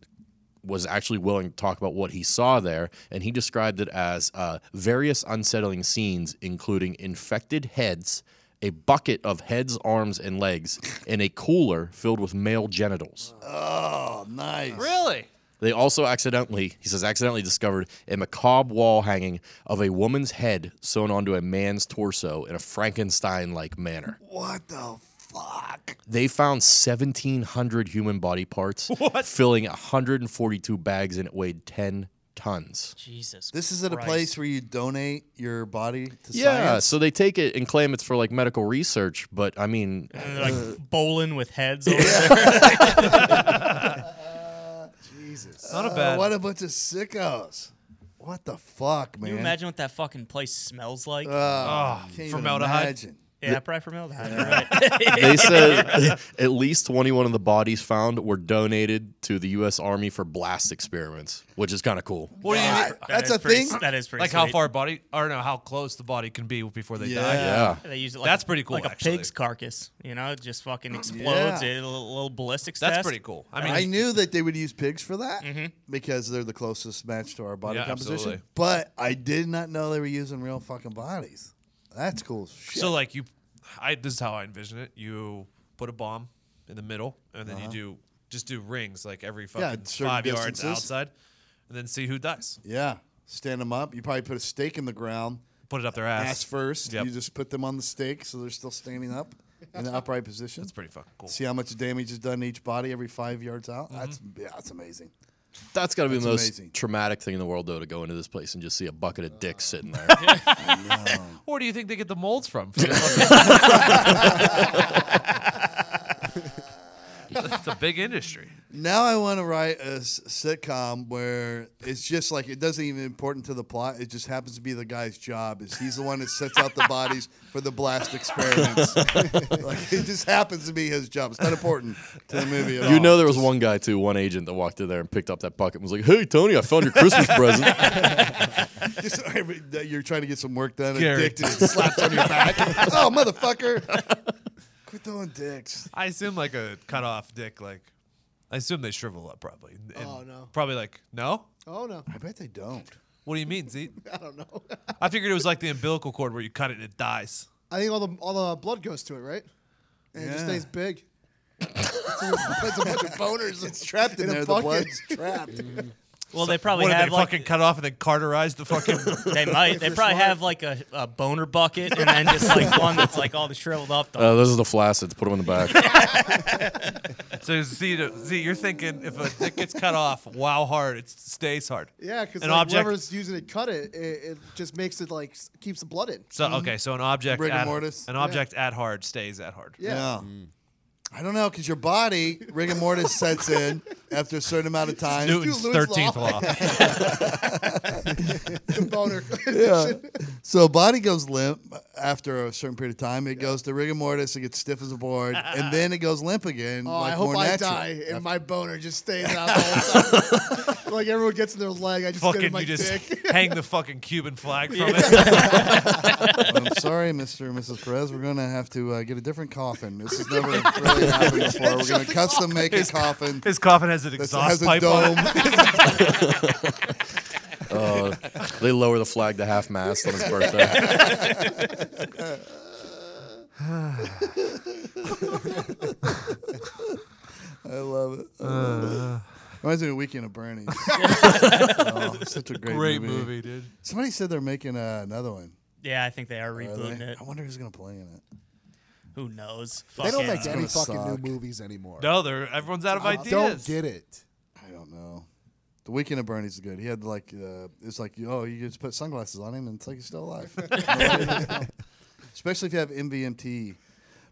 Speaker 4: was actually willing to talk about what he saw there, and he described it as uh, various unsettling scenes, including infected heads, a bucket of heads, arms, and legs, and a cooler filled with male genitals.
Speaker 1: Oh, nice.
Speaker 5: Really?
Speaker 4: They also accidentally, he says, accidentally discovered a macabre wall hanging of a woman's head sewn onto a man's torso in a Frankenstein like manner.
Speaker 1: What the fuck?
Speaker 4: They found 1,700 human body parts, filling 142 bags, and it weighed 10 tons.
Speaker 2: Jesus.
Speaker 1: This is at a
Speaker 2: Christ.
Speaker 1: place where you donate your body to
Speaker 4: Yeah,
Speaker 1: science.
Speaker 4: so they take it and claim it's for like medical research, but I mean,
Speaker 1: Mm.
Speaker 2: And they're like bowling with heads. Over there.
Speaker 5: Not a
Speaker 1: Uh,
Speaker 5: bad.
Speaker 1: what a bunch of sickos. What the fuck, man?
Speaker 2: Can you imagine what that fucking place smells like?
Speaker 1: Uh,
Speaker 5: Ah,
Speaker 1: can't even
Speaker 5: formaldehyde.
Speaker 1: imagine.
Speaker 2: Yeah, formaldehyde. You're right.
Speaker 4: They said at least 21 of the bodies found were donated to the U.S. Army for blast experiments, which is kind of cool.
Speaker 5: What do you mean?
Speaker 2: That
Speaker 1: That's
Speaker 2: is
Speaker 1: a
Speaker 2: pretty
Speaker 1: thing?
Speaker 2: s- That is pretty.
Speaker 5: Like how
Speaker 2: sweet.
Speaker 5: far body, or no, how close the body can be before they die.
Speaker 1: Yeah.
Speaker 4: Yeah.
Speaker 2: They use it like
Speaker 5: That's
Speaker 2: a-
Speaker 5: pretty cool,
Speaker 2: Like
Speaker 5: actually.
Speaker 2: a pig's carcass, you know, it just fucking explodes.
Speaker 1: Yeah.
Speaker 2: It, a little, little ballistics
Speaker 5: That's
Speaker 2: test.
Speaker 5: pretty cool. I mean, Mm-hmm.
Speaker 1: I knew that they would use pigs for that because they're the closest match to our body
Speaker 5: Yeah,
Speaker 1: composition.
Speaker 5: absolutely.
Speaker 1: But I did not know they were using real fucking bodies. That's cool as shit.
Speaker 5: so like you, I this is how I envision it. You put a bomb in the middle, and then you do just do rings like every fucking
Speaker 1: Uh-huh. certain
Speaker 5: five yards
Speaker 1: distances.
Speaker 5: outside, and then see who dies.
Speaker 1: yeah, stand them up. You probably put a stake in the ground,
Speaker 5: Put it up their
Speaker 1: ass,
Speaker 5: ass,
Speaker 1: first.
Speaker 5: Yep.
Speaker 1: You just put them on the stake so they're still standing up in the upright position.
Speaker 5: That's pretty fucking cool.
Speaker 1: See how much damage is done to each body every five yards out.
Speaker 5: Mm-hmm.
Speaker 1: That's yeah, that's amazing.
Speaker 4: That's got to be the
Speaker 1: That's
Speaker 4: most
Speaker 1: amazing.
Speaker 4: traumatic thing in the world, though, to go into this place and just see a bucket of dicks sitting there.
Speaker 5: Where do you think they get the molds from? For the fucking- it's a big industry.
Speaker 1: Now I want to write a s- sitcom where it's just like it doesn't even important to the plot. It just happens to be the guy's job. Is he's the one that sets out the bodies for the blast experiments? like it just happens to be his job. It's not important to the movie at all.
Speaker 4: You know, there was one guy too, one agent that walked in there and picked up that bucket and was like, "Hey, Tony, I found your Christmas present."
Speaker 1: Just every- that you're trying to get some work done.
Speaker 5: Gary.
Speaker 1: And dick just slaps on your back. oh, motherfucker! Quit throwing dicks.
Speaker 5: I assume like a cut off dick, like I assume they shrivel up probably. and- and
Speaker 3: Oh, no.
Speaker 5: Probably like no.
Speaker 3: Oh no,
Speaker 1: I bet they don't.
Speaker 5: What do you mean, Z?
Speaker 3: I don't know.
Speaker 5: I figured it was like the umbilical cord where you cut it and it dies.
Speaker 3: I think all the all the blood goes to it, right? And it just
Speaker 1: Yeah.
Speaker 3: stays big. it's, a, it's a bunch of boners.
Speaker 1: It's trapped in,
Speaker 3: In a
Speaker 1: there. The
Speaker 3: bucket.
Speaker 1: blood's trapped.
Speaker 2: Well, they probably
Speaker 5: what did
Speaker 2: have
Speaker 5: they
Speaker 2: like
Speaker 5: fucking cut off and then carterize the fucking?
Speaker 2: they might. They probably have like a, a boner bucket and then just like one that's like all the shriveled up. The,
Speaker 4: Uh, those are the flaccids. Put them in the back.
Speaker 5: so Z, to- Z, you're thinking if a dick gets cut off, wow hard, it stays hard.
Speaker 3: Yeah, because
Speaker 5: an
Speaker 3: like,
Speaker 5: object.
Speaker 3: whoever's using it cut it, it, it just makes it like s- keeps the blood in.
Speaker 5: So okay, so an object,
Speaker 1: Rigor
Speaker 5: at,
Speaker 1: mortis.
Speaker 5: an object at hard stays at hard.
Speaker 1: Yeah.
Speaker 3: Yeah.
Speaker 5: Mm.
Speaker 1: I don't know because your body rigor mortis sets in after a certain amount of time.
Speaker 5: Newton's
Speaker 3: Lewis
Speaker 5: thirteenth
Speaker 3: law.
Speaker 5: law.
Speaker 3: The boner.
Speaker 1: So body goes limp after a certain period of time. It goes to rigor mortis. It gets stiff as a board, and then it goes limp again.
Speaker 3: Oh,
Speaker 1: like
Speaker 3: I hope
Speaker 1: more
Speaker 3: I
Speaker 1: natural.
Speaker 3: die and my boner just stays out the whole time. like everyone gets in their leg, I just get in
Speaker 5: fucking,
Speaker 3: my
Speaker 5: you just
Speaker 3: dick.
Speaker 5: hang the fucking Cuban flag from it.
Speaker 1: I'm sorry, Mr. and Mrs. Perez. We're gonna have to uh, get a different coffin. This has never really happened before. We're gonna custom make a coffin.
Speaker 5: His coffin has an
Speaker 1: that has
Speaker 5: exhaust
Speaker 1: a
Speaker 5: pipe on
Speaker 1: dome.
Speaker 5: it.
Speaker 4: Uh, they lower the flag to half mast on his birthday.
Speaker 1: I love it. I love
Speaker 5: Uh.
Speaker 1: it. Reminds me of Weekend of Bernie. oh, such a great,
Speaker 5: Great movie, dude.
Speaker 1: Somebody said they're making uh, another one.
Speaker 2: yeah, I think they are
Speaker 1: Are
Speaker 2: rebooting
Speaker 1: they?
Speaker 2: it.
Speaker 1: I wonder who's gonna play in it.
Speaker 2: Who knows?
Speaker 6: They don't
Speaker 2: Fucking-
Speaker 6: make any
Speaker 1: gonna
Speaker 6: fucking
Speaker 1: suck.
Speaker 6: new movies anymore.
Speaker 5: No, they're everyone's out of
Speaker 6: I
Speaker 5: ideas.
Speaker 6: Uh, don't get it.
Speaker 1: I don't know. The weekend of Bernie's is good. He had like uh, it's like oh you just put sunglasses on him and it's like he's still alive. Especially if you have MVMT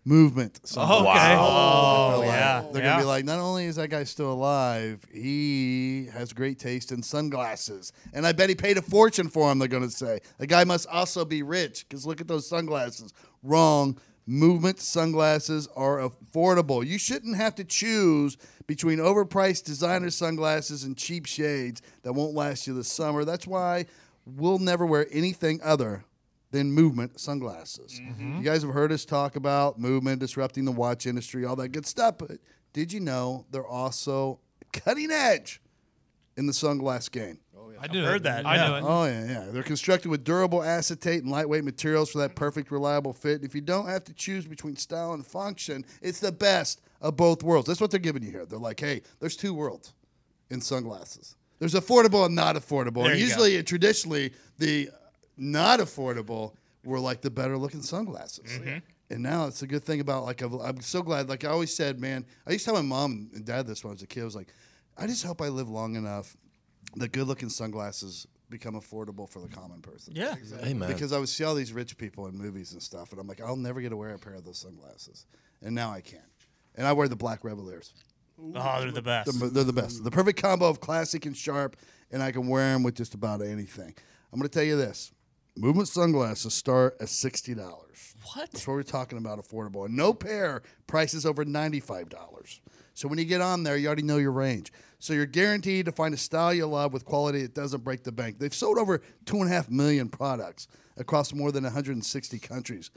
Speaker 1: movement.
Speaker 5: Okay.
Speaker 2: Oh, yeah.
Speaker 1: They're
Speaker 2: yeah.
Speaker 1: gonna be like, not only is that guy still alive, he has great taste in sunglasses, and I bet he paid a fortune for them. They're gonna say the guy must also be rich because look at those sunglasses. Wrong. Movement sunglasses are affordable. You shouldn't have to choose between overpriced designer sunglasses and cheap shades that won't last you the summer. That's why we'll never wear anything other than movement sunglasses. You guys have heard us talk about movement disrupting the watch industry, all that good stuff. But did you know they're also cutting edge in the sunglass game?
Speaker 5: I knew
Speaker 2: heard
Speaker 5: it.
Speaker 2: that,
Speaker 5: I
Speaker 2: yeah.
Speaker 5: knew it.
Speaker 1: Oh yeah, yeah. They're constructed with durable acetate and lightweight materials for that perfect, reliable fit. And if you don't have to choose between style and function, it's the best of both worlds. That's what they're giving you here. They're like, hey, there's two worlds in sunglasses. There's affordable and not affordable.
Speaker 2: There
Speaker 1: and
Speaker 2: you go.
Speaker 1: usually, and traditionally, the not affordable were like the better looking sunglasses.
Speaker 2: Mm-hmm.
Speaker 1: And now it's a good thing about like I've, I'm so glad. Like I always said, man, I used to tell my mom and dad this when I was a kid. I was like, I just hope I live long enough the good looking sunglasses become affordable for the common person.
Speaker 2: yeah.
Speaker 4: hey man,
Speaker 1: Because I would see all these rich people in movies and stuff, and I'm like, I'll never get to wear a pair of those sunglasses. And now I can. And I wear the black Reveliers.
Speaker 2: Oh, they're the best.
Speaker 1: They're, they're the best. The perfect combo of classic and sharp, and I can wear them with just about anything. I'm going to tell you this Movement sunglasses start at sixty dollars. That's
Speaker 2: What?
Speaker 1: what we're talking about, affordable. And no pair prices over ninety-five dollars. So when you get on there, you already know your range. So you're guaranteed to find a style you love with quality that doesn't break the bank. They've sold over two and a half million products across more than 160 countries,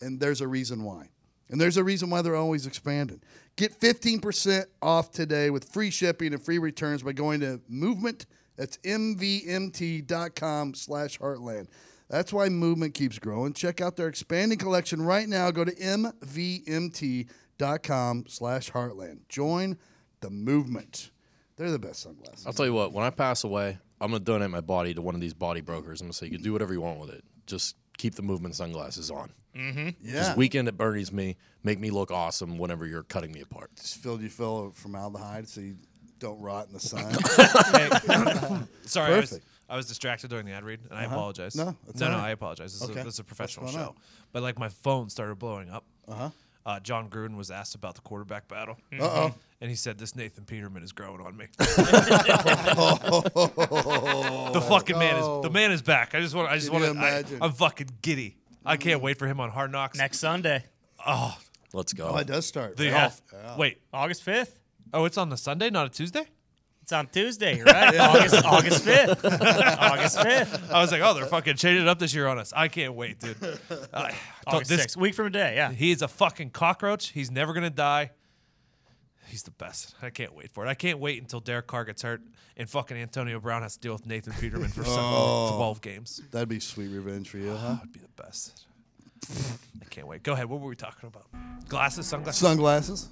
Speaker 1: and there's a reason why. And there's a reason why they're always expanding. Get 15% off today with free shipping and free returns by going to Movement. That's mvmt.com slash heartland. That's why Movement keeps growing. Check out their expanding collection right now. Go to mvmt.com slash heartland. Join the movement. They're the best sunglasses.
Speaker 4: I'll tell you what, when I pass away, I'm going to donate my body to one of these body brokers. I'm going to say, you can do whatever you want with it. Just keep the movement sunglasses on.
Speaker 1: yeah.
Speaker 4: Just weekend at Bernie's me, make me look awesome whenever you're cutting me apart.
Speaker 1: Just filled you full of formaldehyde so you don't rot in the sun.
Speaker 5: Sorry, I was,
Speaker 1: Perfect. Uh-huh.
Speaker 5: I was distracted during the ad read, and I apologize.
Speaker 1: No, that's
Speaker 5: no,
Speaker 1: all
Speaker 5: no,
Speaker 1: right.
Speaker 5: I apologize. This,
Speaker 1: Okay.
Speaker 5: is, a, this is a
Speaker 1: What's
Speaker 5: professional
Speaker 1: going
Speaker 5: show,
Speaker 1: on?
Speaker 5: but like my phone started blowing up. Uh-huh. Uh John Gruden was asked about the quarterback battle.
Speaker 1: Uh-oh.
Speaker 5: And he said, "This Nathan Peterman is growing on me." the fucking man is the man is back. I just want. I just
Speaker 1: Can
Speaker 5: want
Speaker 1: you
Speaker 5: to.
Speaker 1: imagine?
Speaker 5: I'm fucking giddy. I can't wait for him on Hard Knocks.
Speaker 2: Next Sunday,
Speaker 4: Let's go.
Speaker 1: oh, it does start.
Speaker 5: The
Speaker 1: right?
Speaker 2: Yeah.
Speaker 5: off- Wait.
Speaker 2: August 5th.
Speaker 5: Oh, it's on the Sunday, not a Tuesday.
Speaker 2: It's on Tuesday, right? August August 5th. August 5th.
Speaker 5: I was like, "Oh, they're fucking changing it up this year on us." I can't wait, dude. I- I thought
Speaker 2: August
Speaker 5: this
Speaker 2: 6th. Week from today, yeah.
Speaker 5: He is a fucking cockroach. He's never gonna die. He's the best. I can't wait for it. I can't wait until Derek Carr gets hurt and fucking Antonio Brown has to deal with Nathan Peterman for some
Speaker 1: Oh.
Speaker 5: twelve games.
Speaker 1: That'd be sweet revenge for you, huh?
Speaker 5: That would be the best. I can't wait. Go ahead. What were we talking about? Glasses, sunglasses.
Speaker 1: Sunglasses.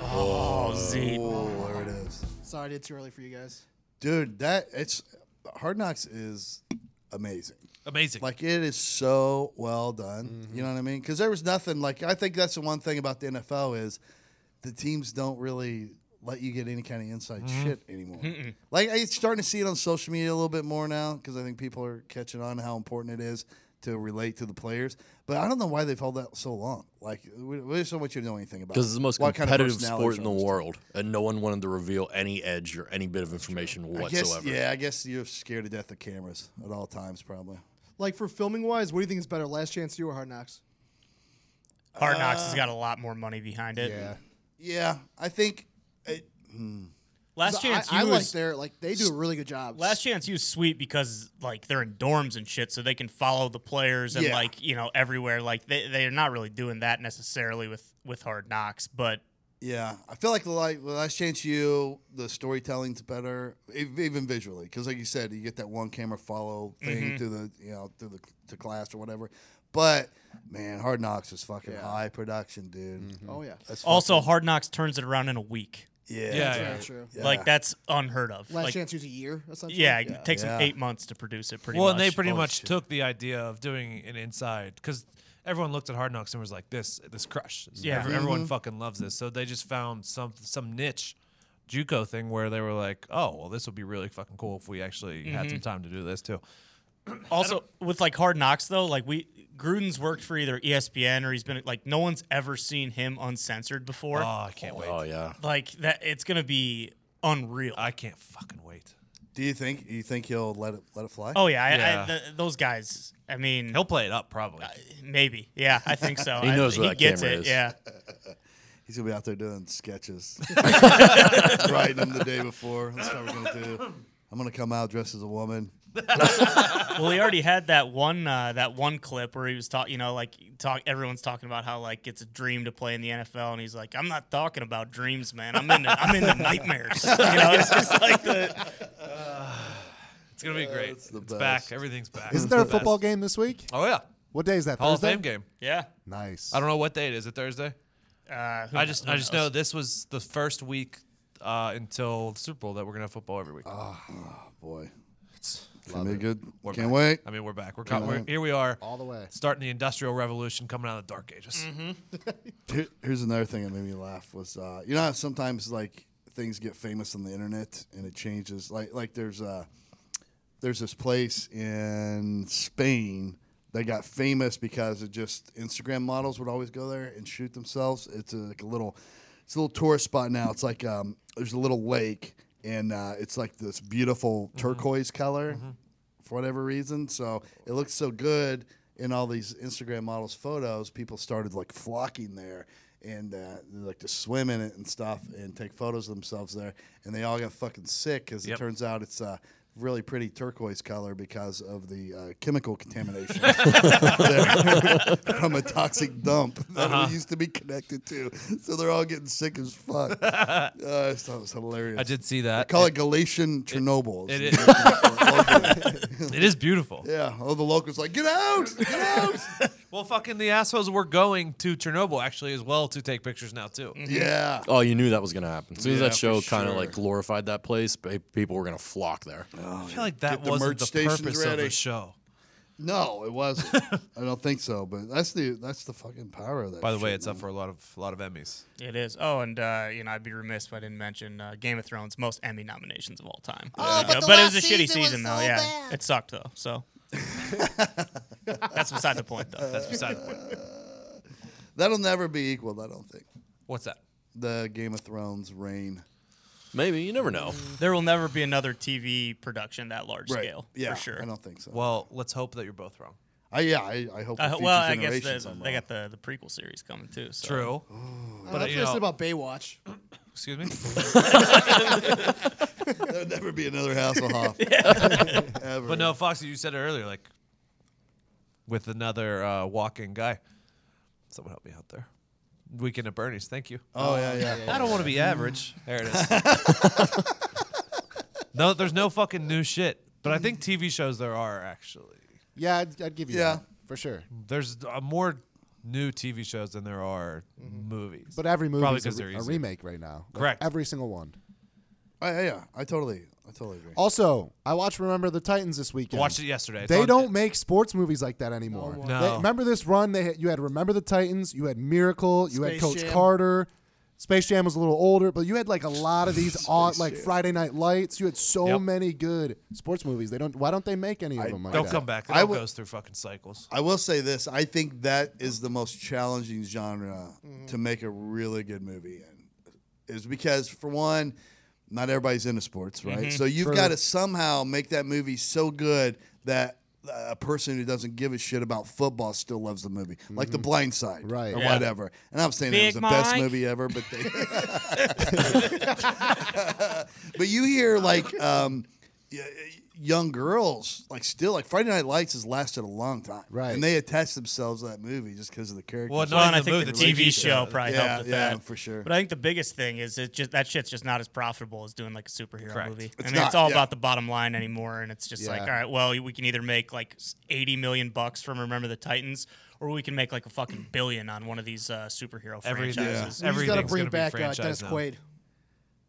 Speaker 2: Oh, Z.
Speaker 1: Oh, there it is.
Speaker 3: Sorry, I did too early for you guys.
Speaker 1: Dude, that it's Hard Knocks is amazing.
Speaker 5: Amazing.
Speaker 1: Like it is so well done. You know what I mean? Because there was nothing like I think that's the one thing about the NFL is the teams don't really let you get any kind of inside shit anymore. Like I'm starting to see it on social media a little bit more now because I think people are catching on to how important it is to relate to the players. But I don't know why they've held that so long. Like we, we just don't want you to know anything about
Speaker 4: Because it's the most
Speaker 1: what kind of
Speaker 4: competitive
Speaker 1: personalities
Speaker 4: sport in the
Speaker 1: are and stuff.
Speaker 4: world, and no one wanted to reveal any edge or any bit of information
Speaker 1: I guess-
Speaker 4: whatsoever.
Speaker 1: yeah, I guess you're scared to death of cameras at all times, probably.
Speaker 3: Like for filming wise, what do you think is better, Last Chance You or Hard Knocks?
Speaker 2: Hard Knocks has got a lot more money behind it.
Speaker 6: Yeah.
Speaker 1: Yeah, I think it,
Speaker 2: Last
Speaker 3: I,
Speaker 2: chance
Speaker 3: I
Speaker 2: you
Speaker 3: like
Speaker 2: was
Speaker 3: their like they do a really good job.
Speaker 2: last chance you was sweet because like they're in dorms and shit, so they can follow the players and
Speaker 1: Yeah.
Speaker 2: like you know everywhere. Like they they're not really doing that necessarily with with Hard Knocks, but
Speaker 1: Yeah, I feel like the like the last chance you the storytelling's better, e- even visually, because like you said, you get that one camera follow thing through the you know through the to class or whatever. But man, Hard Knocks is fucking high production, dude.
Speaker 3: oh yeah,
Speaker 1: That's
Speaker 2: also Hard Knocks turns it around in a week.
Speaker 1: fucking- yeah,
Speaker 5: yeah,
Speaker 3: very
Speaker 5: yeah.
Speaker 3: true.
Speaker 1: yeah.
Speaker 2: Like that's unheard of.
Speaker 3: Last
Speaker 2: like,
Speaker 3: Chance You's a year essentially.
Speaker 2: Yeah, it takes
Speaker 1: Yeah.
Speaker 2: them eight months to produce it. Pretty
Speaker 5: well, and
Speaker 2: much.
Speaker 5: they pretty much
Speaker 1: shit.
Speaker 5: took the idea of doing an inside because everyone looked at Hard Knocks and was like, "This, this crush.
Speaker 2: Yeah.
Speaker 5: Every- everyone
Speaker 4: Mm-hmm.
Speaker 5: fucking loves this." So they just found some some niche JUCO thing where they were like, "Oh, well, this would be really fucking cool if we actually had
Speaker 2: Mm-hmm.
Speaker 5: some time to do this too."
Speaker 2: Also, with like Hard Knocks though, like we Gruden's worked for either E ESPN or he's been like no one's ever seen him uncensored before.
Speaker 5: Oh, I can't wait.
Speaker 4: Oh yeah.
Speaker 2: like that, it's gonna be unreal.
Speaker 5: I can't fucking wait.
Speaker 1: Do you think you think he'll let it let it fly?
Speaker 2: oh yeah, I,
Speaker 5: Yeah.
Speaker 2: I, th- those guys. I mean,
Speaker 5: He'll play it up probably.
Speaker 2: maybe. Yeah, I think so.
Speaker 4: He
Speaker 2: I-
Speaker 4: knows
Speaker 2: he
Speaker 4: where that
Speaker 2: gets
Speaker 4: camera
Speaker 2: it.
Speaker 4: is.
Speaker 2: Yeah,
Speaker 1: He's gonna be out there doing sketches, writing them the day before. That's what we're gonna do. I'm gonna come out dressed as a woman.
Speaker 2: well, he already had that one uh, that one clip where he was talking. You know, like talk. Everyone's talking about how like it's a dream to play in the NFL, and he's like, "I'm not talking about dreams, man. I'm into I'm into nightmares." You know, it's just like the
Speaker 5: It's gonna be great. It's,
Speaker 1: the best.
Speaker 5: back. Everything's back.
Speaker 6: Isn't there a football game this week?
Speaker 5: Oh yeah,
Speaker 6: What day is that?
Speaker 5: Hall of
Speaker 6: Thursday?
Speaker 5: Fame game.
Speaker 2: yeah.
Speaker 6: Nice.
Speaker 5: I don't know what day it is. Is It Thursday.
Speaker 2: Uh, who
Speaker 5: I
Speaker 2: kno-
Speaker 5: just
Speaker 2: who
Speaker 5: I just
Speaker 2: knows?
Speaker 5: know this was the first week uh, until the Super Bowl that we're gonna have football every week.
Speaker 1: Boy, it's gonna be good.
Speaker 5: We're
Speaker 1: Can't
Speaker 5: back.
Speaker 1: wait.
Speaker 5: I mean, we're back. We're, co- we're-
Speaker 1: wait.
Speaker 5: here. We are
Speaker 6: All the way.
Speaker 5: starting the industrial revolution, coming out of the dark ages.
Speaker 3: Mm-hmm.
Speaker 1: Here, here's another thing that made me laugh was uh, you know how sometimes like things get famous on the internet and it changes like like there's uh there's this place in Spain that got famous because it just Instagram models would always go there and shoot themselves. It's a, like a little it's a little tourist spot now. It's like um there's a little lake and uh, it's like this beautiful turquoise color for whatever reason. So it looks so good in all these Instagram models' photos. People started like flocking there and uh, they like to swim in it and stuff and take photos of themselves there. And they all got fucking sick because
Speaker 5: Yep.
Speaker 1: it turns out it's a really pretty turquoise color because of the uh, chemical contamination there from a toxic dump that we used to be connected to. So they're all getting sick as fuck. uh, I just thought it was hilarious.
Speaker 5: I did see
Speaker 1: I
Speaker 5: that.
Speaker 1: call it, Galatian Chernobyl.
Speaker 5: it
Speaker 1: is
Speaker 5: is-
Speaker 1: the-
Speaker 5: it is beautiful.
Speaker 1: yeah. Oh, the locals like, get out, get out.
Speaker 5: Well, fucking the assholes were going to Chernobyl actually as well to take pictures now too.
Speaker 1: yeah.
Speaker 4: Oh, you knew that was going to happen. As soon as
Speaker 1: Yeah,
Speaker 4: that show
Speaker 1: for
Speaker 4: kind of
Speaker 1: sure.
Speaker 4: like glorified that place, pe- people were going to flock there.
Speaker 5: I feel like that
Speaker 1: Get the
Speaker 5: wasn't
Speaker 1: merch
Speaker 5: the
Speaker 1: stations
Speaker 5: purpose of
Speaker 1: ready.
Speaker 5: the show.
Speaker 1: No, it wasn't. I don't think so. But that's the that's the fucking power of that.
Speaker 5: By the way,
Speaker 1: shit,
Speaker 5: it's up
Speaker 1: man.
Speaker 5: for a lot of a lot of Emmys.
Speaker 2: It is. Oh, and uh, you know, I'd be remiss if I didn't mention uh, Game of Thrones most Emmy nominations of all time.
Speaker 9: Oh,
Speaker 2: You
Speaker 9: but the
Speaker 2: know, it was
Speaker 9: last
Speaker 2: a shitty
Speaker 9: season was
Speaker 2: season, though.
Speaker 9: so
Speaker 2: yeah,
Speaker 9: bad.
Speaker 2: it sucked though. So that's beside the point, though. That's
Speaker 5: Beside the point.
Speaker 1: That'll never be equal. I don't think.
Speaker 5: What's that?
Speaker 1: The Game of Thrones reign.
Speaker 4: Maybe you never know.
Speaker 2: there will never be another TV production that large scale.
Speaker 1: Yeah.
Speaker 2: for sure.
Speaker 1: I don't think so. Well,
Speaker 5: Well, let's hope that you're both wrong.
Speaker 1: I, yeah. I, I hope.
Speaker 2: I
Speaker 1: for future
Speaker 2: ho- Uh, well, I guess
Speaker 1: generations
Speaker 2: the,
Speaker 1: I'm
Speaker 2: they
Speaker 1: wrong.
Speaker 2: got the, the prequel series coming too. So.
Speaker 5: True.
Speaker 1: Oh.
Speaker 3: But that's
Speaker 5: you
Speaker 3: what I said
Speaker 5: know-
Speaker 3: about Baywatch.
Speaker 5: Excuse me.
Speaker 1: There'll never be another Hasselhoff. Ever.
Speaker 5: But no, Foxy, you said it earlier, like with another uh, walking guy. Someone help me out there. Weekend at Bernie's. Thank you.
Speaker 1: Oh yeah, yeah.
Speaker 5: I don't want to be average. There it is. no, there's no fucking new shit. But I think TV shows there are actually.
Speaker 6: Yeah, I'd, I'd give you
Speaker 1: Yeah.
Speaker 6: that for sure.
Speaker 5: There's uh, more new TV shows than there are movies.
Speaker 6: But every movie
Speaker 5: Probably
Speaker 6: is a,
Speaker 5: 'cause
Speaker 6: re-
Speaker 5: they're
Speaker 6: a
Speaker 5: easier.
Speaker 6: remake right now. Like,
Speaker 5: Correct.
Speaker 6: every single one.
Speaker 1: I, I- yeah. I totally. I totally agree.
Speaker 6: Also, I watched Remember the Titans this weekend.
Speaker 5: watched it yesterday. It's
Speaker 6: They
Speaker 5: on-
Speaker 6: don't make sports movies like that anymore.
Speaker 3: No more.
Speaker 5: No.
Speaker 6: They- remember this run? They had, you had Remember the Titans. You had Miracle. You had
Speaker 3: Space
Speaker 6: Coach
Speaker 3: Jam.
Speaker 6: Carter. Space Jam was a little older, but you had like a lot of these on like Friday Night Lights. You had so
Speaker 5: Yep.
Speaker 6: many good sports movies. They don't. Why don't they make any of them? Like
Speaker 5: Don't
Speaker 6: that?
Speaker 5: come back. It
Speaker 1: I
Speaker 5: all
Speaker 1: would-
Speaker 5: goes through fucking cycles.
Speaker 1: I will say this: I think that is the most challenging genre
Speaker 2: Mm-hmm.
Speaker 1: to make a really good movie in, is because for one, not everybody's into sports, right?
Speaker 2: Mm-hmm.
Speaker 1: So you've got to somehow make that movie so good that a person who doesn't give a shit about football still loves the movie, like The Blind Side,
Speaker 6: Right.
Speaker 1: or
Speaker 6: Yeah.
Speaker 1: whatever. And I'm saying it was
Speaker 2: Mm-hmm. Big
Speaker 1: the best
Speaker 2: Mike.
Speaker 1: movie ever, but they. but you hear like um, y- young girls like still like Friday Night Lights has lasted a long time,
Speaker 6: Right.
Speaker 1: And they attach themselves to that movie just because of the characters.
Speaker 5: Well, no,
Speaker 2: Well, and I
Speaker 5: the
Speaker 2: think
Speaker 5: movie,
Speaker 2: the,
Speaker 5: the TV
Speaker 2: TV, show
Speaker 5: show.
Speaker 2: probably
Speaker 1: Yeah,
Speaker 2: helped with
Speaker 1: yeah,
Speaker 2: that
Speaker 1: for sure.
Speaker 2: But I think the biggest thing is it just that shit's just not as profitable as doing like a superhero
Speaker 5: Correct.
Speaker 2: movie.
Speaker 1: It's
Speaker 2: I mean,
Speaker 1: not,
Speaker 2: it's all
Speaker 1: yeah.
Speaker 2: about the bottom line anymore, and it's just like, all
Speaker 6: Yeah.
Speaker 2: right, well, we can either make like s- eighty million bucks from Remember the Titans, or we can make like a fucking billion on one of these uh, superhero
Speaker 5: Every
Speaker 2: franchises.
Speaker 5: yeah.
Speaker 3: We just gotta
Speaker 5: Everything's
Speaker 3: bring
Speaker 5: gonna be
Speaker 3: back uh,
Speaker 5: franchise
Speaker 3: Dennis
Speaker 5: now.
Speaker 3: Quaid.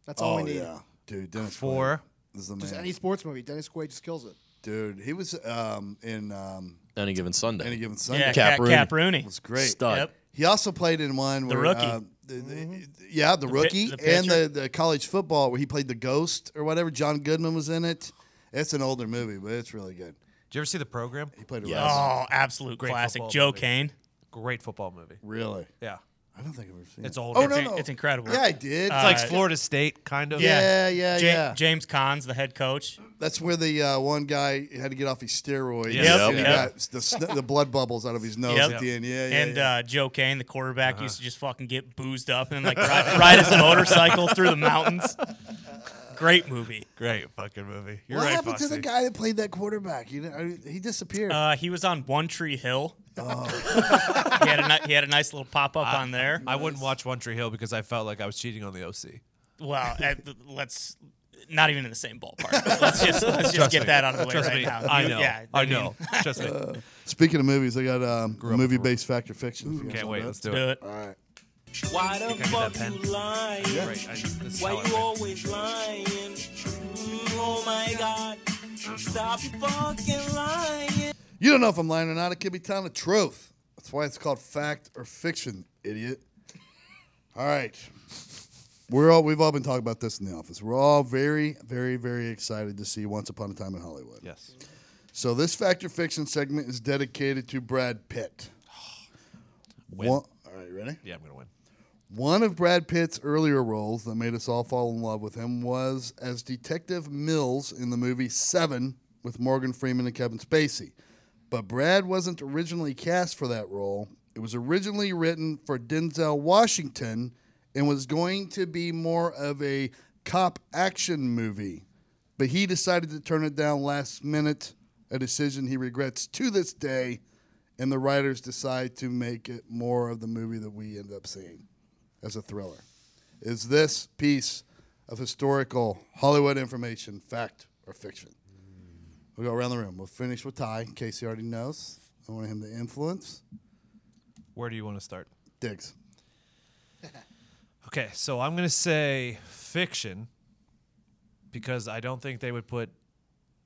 Speaker 3: That's all
Speaker 1: oh
Speaker 3: we need.
Speaker 1: yeah, dude, Dennis
Speaker 5: Four.
Speaker 1: Quaid is the
Speaker 3: Just
Speaker 1: man.
Speaker 3: any sports movie, Dennis Quaid just kills it.
Speaker 1: dude, he was um, in um,
Speaker 4: Any given Sunday.
Speaker 1: any given Sunday.
Speaker 2: Yeah,
Speaker 4: Cap
Speaker 2: Cap,
Speaker 4: Rooney.
Speaker 2: Cap Rooney.
Speaker 1: was great.
Speaker 4: Stud.
Speaker 2: Yep.
Speaker 1: He also played in one where
Speaker 2: Rookie.
Speaker 1: uh, the- the-
Speaker 3: Mm-hmm.
Speaker 1: yeah, the,
Speaker 2: pi-
Speaker 1: rookie
Speaker 2: the
Speaker 1: and the, the college football where he played the ghost or whatever. John Goodman was in it. It's an older movie, but it's really good.
Speaker 5: Did you ever see the program?
Speaker 1: He played a
Speaker 4: Yes.
Speaker 1: rookie.
Speaker 2: Oh, absolute
Speaker 5: Great
Speaker 2: classic.
Speaker 5: football
Speaker 2: Joe
Speaker 5: movie.
Speaker 2: Kane.
Speaker 5: Great football movie.
Speaker 1: really.
Speaker 5: Yeah.
Speaker 1: I don't think I've ever seen
Speaker 5: It's
Speaker 1: it.
Speaker 5: old.
Speaker 1: Oh
Speaker 5: It's
Speaker 1: no,
Speaker 5: in-
Speaker 1: no,
Speaker 2: it's incredible.
Speaker 1: Yeah, I did.
Speaker 5: It's like
Speaker 2: Uh,
Speaker 5: Florida State, kind of.
Speaker 1: yeah, yeah,
Speaker 2: Ja-
Speaker 1: yeah.
Speaker 2: James Cons, the head coach.
Speaker 1: That's where the uh, one guy had to get off his steroids.
Speaker 5: Yep,
Speaker 1: and he
Speaker 2: yep.
Speaker 1: got the, sn- the blood bubbles out of his nose
Speaker 2: Yep.
Speaker 1: at the end. Yeah, yeah.
Speaker 2: and
Speaker 1: yeah.
Speaker 2: Uh, Joe Kane, the quarterback,
Speaker 5: Uh-huh.
Speaker 2: used to just fucking get boozed up and like ride, ride his motorcycle through the mountains. Great movie.
Speaker 5: Great fucking movie. You're
Speaker 1: what
Speaker 5: right,
Speaker 1: happened to the
Speaker 5: Foxy.
Speaker 1: guy that played that quarterback? You know, I- he disappeared.
Speaker 2: Uh, he was on One Tree Hill.
Speaker 1: Oh.
Speaker 2: he had a ni- he had a nice little pop up on there.
Speaker 5: I wouldn't watch One Tree Hill because I felt like I was cheating on the OC.
Speaker 2: well, uh, th- let's not even in the same ballpark. Let's just let's just
Speaker 5: Trust
Speaker 2: get
Speaker 5: me.
Speaker 2: that out of the way
Speaker 5: Trust
Speaker 2: right
Speaker 5: me,
Speaker 2: now.
Speaker 5: I
Speaker 2: You-
Speaker 5: know.
Speaker 2: Yeah,
Speaker 5: I uh,
Speaker 2: mean,
Speaker 5: know. Trust me.
Speaker 1: Speaking of movies, I got um,
Speaker 5: up
Speaker 1: movie
Speaker 5: with-
Speaker 1: based fact or fiction. if you guys
Speaker 5: Can't
Speaker 1: want
Speaker 5: wait.
Speaker 1: that.
Speaker 5: Let's do
Speaker 2: Do
Speaker 5: it.
Speaker 2: it.
Speaker 1: All right.
Speaker 9: Why the
Speaker 5: I got that
Speaker 9: fuck
Speaker 5: pen.
Speaker 9: you lying?
Speaker 5: Right, I- this is how
Speaker 9: Why
Speaker 5: I
Speaker 9: you
Speaker 5: write.
Speaker 9: always lying? Mm, oh my god. Stop fucking lying.
Speaker 1: You don't know if I'm lying or not. It could be telling the truth. That's why it's called fact or fiction, idiot. All right. We're all we've all been talking about this in the office. We're all very, very, very excited to see Once Upon a Time in Hollywood.
Speaker 5: Yes.
Speaker 1: So this fact or fiction segment is dedicated to Brad Pitt.
Speaker 5: Win.
Speaker 1: One- all right, ready?
Speaker 5: Yeah, I'm gonna win.
Speaker 1: One of Brad Pitt's earlier roles that made us all fall in love with him was as Detective Mills in the movie Seven with Morgan Freeman and Kevin Spacey. But Brad wasn't originally cast for that role. It was originally written for Denzel Washington and was going to be more of a cop action movie. But he decided to turn it down last minute, a decision he regrets to this day. And the writers decide to make it more of the movie that we end up seeing as a thriller. Is this piece of historical Hollywood information fact or fiction? We'll go around the room. We'll finish with Ty, in case he already knows. I want him to influence.
Speaker 5: Where do you want to start?
Speaker 1: Diggs.
Speaker 5: Okay, so I'm gonna say fiction because I don't think they would put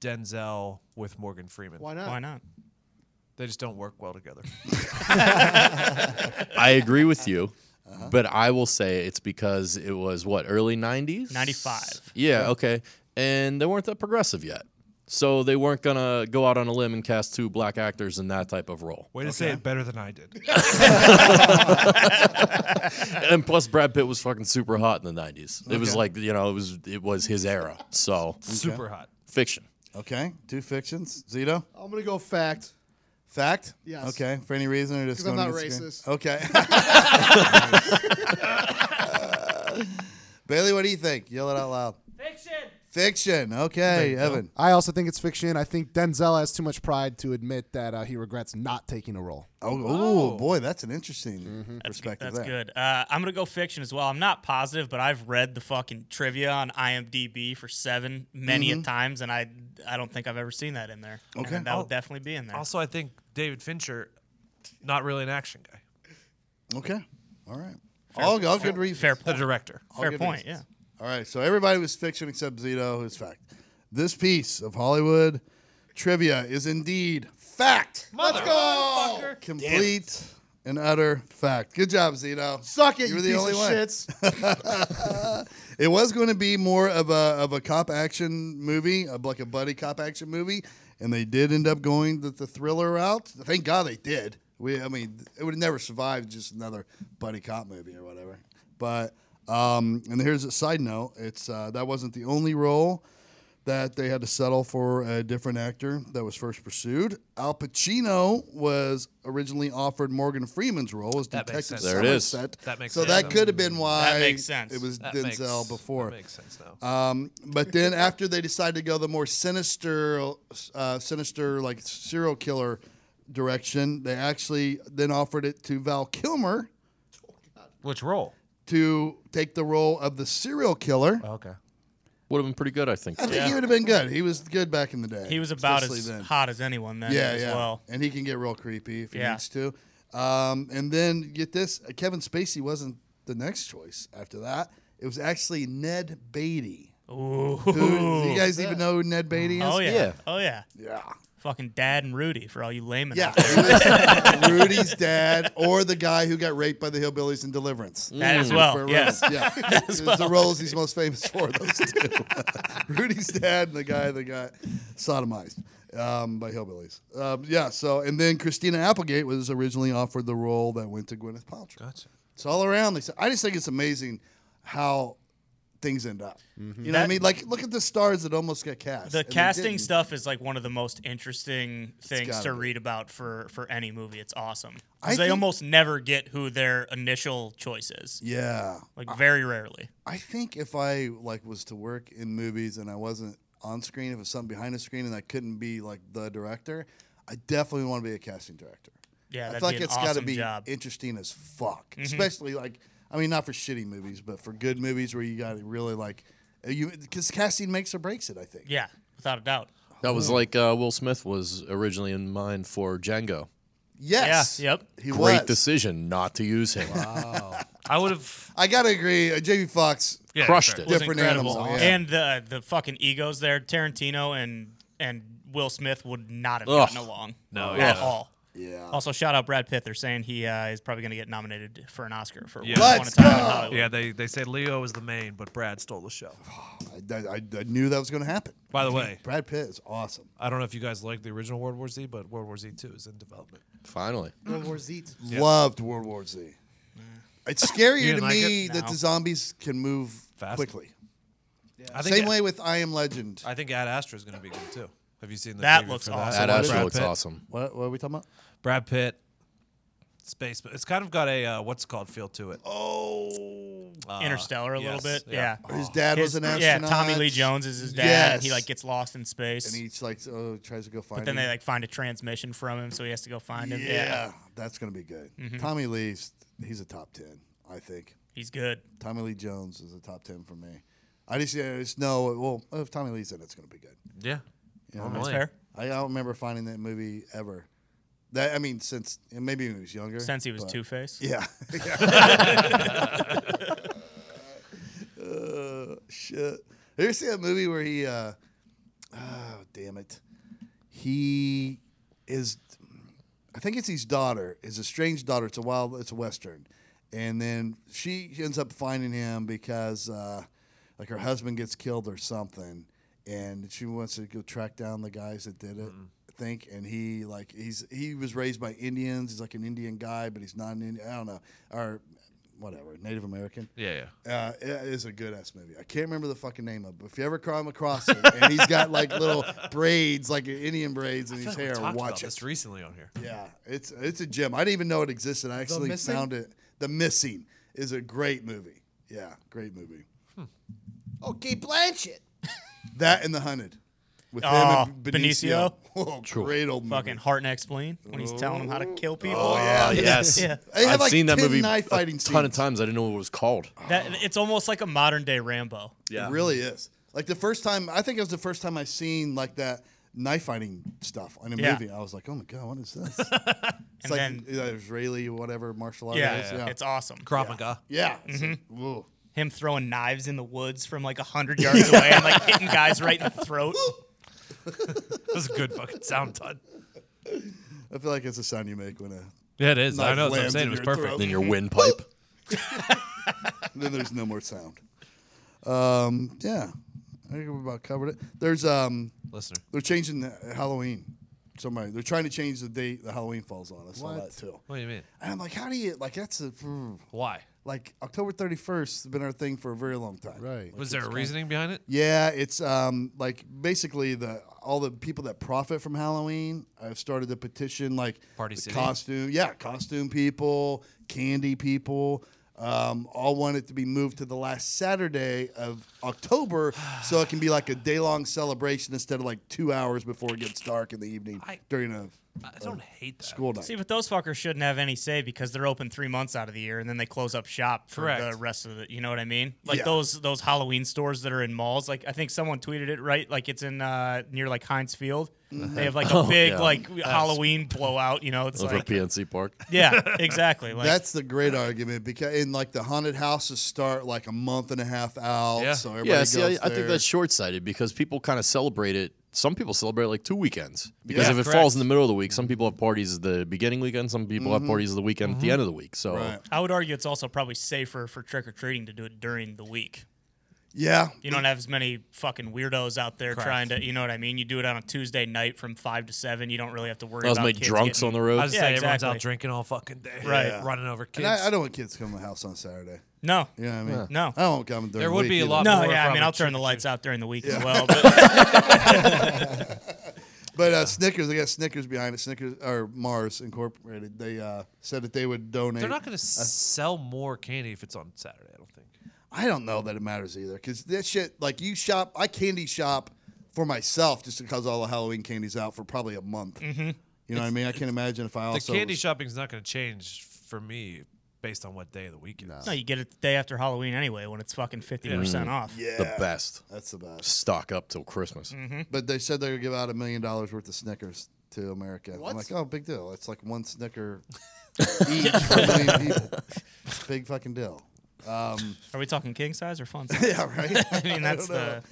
Speaker 5: Denzel with Morgan Freeman.
Speaker 3: Why not?
Speaker 2: Why not?
Speaker 5: They just don't work well together.
Speaker 4: I agree with you, but I will say it's because it was what early '90s,
Speaker 2: 95.
Speaker 4: Yeah, okay, and they weren't that progressive yet, so they weren't gonna go out on a limb and cast two black actors in that type of role.
Speaker 5: Way to say it better than I did.
Speaker 4: and plus, Brad Pitt was fucking super hot in the '90s. It was like you know, it was it was his era. So
Speaker 5: Super hot.
Speaker 4: fiction.
Speaker 1: Okay. Two fictions. Zito.
Speaker 3: I'm gonna go fact.
Speaker 1: Fact.
Speaker 3: Yes.
Speaker 1: Okay. For any reason or just
Speaker 3: 'Cause I'm
Speaker 1: going
Speaker 3: not
Speaker 1: against
Speaker 3: racist.
Speaker 1: the grain? Okay. Bailey, what do you think? Yell it out loud. Fiction. Fiction. Okay, Evan.
Speaker 6: I also think it's fiction. I think Denzel has too much pride to admit that uh, he regrets not taking a role.
Speaker 1: Oh, ooh, boy, that's an interesting perspective.
Speaker 2: That's
Speaker 1: there.
Speaker 2: good. Uh, I'm gonna go fiction as well. I'm not positive, but I've read the fucking trivia on IMDb for seven many a times, and I I don't think I've ever seen that in there. And
Speaker 1: Mm-hmm. Okay.
Speaker 2: that
Speaker 5: I'll-
Speaker 2: would definitely be in there.
Speaker 5: Also, I think David Fincher, not really an action guy.
Speaker 1: Okay. All right. all, all good reasons.
Speaker 2: fair
Speaker 5: The
Speaker 2: point.
Speaker 5: director.
Speaker 1: All
Speaker 2: Fair
Speaker 1: good
Speaker 2: point.
Speaker 1: reasons.
Speaker 2: Yeah.
Speaker 1: All right, so everybody was fiction except Zito, who's fact. This piece of Hollywood trivia is indeed fact.
Speaker 3: Let's go.
Speaker 1: Complete and utter fact. Good job, Zito.
Speaker 3: Suck
Speaker 1: You
Speaker 3: it, you,
Speaker 1: were the
Speaker 3: piece
Speaker 1: only
Speaker 3: of
Speaker 1: one.
Speaker 3: shits.
Speaker 1: It was going to be more of a of a cop action movie, of like a buddy cop action movie, and they did end up going the, the thriller route. Thank God they did. We, I mean, it would have never survived just another buddy cop movie or whatever. But um, and here's a side note: it's uh, that wasn't the only role that they had to settle for a different actor that was first pursued. Al Pacino was originally offered Morgan Freeman's role as
Speaker 5: That
Speaker 1: Detective
Speaker 5: makes sense. There
Speaker 4: it is.
Speaker 1: Somerset.
Speaker 5: That makes
Speaker 1: so
Speaker 5: sense.
Speaker 1: that could have been why
Speaker 2: That makes sense.
Speaker 1: it was
Speaker 5: That
Speaker 1: Denzel
Speaker 5: makes-
Speaker 1: before.
Speaker 5: That makes sense Uh, now.
Speaker 1: Um, but then after they decided to go the more sinister, uh, sinister like serial killer direction, they actually then offered it to Val Kilmer
Speaker 5: Which role?
Speaker 1: to take the role of the serial killer.
Speaker 2: Oh.
Speaker 5: Okay.
Speaker 4: Would have been pretty good, I think.
Speaker 1: I think he would have been good. He was good back in the day.
Speaker 2: He was about
Speaker 1: especially
Speaker 2: as
Speaker 1: then.
Speaker 2: hot as anyone then
Speaker 1: Yeah,
Speaker 2: as
Speaker 1: yeah.
Speaker 2: well.
Speaker 1: And he can get real creepy if he
Speaker 2: Yeah.
Speaker 1: needs to. Um, and then get this: uh, Kevin Spacey wasn't the next choice after that. It was actually Ned Beatty. Who, do you
Speaker 2: Ooh.
Speaker 1: guys even know who Ned Beatty is?
Speaker 2: Oh yeah.
Speaker 4: Yeah.
Speaker 2: Oh yeah.
Speaker 1: yeah.
Speaker 2: Fucking Dad and Rudy for all you laymen.
Speaker 1: Yeah,
Speaker 2: out there.
Speaker 1: it was Rudy's dad or the guy who got raped by the hillbillies in Deliverance.
Speaker 2: That as
Speaker 1: For
Speaker 2: well.
Speaker 1: real.
Speaker 2: Mm. Yes.
Speaker 1: yeah. It's the roles he's most famous for. Those two, Rudy's dad and the guy that got sodomized um, by hillbillies. Um, yeah. So and then Christina Applegate was originally offered the role that went to Gwyneth Paltrow.
Speaker 5: Gotcha.
Speaker 1: It's all around. They said- I just think it's amazing how things end up. You know what I
Speaker 2: Mm-hmm. That-
Speaker 1: mean? Like look at the stars that almost got cast.
Speaker 2: The
Speaker 1: and they
Speaker 2: casting
Speaker 1: didn't.
Speaker 2: stuff is like one of the most interesting things
Speaker 1: gotta
Speaker 2: to
Speaker 1: be.
Speaker 2: read about for for any movie. It's awesome. 'Cause
Speaker 1: I
Speaker 2: they
Speaker 1: think-
Speaker 2: almost never get who their initial choice is.
Speaker 1: Yeah.
Speaker 2: Like very rarely.
Speaker 1: I think if I like was to work in movies and I wasn't on screen, if it was something behind the screen and I couldn't be like the director, I definitely want to be a casting director.
Speaker 2: Yeah,
Speaker 1: I
Speaker 2: that'd
Speaker 1: feel
Speaker 2: be
Speaker 1: like
Speaker 2: an
Speaker 1: it's got to
Speaker 2: awesome
Speaker 1: be
Speaker 2: job. Mm-hmm.
Speaker 1: interesting as fuck, especially like I mean, not for shitty movies, but for good movies where you got to really like uh, you because casting makes or breaks it. I think.
Speaker 2: Yeah, without a doubt.
Speaker 4: That was like uh, Will Smith was originally in mind for Django.
Speaker 1: Yes.
Speaker 2: Yeah, yep.
Speaker 1: He
Speaker 4: Great
Speaker 1: was.
Speaker 4: decision not to use him.
Speaker 5: I would have
Speaker 1: I gotta agree. Uh, Jamie Foxx.
Speaker 5: yeah,
Speaker 4: Crushed
Speaker 5: sure.
Speaker 4: it.
Speaker 2: was
Speaker 1: Different
Speaker 2: incredible.
Speaker 1: animal, yeah.
Speaker 2: And the the fucking egos there, Tarantino and and Will Smith would not have
Speaker 4: Ugh.
Speaker 2: gotten along.
Speaker 5: No,
Speaker 2: at
Speaker 5: yeah.
Speaker 2: all.
Speaker 1: Yeah.
Speaker 2: Also, shout out Brad Pitt. They're saying he uh, is probably going to get nominated for an Oscar for
Speaker 5: Yeah.
Speaker 2: Once Upon a
Speaker 1: Let's
Speaker 2: Time in
Speaker 1: go.
Speaker 2: Hollywood.
Speaker 5: Yeah, they, they say Leo was the main, but Brad stole the show.
Speaker 1: I, I, I knew that was gonna happen.
Speaker 5: By the way,
Speaker 1: Brad Pitt is awesome.
Speaker 5: I don't know if you guys like the original World War Z, but World War Z 2 is in development.
Speaker 4: Finally.
Speaker 3: World War Zeet.
Speaker 1: Loved World War Z. It's
Speaker 5: You
Speaker 1: scarier to
Speaker 5: didn't like
Speaker 1: me
Speaker 2: it?
Speaker 1: that
Speaker 2: No.
Speaker 1: the zombies can move
Speaker 5: Fast.
Speaker 1: quickly.
Speaker 5: I think
Speaker 1: Same way with I Am Legend.
Speaker 5: I think Ad Astra is going to be good too. Have you seen the
Speaker 2: That
Speaker 5: preview
Speaker 2: looks
Speaker 5: for
Speaker 2: awesome.
Speaker 4: that
Speaker 5: Brad
Speaker 4: actually looks
Speaker 5: Pitt.
Speaker 4: awesome.
Speaker 1: What, what are we talking about?
Speaker 5: Brad Pitt. Space, but it's kind of got a uh, what's it called feel to it.
Speaker 1: Oh,
Speaker 5: Uh,
Speaker 2: Interstellar a
Speaker 5: yes,
Speaker 2: little bit. Yeah.
Speaker 1: his dad was
Speaker 2: His-
Speaker 1: an
Speaker 2: yeah,
Speaker 1: astronaut.
Speaker 2: Tommy Lee Jones is his dad. And he
Speaker 1: Yes.
Speaker 2: like gets lost in space.
Speaker 1: and he's like oh, tries to go find.
Speaker 2: but then
Speaker 1: him.
Speaker 2: they like find a transmission from him, so he has to go find
Speaker 1: yeah,
Speaker 2: him. Yeah. Mm-hmm.
Speaker 1: that's gonna be good. Tommy Lee's he's a top ten, I think.
Speaker 2: He's good.
Speaker 1: Tommy Lee Jones is a top ten for me. I just, I just know well if Tommy Lee's in, it, it's gonna be good.
Speaker 5: Yeah.
Speaker 2: That's
Speaker 5: Normally.
Speaker 2: fair.
Speaker 1: I, I don't remember finding that movie ever. That I mean, since and maybe when he was younger.
Speaker 2: Since he was
Speaker 1: but-
Speaker 2: Two Face.
Speaker 1: Yeah. uh, shit. Have you ever seen that movie where he? Uh, oh damn it! He is. I think it's his daughter. Is a strange daughter. It's a wild. It's a western, and then she ends up finding him because, uh, like, her husband gets killed or something, and she wants to go track down the guys that did it.
Speaker 5: Mm-hmm.
Speaker 1: I think, and he like he's he was raised by Indians. He's like an Indian guy, but he's not an Indian. I don't know or whatever Native American
Speaker 5: Yeah, yeah.
Speaker 1: uh, it is a good ass movie. I can't remember the fucking name of it, but if you ever come across it, and he's got like little braids, like Indian braids in
Speaker 5: I
Speaker 1: his
Speaker 5: feel like we
Speaker 1: hair,
Speaker 5: talked about
Speaker 1: watch it.
Speaker 5: this recently on here.
Speaker 1: Yeah, it's it's a gem. I didn't even know it existed. I actually
Speaker 3: Missing?
Speaker 1: found it. The Missing is a great movie. Yeah, great movie.
Speaker 3: Oh, Kate Blanchett.
Speaker 1: That and The Hunted with
Speaker 2: Oh,
Speaker 1: him and Benicio. Oh, great old movie.
Speaker 2: Fucking heart neck spleen when he's telling him how to kill people.
Speaker 1: Mm-hmm. yeah.
Speaker 4: Uh, yes.
Speaker 2: Yeah.
Speaker 1: They have
Speaker 4: I've
Speaker 1: like
Speaker 4: seen that
Speaker 1: 10
Speaker 4: movie
Speaker 1: knife fighting
Speaker 4: a ton of
Speaker 1: scenes.
Speaker 4: times. I didn't know what it was called.
Speaker 2: That, it's almost like a modern day Rambo.
Speaker 1: It really is. Like the first time, I think it was the first time I seen like that knife fighting stuff in a
Speaker 2: Yeah.
Speaker 1: movie. I was like, oh my god, what is this? it's
Speaker 2: And
Speaker 1: like
Speaker 2: then-
Speaker 1: uh, Israeli whatever martial art.
Speaker 2: Yeah,
Speaker 1: it is.
Speaker 2: it's Mm-hmm. awesome.
Speaker 5: Krav Maga.
Speaker 1: yeah. It's like, whoa.
Speaker 2: Him throwing knives in the woods from like hundred yards away and like hitting guys right in the throat.
Speaker 5: That's a good fucking sound ton.
Speaker 1: I feel like it's a sound you make when a.
Speaker 5: Yeah, it is. I
Speaker 1: Knife
Speaker 5: know. That's what I'm
Speaker 1: lands
Speaker 5: saying.
Speaker 1: in
Speaker 5: It was
Speaker 1: your
Speaker 5: perfect.
Speaker 1: throat.
Speaker 4: Then your windpipe.
Speaker 1: then there's no more sound. Um, yeah, I think we about covered it. There's um,
Speaker 5: Listener.
Speaker 1: they're changing the Halloween. Somebody they're trying to change the date the Halloween falls on. I saw
Speaker 6: What? Oh,
Speaker 1: that too.
Speaker 5: What do you mean?
Speaker 1: And I'm like, how do you like that's a mm.
Speaker 5: Why?
Speaker 1: like October 31st has been our thing for a very long time.
Speaker 6: Right.
Speaker 5: Was there a reasoning behind it?
Speaker 1: Yeah, it's um, like basically the all the people that profit from Halloween have started to petition like
Speaker 5: Party
Speaker 1: the
Speaker 5: City?
Speaker 1: costume, yeah, costume people, candy people, um, all want it to be moved to the last Saturday of October, so it can be like a day long celebration instead of like two hours before it gets dark in the evening
Speaker 5: I-
Speaker 1: during a
Speaker 5: I don't hate that.
Speaker 1: school night.
Speaker 2: See, but those fuckers shouldn't have any say because they're open three months out of the year and then they close up shop for
Speaker 5: Correct.
Speaker 2: the rest of the. You know what I mean? Like
Speaker 1: Yeah.
Speaker 2: those those Halloween stores that are in malls. Like I think someone tweeted it right. Like it's in uh, near like Heinz Field. They have like a big
Speaker 4: yeah.
Speaker 2: like Halloween blowout. You know, it's
Speaker 4: Over
Speaker 2: like
Speaker 4: at PNC Park.
Speaker 2: yeah, exactly. Like
Speaker 1: That's the great argument because in like the haunted houses start like a month and a half out,
Speaker 5: Yeah.
Speaker 1: so everybody
Speaker 4: Yeah,
Speaker 1: goes
Speaker 4: see, I, I
Speaker 1: there.
Speaker 4: think that's short sighted because people kind of celebrate it. Some people celebrate like two weekends because
Speaker 5: Yeah,
Speaker 4: if it
Speaker 5: correct.
Speaker 4: falls in the middle of the week, some people have parties at the beginning weekend, some people have parties at the weekend at the end of the week. So
Speaker 1: Mm-hmm. Right.
Speaker 2: I would argue it's also probably safer for trick or treating to do it during the week.
Speaker 1: yeah,
Speaker 2: You don't have as many fucking weirdos out there trying to, you know what I mean? You do it on a Tuesday night from five to seven. You don't really have to worry
Speaker 4: those
Speaker 2: about
Speaker 4: make
Speaker 2: kids
Speaker 4: drunks
Speaker 2: getting-
Speaker 4: on the
Speaker 5: I
Speaker 4: road.
Speaker 5: was
Speaker 2: Yeah,
Speaker 5: saying everyone's
Speaker 2: exactly.
Speaker 5: out drinking all fucking day,
Speaker 2: Right.
Speaker 1: Yeah.
Speaker 5: Running over
Speaker 1: And
Speaker 5: kids.
Speaker 1: I, I don't want kids coming to my house on Saturday.
Speaker 2: No,
Speaker 1: You know what I mean?
Speaker 2: No.
Speaker 1: I don't want coming during
Speaker 5: There
Speaker 1: the
Speaker 5: would
Speaker 1: week
Speaker 5: be a
Speaker 1: either.
Speaker 5: lot-
Speaker 2: no,
Speaker 5: more
Speaker 2: yeah. I
Speaker 5: probably
Speaker 2: mean, I'll turn
Speaker 5: trick
Speaker 2: the
Speaker 5: or
Speaker 2: lights out during the week as well. But
Speaker 1: But uh, Snickers, I got Snickers behind it. Snickers or Mars Incorporated. They uh, said that they would donate.
Speaker 5: They're not going to sell more candy if it's on Saturday. I don't think.
Speaker 1: I don't know that it matters either because that shit. Like you shop, I candy shop for myself just because all the Halloween candy's out for probably a month. Mm-hmm. You know what I mean? I can't imagine if I
Speaker 5: The
Speaker 1: also
Speaker 5: candy
Speaker 1: was-
Speaker 5: shopping is not going to change for me based on what day of the week it is.
Speaker 2: no, you get it the day after Halloween anyway when it's fucking 50% off.
Speaker 1: Yeah, Mm-hmm.
Speaker 4: The best.
Speaker 1: That's the best.
Speaker 4: Stock up till Christmas.
Speaker 5: Mm-hmm.
Speaker 1: But they said they would give out a million dollars worth of Snickers to America.
Speaker 3: What?
Speaker 1: I'm like, oh, big deal. It's like one Snicker each for a million people. Big fucking deal. Um,
Speaker 2: Are we talking king size or fun size?
Speaker 1: yeah, right.
Speaker 2: I mean, that's
Speaker 1: don't know.
Speaker 2: the.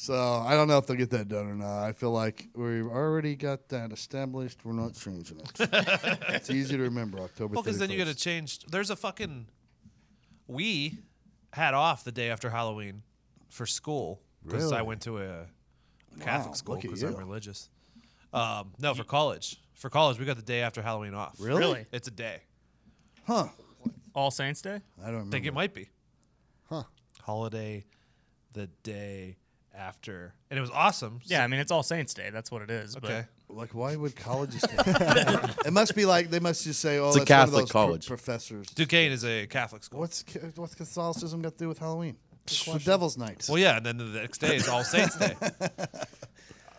Speaker 1: So I don't know if they'll get that done or not. I feel like we've already got that established. We're not changing it. it's easy to remember October.
Speaker 5: Well, because then you got to
Speaker 1: 31st.
Speaker 5: change. There's a fucking. We had off the day after Halloween for school because I
Speaker 1: Really?
Speaker 5: went to a Catholic
Speaker 1: Wow,
Speaker 5: school
Speaker 1: look at
Speaker 5: because I'm
Speaker 1: you.
Speaker 5: religious. Um, no, for college. For college, we got the day after Halloween off.
Speaker 1: Really?
Speaker 2: Really?
Speaker 5: It's a day.
Speaker 1: Huh?
Speaker 2: All Saints Day?
Speaker 1: I don't
Speaker 5: I think
Speaker 1: remember.
Speaker 5: it might be. Huh. Holiday the day after, and it was awesome.
Speaker 2: Yeah, I mean it's All Saints Day. That's what it is.
Speaker 5: So- okay.
Speaker 1: Like, why would colleges? take it? it must be like they must just say, "Oh,
Speaker 4: It's a
Speaker 1: that's one of
Speaker 4: Catholic
Speaker 1: those
Speaker 4: college.
Speaker 1: pro- professors."
Speaker 5: Duquesne is a Catholic school.
Speaker 1: What's ca- what's Catholicism got to do with Halloween? It's the Devil's Night.
Speaker 5: Well, yeah, and then the next day is All Saints Day.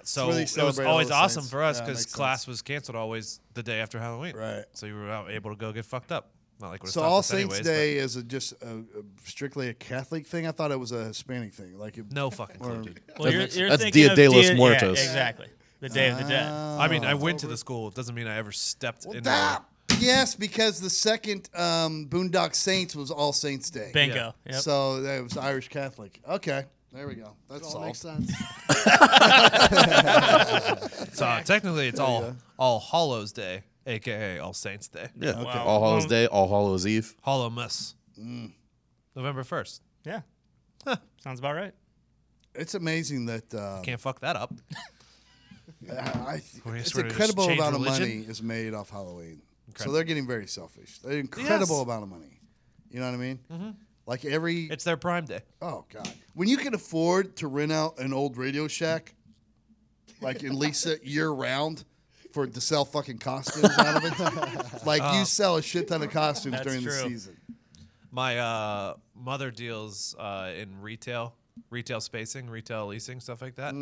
Speaker 5: So
Speaker 1: where they
Speaker 5: it was
Speaker 1: celebrate all
Speaker 5: always
Speaker 1: the
Speaker 5: awesome
Speaker 1: saints.
Speaker 5: for us
Speaker 1: Yeah,
Speaker 5: because
Speaker 1: makes
Speaker 5: class
Speaker 1: sense.
Speaker 5: was canceled always the day after Halloween.
Speaker 1: Right.
Speaker 5: So you were out- able to go get fucked up. Not like we're
Speaker 1: so All Saints Day is a, just a, a strictly a Catholic thing. I thought it was a Hispanic thing. Like it,
Speaker 5: No fucking clue, dude.
Speaker 2: Well, you're,
Speaker 4: That's-
Speaker 2: you're
Speaker 4: that's
Speaker 2: thinking
Speaker 4: Dia
Speaker 2: of
Speaker 4: de los
Speaker 2: yeah,
Speaker 4: Muertos.
Speaker 2: exactly. The Day of the
Speaker 1: Ah.
Speaker 2: Dead.
Speaker 5: I mean, I went to the school. It doesn't mean I ever stepped in.
Speaker 1: Oh, that. Yes, because the second um, Boondock Saints was All Saints Day.
Speaker 2: Bingo. Yep.
Speaker 1: So that was Irish Catholic. Okay, there we go. That's
Speaker 3: All
Speaker 1: all.
Speaker 3: makes sense.
Speaker 5: So technically, it's all All Hallows Day, aka All Saints Day.
Speaker 4: Yeah. All Hallows Day, All Hallows Eve.
Speaker 5: Hollowmas. November first.
Speaker 2: yeah. Sounds about right.
Speaker 1: It's amazing that uh,
Speaker 5: Can't fuck that up.
Speaker 1: I,
Speaker 5: We're gonna
Speaker 1: it's
Speaker 5: sort of just
Speaker 1: incredible
Speaker 5: change
Speaker 1: amount of
Speaker 5: religion?
Speaker 1: money is made off Halloween. So
Speaker 5: Incredible.
Speaker 1: they're getting very selfish. They're incredible
Speaker 5: Yes. Mm-hmm.
Speaker 1: amount of money. You know what I mean? Like every
Speaker 5: It's their prime day.
Speaker 1: oh god, when you can afford to rent out an old Radio Shack, like in Lisa year round. For to sell fucking costumes out of it, like
Speaker 5: Oh.
Speaker 1: you sell a shit ton of costumes
Speaker 2: That's
Speaker 1: during the
Speaker 2: true.
Speaker 1: season.
Speaker 5: My uh, mother deals uh, in retail, retail spacing, retail leasing, stuff like that.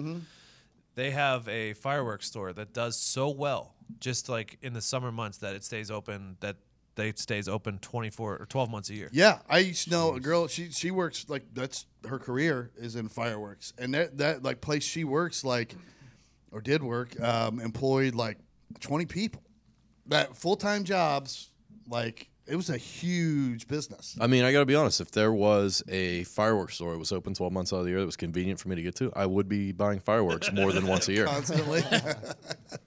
Speaker 5: They have a fireworks store that does so well, just like in the summer months, that it stays open. That they it stays open twenty four or twelve months a year.
Speaker 1: Yeah, I used to know a girl. She she works like that's her career is in fireworks, and that that like place she works like, or did work, um, employed like twenty people, that full time jobs. Like it was a huge business.
Speaker 4: I mean, I got to be honest. If there was a fireworks store that was open 12 months out of the year that was convenient for me to get to, I would be buying fireworks more than once a year.
Speaker 1: Constantly.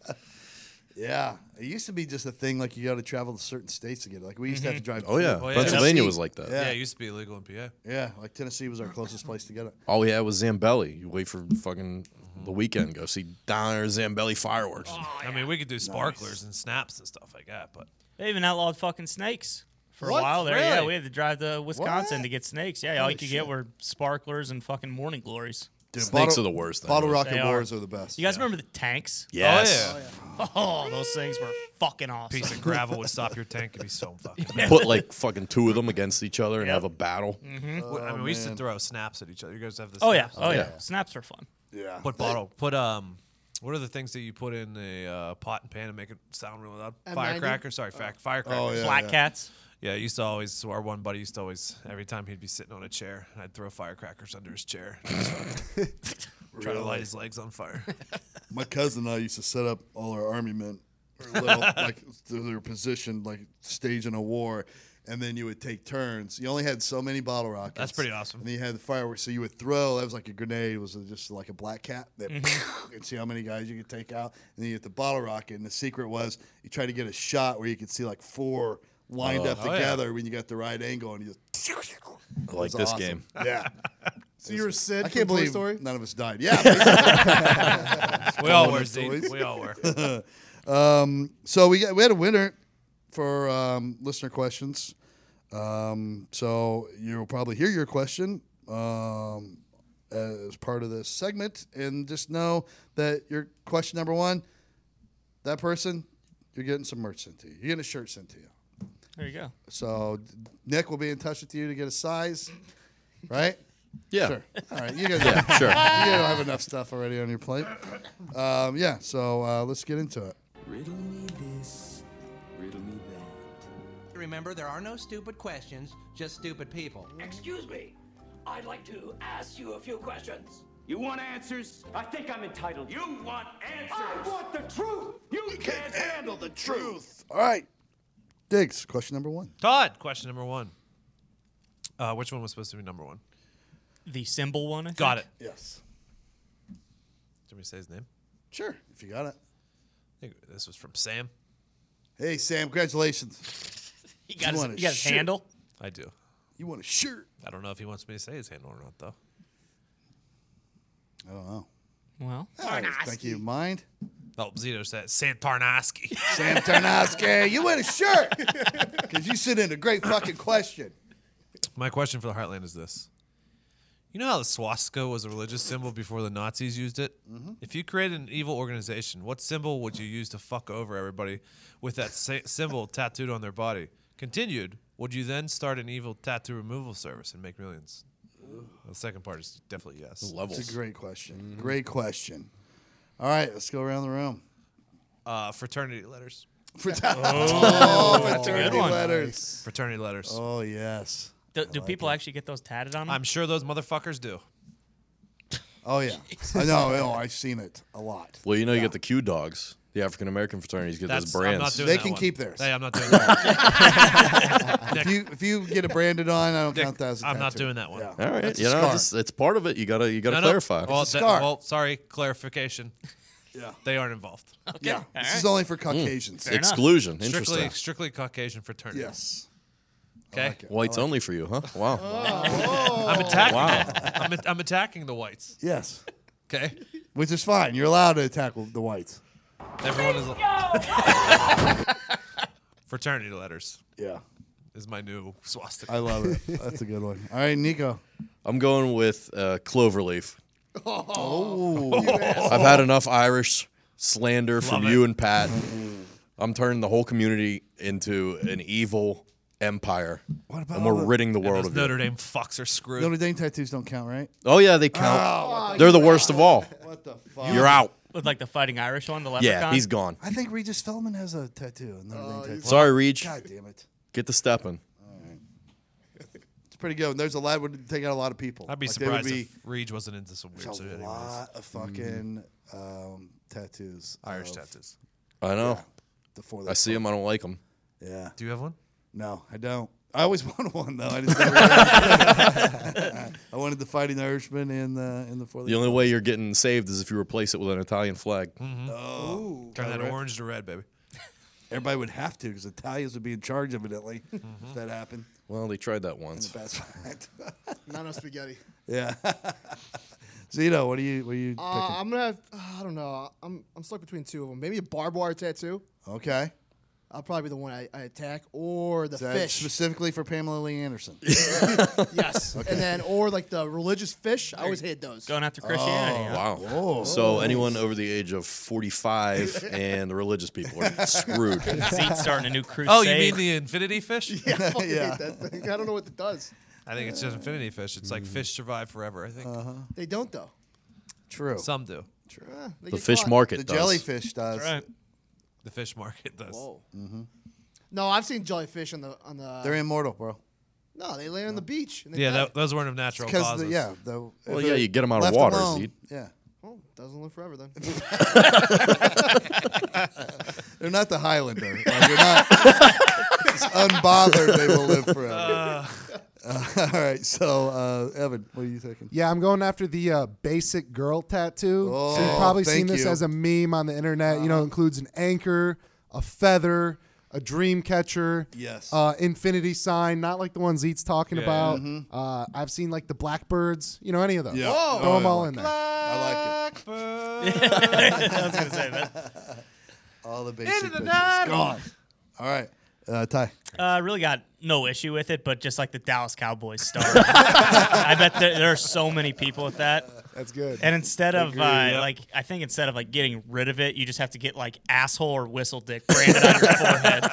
Speaker 1: yeah, it used to be just a thing. Like you got to travel to certain states to get it. Like we used to have to drive.
Speaker 4: Oh, yeah.
Speaker 5: Oh, yeah.
Speaker 4: Pennsylvania
Speaker 1: Tennessee.
Speaker 4: was like that.
Speaker 5: Yeah,
Speaker 1: Yeah.
Speaker 5: it used to be illegal in PA.
Speaker 1: yeah. Like Tennessee was our closest place to get it.
Speaker 4: All we had was Zambelli. You wait
Speaker 1: Mm-hmm.
Speaker 4: for fucking the weekend, go see down there Zambelli fireworks.
Speaker 1: Oh.
Speaker 5: I mean, we could do sparklers and snaps and stuff like that, but
Speaker 2: They even outlowed fucking snakes for
Speaker 5: What?
Speaker 2: a while there.
Speaker 5: Really?
Speaker 2: Yeah, we had to drive to Wisconsin
Speaker 1: What?
Speaker 2: to get snakes. Yeah, all you could get were sparklers and fucking morning glories.
Speaker 1: Dude,
Speaker 4: Snakes
Speaker 1: bottle-
Speaker 4: are the worst thing.
Speaker 1: Bottle rocket
Speaker 2: They are.
Speaker 1: wars are the best.
Speaker 2: You guys remember the tanks?
Speaker 4: Yes.
Speaker 5: oh, yeah.
Speaker 2: Oh, those things were fucking awesome.
Speaker 5: piece of gravel would stop your tank. It'd be so fucking. mad.
Speaker 4: Put like fucking two of them against each other and
Speaker 2: Yep.
Speaker 4: have a battle.
Speaker 1: Mm.
Speaker 5: I mean, we used to throw snaps at each other. You guys have this.
Speaker 2: Oh yeah, oh yeah.
Speaker 4: Yeah.
Speaker 2: Snaps are fun.
Speaker 1: Yeah.
Speaker 5: Put bottle. Put um. What are the things that you put in a uh, pot and pan to make it sound real loud?
Speaker 3: M90?
Speaker 5: Firecracker. Sorry, fact. Firecracker.
Speaker 1: Oh,
Speaker 5: yeah.
Speaker 1: yeah.
Speaker 2: Black cats.
Speaker 5: I used to always. so Our one buddy used to always. Every time he'd be sitting on a chair, I'd throw firecrackers under his chair. Just Try to light his legs on fire.
Speaker 1: My cousin and I used to set up all our army men, our little, like their position, like staging a war, and then you would take turns. You only had so many bottle rockets.
Speaker 5: That's pretty awesome.
Speaker 1: And then you had the fireworks, so you would throw. That was like a grenade. Was just like a black cat that
Speaker 5: Mm-hmm.
Speaker 1: and see how many guys you could take out. And then you hit the bottle rocket, and the secret was you try to get a shot where you could see like four lined up
Speaker 5: yeah.
Speaker 1: together when you got the right angle, and you just It
Speaker 4: Oh, Like
Speaker 1: was
Speaker 4: this
Speaker 1: awesome.
Speaker 4: game.
Speaker 1: Yeah,
Speaker 3: So you were Sid
Speaker 1: I
Speaker 3: from
Speaker 1: can't
Speaker 3: Toy
Speaker 1: believe
Speaker 3: Story?
Speaker 1: none of us died. Yeah.
Speaker 5: we all
Speaker 1: on,
Speaker 5: were.
Speaker 1: it's
Speaker 5: Zeke.
Speaker 1: always-
Speaker 5: We all were.
Speaker 1: Um, so we got, we had a winner for um, listener questions. Um, so you'll probably hear your question um, as part of this segment, and just know that your question number one, that person, you're getting some merch sent to you. You're getting a shirt sent to you.
Speaker 2: There you go.
Speaker 1: So Nick will be in touch with you to get a size, right?
Speaker 4: Yeah.
Speaker 1: Sure. All right, you guys.
Speaker 4: Yeah, sure.
Speaker 1: You don't have enough stuff already on your plate. Um, yeah. So uh, let's get into it.
Speaker 7: Riddle me this, riddle me that.
Speaker 10: Remember, there are no stupid questions, just stupid people.
Speaker 11: Excuse me. I'd like to ask you a few questions.
Speaker 9: You want answers? I think I'm entitled. You want answers?
Speaker 11: I want
Speaker 9: the truth. You can't handle the truth.
Speaker 1: All right. Diggs, question number one.
Speaker 5: Todd, question number one. Uh, which one was supposed to be number one?
Speaker 2: The symbol one. I
Speaker 5: Got it.
Speaker 2: think.
Speaker 1: Yes.
Speaker 5: Did we say his name?
Speaker 1: Sure. If you got it.
Speaker 5: I think this was from Sam.
Speaker 1: Hey, Sam, congratulations.
Speaker 2: He got
Speaker 1: You want a
Speaker 2: his, he got his
Speaker 1: shirt.
Speaker 2: handle.
Speaker 5: I do.
Speaker 1: You want a shirt?
Speaker 5: I don't know if he wants me to say his handle or not, though.
Speaker 1: I don't know.
Speaker 2: Well,
Speaker 1: Thank you. Mind?
Speaker 5: Oh, Zito said Santarnoski.
Speaker 1: Sam Tarnowski, you want a shirt. Because you sit in a great fucking question.
Speaker 5: My question for the Heartland is this You know how the swastika was a religious symbol before the Nazis used it?
Speaker 1: Mm-hmm.
Speaker 12: Mhm.
Speaker 5: If you created an evil organization, what symbol would you use to fuck over everybody with that sa- symbol tattooed on their body? Continued, would you then start an evil tattoo removal service and make millions? The second part is definitely yes.
Speaker 1: It's a great question. Mm-hmm. Great question. All right, let's go around the room.
Speaker 5: Uh, fraternity letters.
Speaker 1: Frater- Oh, Oh, that's a fraternity good one. letters.
Speaker 5: Fraternity letters.
Speaker 1: Oh yes.
Speaker 2: Do, do people actually get those tatted on them?
Speaker 5: I'm sure those motherfuckers do.
Speaker 1: Oh yeah. I know. No, I've seen it a lot.
Speaker 4: Well, you know, you get the Q dogs. The African American fraternities get
Speaker 5: That's-
Speaker 4: those
Speaker 5: I'm
Speaker 4: brands.
Speaker 5: not doing
Speaker 1: They
Speaker 5: that
Speaker 1: can
Speaker 5: one.
Speaker 1: keep theirs.
Speaker 5: Hey, I'm not doing that.
Speaker 1: if you if you get a branded on, I don't count that as a
Speaker 5: I'm not
Speaker 1: tattoo.
Speaker 5: doing that one.
Speaker 1: Yeah.
Speaker 4: All right,
Speaker 1: That's a
Speaker 4: you know,
Speaker 1: scar.
Speaker 4: this, it's part of it. You gotta, you gotta
Speaker 5: No, no.
Speaker 4: clarify.
Speaker 5: Well,
Speaker 1: It's a
Speaker 5: that-
Speaker 1: scar.
Speaker 5: well, sorry, clarification.
Speaker 1: Yeah.
Speaker 5: They aren't involved.
Speaker 1: Yeah. All This is right. only for Caucasians. Fair enough.
Speaker 4: Exclusion.
Speaker 5: Strictly,
Speaker 4: Interesting.
Speaker 5: strically Caucasian fraternity.
Speaker 1: Yes.
Speaker 5: Okay.
Speaker 4: Whites only for you, huh? Wow.
Speaker 1: Oh.
Speaker 5: I'm attacking.
Speaker 4: Wow.
Speaker 5: I'm, at- I'm attacking the whites.
Speaker 1: Yes.
Speaker 5: Okay.
Speaker 1: Which is fine. You're allowed to tackle the whites.
Speaker 5: Everyone is. fraternity letters.
Speaker 1: Yeah.
Speaker 5: Is my new swastika.
Speaker 1: I love it. That's a good one. All right, Nico.
Speaker 4: I'm going with uh, Cloverleaf.
Speaker 1: Oh.
Speaker 4: I've had enough Irish slander from
Speaker 1: Love
Speaker 4: you
Speaker 1: it. Mm-hmm.
Speaker 4: and Pat. I'm turning the whole community into an evil empire,
Speaker 1: What about
Speaker 4: and we're
Speaker 1: all the-
Speaker 4: ridding the
Speaker 5: And
Speaker 4: world
Speaker 5: those
Speaker 4: of you.
Speaker 5: Notre Dame fucks are screwed.
Speaker 1: Notre Dame tattoos don't count, right?
Speaker 4: Oh yeah, they count.
Speaker 1: Oh,
Speaker 4: They're
Speaker 1: you
Speaker 4: the worst of all.
Speaker 1: What the fuck?
Speaker 4: You're out.
Speaker 2: With like the fighting Irish one, the leprechaun.
Speaker 4: Yeah, he's gone.
Speaker 1: I think Regis Feldman has a tattoo. a Notre
Speaker 5: Oh,
Speaker 1: Dame tattoo.
Speaker 4: Sorry, Reach.
Speaker 1: God damn it.
Speaker 4: Get the stepping.
Speaker 1: It's pretty good. There's a lot would take out a lot of people.
Speaker 5: I'd be
Speaker 1: Like, they would
Speaker 5: surprised
Speaker 1: be-
Speaker 5: if Reed wasn't into some weird
Speaker 1: There's
Speaker 5: shit.
Speaker 1: a
Speaker 5: Anyways.
Speaker 1: lot of fucking um, tattoos.
Speaker 5: Irish
Speaker 1: of-
Speaker 5: tattoos.
Speaker 4: I know.
Speaker 1: the four
Speaker 4: I
Speaker 1: that
Speaker 4: see him. I don't like him.
Speaker 1: Yeah.
Speaker 5: Do you have one?
Speaker 1: No, I don't. I always wanted one though. I just never did. I wanted the Fighting Irishman and the and the four.
Speaker 4: The only way you're getting saved is if you replace it with an Italian flag.
Speaker 1: Oh,
Speaker 5: Turn that
Speaker 1: Red.
Speaker 5: orange to red, baby.
Speaker 1: Everybody would have to because Italians would be in charge evidently
Speaker 5: Mm-hmm.
Speaker 1: if that happened.
Speaker 4: Well, they tried that
Speaker 1: In the
Speaker 4: once.
Speaker 1: past fact.
Speaker 3: Not no spaghetti.
Speaker 1: yeah. Zito, what do you what are you
Speaker 3: Uh, I'm gonna. Have, I don't know. I'm I'm stuck between two of them. Maybe a barbed wire tattoo.
Speaker 1: picking? Okay.
Speaker 3: I'll probably be the one I, I attack, or the
Speaker 1: Is that
Speaker 3: fish.
Speaker 1: specifically for Pamela Lee Anderson.
Speaker 3: yes,
Speaker 1: Okay.
Speaker 3: and then or like the religious fish. I always hated those.
Speaker 2: Going after Christianity.
Speaker 5: Oh,
Speaker 2: huh?
Speaker 4: Oh, Wow.
Speaker 1: Whoa.
Speaker 4: So anyone over the age of 45 and the religious people are screwed.
Speaker 2: Zeke starting a new crusade.
Speaker 5: Oh, you mean the infinity fish?
Speaker 3: Yeah, I fucking
Speaker 1: Yeah.
Speaker 3: hate that thing. I don't know what it does.
Speaker 5: I think it's just infinity fish. It's like fish survive forever. I think
Speaker 1: Uh-huh.
Speaker 3: They don't though.
Speaker 1: True.
Speaker 5: some do.
Speaker 3: Eh, they
Speaker 4: The
Speaker 3: get
Speaker 4: fish
Speaker 3: caught.
Speaker 4: market
Speaker 1: the
Speaker 4: does.
Speaker 1: jellyfish does.
Speaker 2: That's right.
Speaker 5: The fish market does.
Speaker 3: Whoa. Oh. No, I've seen jellyfish on the on the.
Speaker 1: Mm-hmm. They're immortal, bro.
Speaker 3: no, they land on the beach. And they
Speaker 5: Yeah,
Speaker 3: die.
Speaker 5: tho- those weren't of natural
Speaker 1: Because
Speaker 5: causes.
Speaker 1: the, yeah, the,
Speaker 4: Well,
Speaker 1: if
Speaker 4: yeah,
Speaker 1: it
Speaker 4: you get 'em out of
Speaker 1: left
Speaker 4: water,
Speaker 1: alone-
Speaker 4: Zeke.
Speaker 1: Yeah,
Speaker 3: Well, doesn't live forever then.
Speaker 1: they're not the Highlander. Like, they're not it's unbothered. They will live forever. Uh, all right, so uh, Evan, what are you thinking?
Speaker 6: Yeah, I'm going after the uh, basic girl tattoo. so
Speaker 1: Oh,
Speaker 6: you've probably seen
Speaker 1: thank
Speaker 6: this
Speaker 1: you.
Speaker 6: as a meme on the internet. you know, it includes an anchor, a feather, a dream catcher,
Speaker 1: Yes.
Speaker 6: uh, infinity sign, not like the ones Zeet's talking
Speaker 5: Yeah, Mm-hmm.
Speaker 6: about. Uh, I've seen like the blackbirds, you know, any of those.
Speaker 1: Yeah.
Speaker 6: Throw
Speaker 1: Whoa.
Speaker 6: them all in there.
Speaker 3: Uh,
Speaker 1: I like it.
Speaker 2: I was gonna say that.
Speaker 1: All the basic bitches gone. All right, uh, Ty.
Speaker 2: I uh, really got no issue with it, but just like the Dallas Cowboys star, I bet there, there are so many people with that.
Speaker 6: That's good.
Speaker 2: And instead of uh,
Speaker 5: yeah.
Speaker 2: like, I think instead of like getting rid of it, you just have to get like asshole or whistle dick branded on your forehead,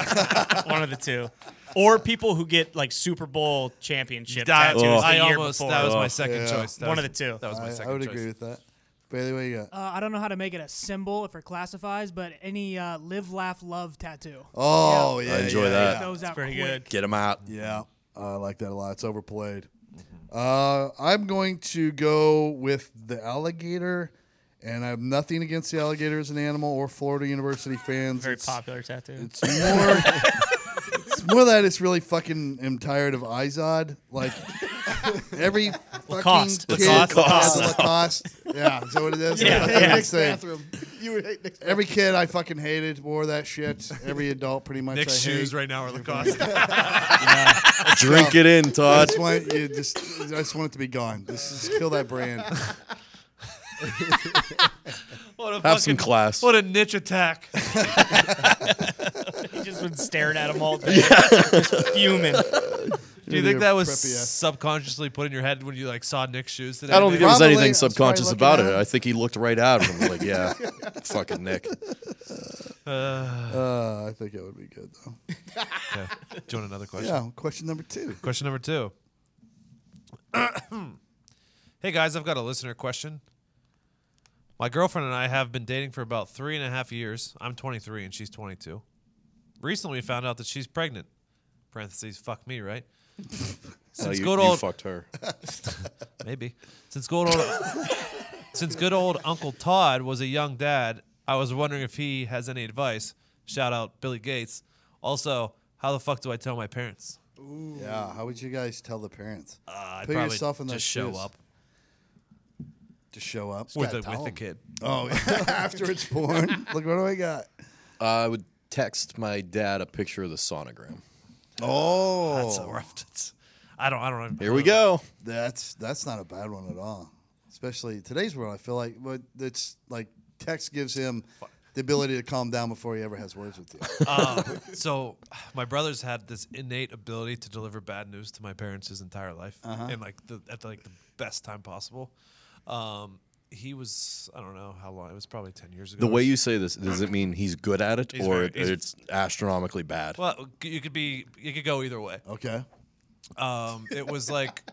Speaker 2: one of the two, or people who get like Super Bowl championship
Speaker 5: That-
Speaker 2: tattoos
Speaker 4: Oh.
Speaker 2: the
Speaker 5: I
Speaker 2: year
Speaker 5: almost.
Speaker 2: before.
Speaker 5: That was my
Speaker 4: Oh,
Speaker 5: second
Speaker 1: yeah.
Speaker 5: choice. That
Speaker 2: One
Speaker 5: was-
Speaker 2: of the two.
Speaker 5: That was my
Speaker 1: I,
Speaker 5: second
Speaker 1: I would
Speaker 5: choice.
Speaker 1: agree with that. Bailey, what you got?
Speaker 13: Uh, I don't know how to make it a symbol if it classifies, but any uh, live, laugh, love tattoo.
Speaker 1: Oh yeah,
Speaker 4: I enjoy
Speaker 1: yeah,
Speaker 4: that.
Speaker 13: Get those out
Speaker 2: Pretty
Speaker 13: quick.
Speaker 2: good.
Speaker 4: Get them out.
Speaker 1: Yeah, I like that a lot. It's overplayed.
Speaker 4: Mm-hmm.
Speaker 1: Uh, I'm going to go with the alligator, and I have nothing against the alligator as an animal or Florida University fans.
Speaker 2: Very
Speaker 1: It's-
Speaker 2: popular tattoo.
Speaker 1: It's more. it's more that it's really fucking. I'm tired of Izod. Like every
Speaker 2: Lacoste.
Speaker 1: fucking kid
Speaker 2: Lacoste.
Speaker 1: has a Lacoste. Yeah, is that what it is?
Speaker 2: Yeah,
Speaker 1: That's
Speaker 2: yeah.
Speaker 1: what I'm
Speaker 3: Nick's
Speaker 1: saying.
Speaker 3: bathroom. You would hate Nick's
Speaker 1: Every kid I fucking hated wore that shit. Every adult pretty much.
Speaker 5: Nick's
Speaker 1: I hate.
Speaker 5: shoes right now are Lacoste.
Speaker 4: Drink it in,
Speaker 1: I
Speaker 4: Todd.
Speaker 1: just want you just I just want it to be gone. Just, just kill that brand.
Speaker 5: what a
Speaker 4: Have some
Speaker 5: fucking-
Speaker 4: class.
Speaker 5: What a niche attack.
Speaker 2: He's just been staring at him all day, just fuming.
Speaker 5: Do you think
Speaker 1: You're
Speaker 5: that was
Speaker 1: preppy, yeah.
Speaker 5: subconsciously put in your head when you like saw Nick's shoes today?
Speaker 4: I don't think there was
Speaker 5: Nick?
Speaker 4: anything subconscious about it. I think he looked right at him. and was Like, yeah, fucking Nick.
Speaker 1: Uh, I think it would be good though.
Speaker 5: Okay. Do you want another question?
Speaker 1: Yeah, question number two.
Speaker 5: Question number two. hey guys, I've got a listener question. My girlfriend and I have been dating for about three and a half years. I'm 23 and she's 22. Recently, we found out that she's pregnant. Parentheses, fuck me, right?
Speaker 4: you- you fucked her.
Speaker 5: maybe since good old since good old Uncle Todd was a young dad, I was wondering if he has any advice. Shout out Billy Gates. Also, how the fuck do I tell my parents?
Speaker 1: Yeah, how would you guys tell the parents?
Speaker 5: Uh,
Speaker 1: Put
Speaker 5: probably
Speaker 1: yourself in those
Speaker 5: just show
Speaker 1: shoes.
Speaker 5: up.
Speaker 1: Just show up
Speaker 5: With gotta the- tell with the 'em. kid.
Speaker 1: Oh, after it's born. Look what do I got.
Speaker 4: Uh, I would text my dad a picture of the sonogram.
Speaker 1: Oh,
Speaker 5: that's a rough. That's, I don't. I don't.
Speaker 4: Here we go.
Speaker 1: That's that's not a bad one at all. Especially today's world, I feel like, but it's like text gives him the ability to calm down before he ever has words with you.
Speaker 5: Uh, so, my brothers had this innate ability to deliver bad news to my parents his entire life,
Speaker 1: Uh-huh.
Speaker 5: and like the, at the, like the best time possible. Um, he was I don't know how long. It was probably ten years ago.
Speaker 4: The way you say this, does it mean he's good at it
Speaker 5: He's
Speaker 4: or
Speaker 5: very-
Speaker 4: it-
Speaker 5: he's-
Speaker 4: it's astronomically bad?
Speaker 5: Well, c- you could be. You could go either way.
Speaker 1: Okay.
Speaker 5: Um, it was like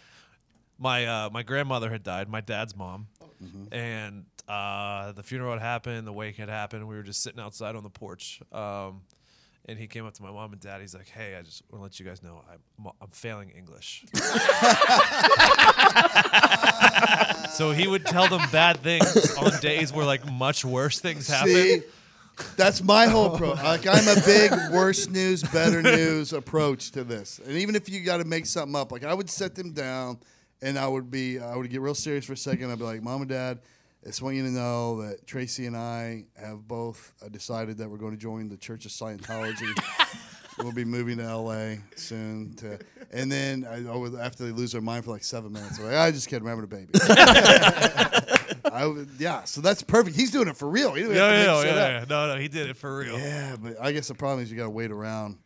Speaker 5: my uh, my grandmother had died, my dad's mom,
Speaker 1: Mm-hmm.
Speaker 5: and uh, the funeral had happened, the wake had happened. We were just sitting outside on the porch, um, and he came up to my mom and dad. He's like, "Hey, I just want to let you guys know I'm I'm failing English." so he would tell them bad things on days where like much worse things happened.
Speaker 1: See, that's my whole pro. Like I'm a big worse news, better news approach to this. And even if you got to make something up, like I would set them down, and I would be, I would get real serious for a second. I'd be like, Mom and Dad, I just want you to know that Tracy and I have both uh, decided that we're going to join the Church of Scientology. We'll be moving to LA soon, to, and then I, I would- after they lose their mind for like seven minutes, I'm like, I just kidding, I'm having a baby. I would, yeah, so that's perfect. He's doing it for real. He didn't have
Speaker 5: Yeah,
Speaker 1: to
Speaker 5: yeah,
Speaker 1: make
Speaker 5: yeah,
Speaker 1: shit up.
Speaker 5: yeah. No, no, he did it for real.
Speaker 1: Yeah, but I guess the problem is you got to wait around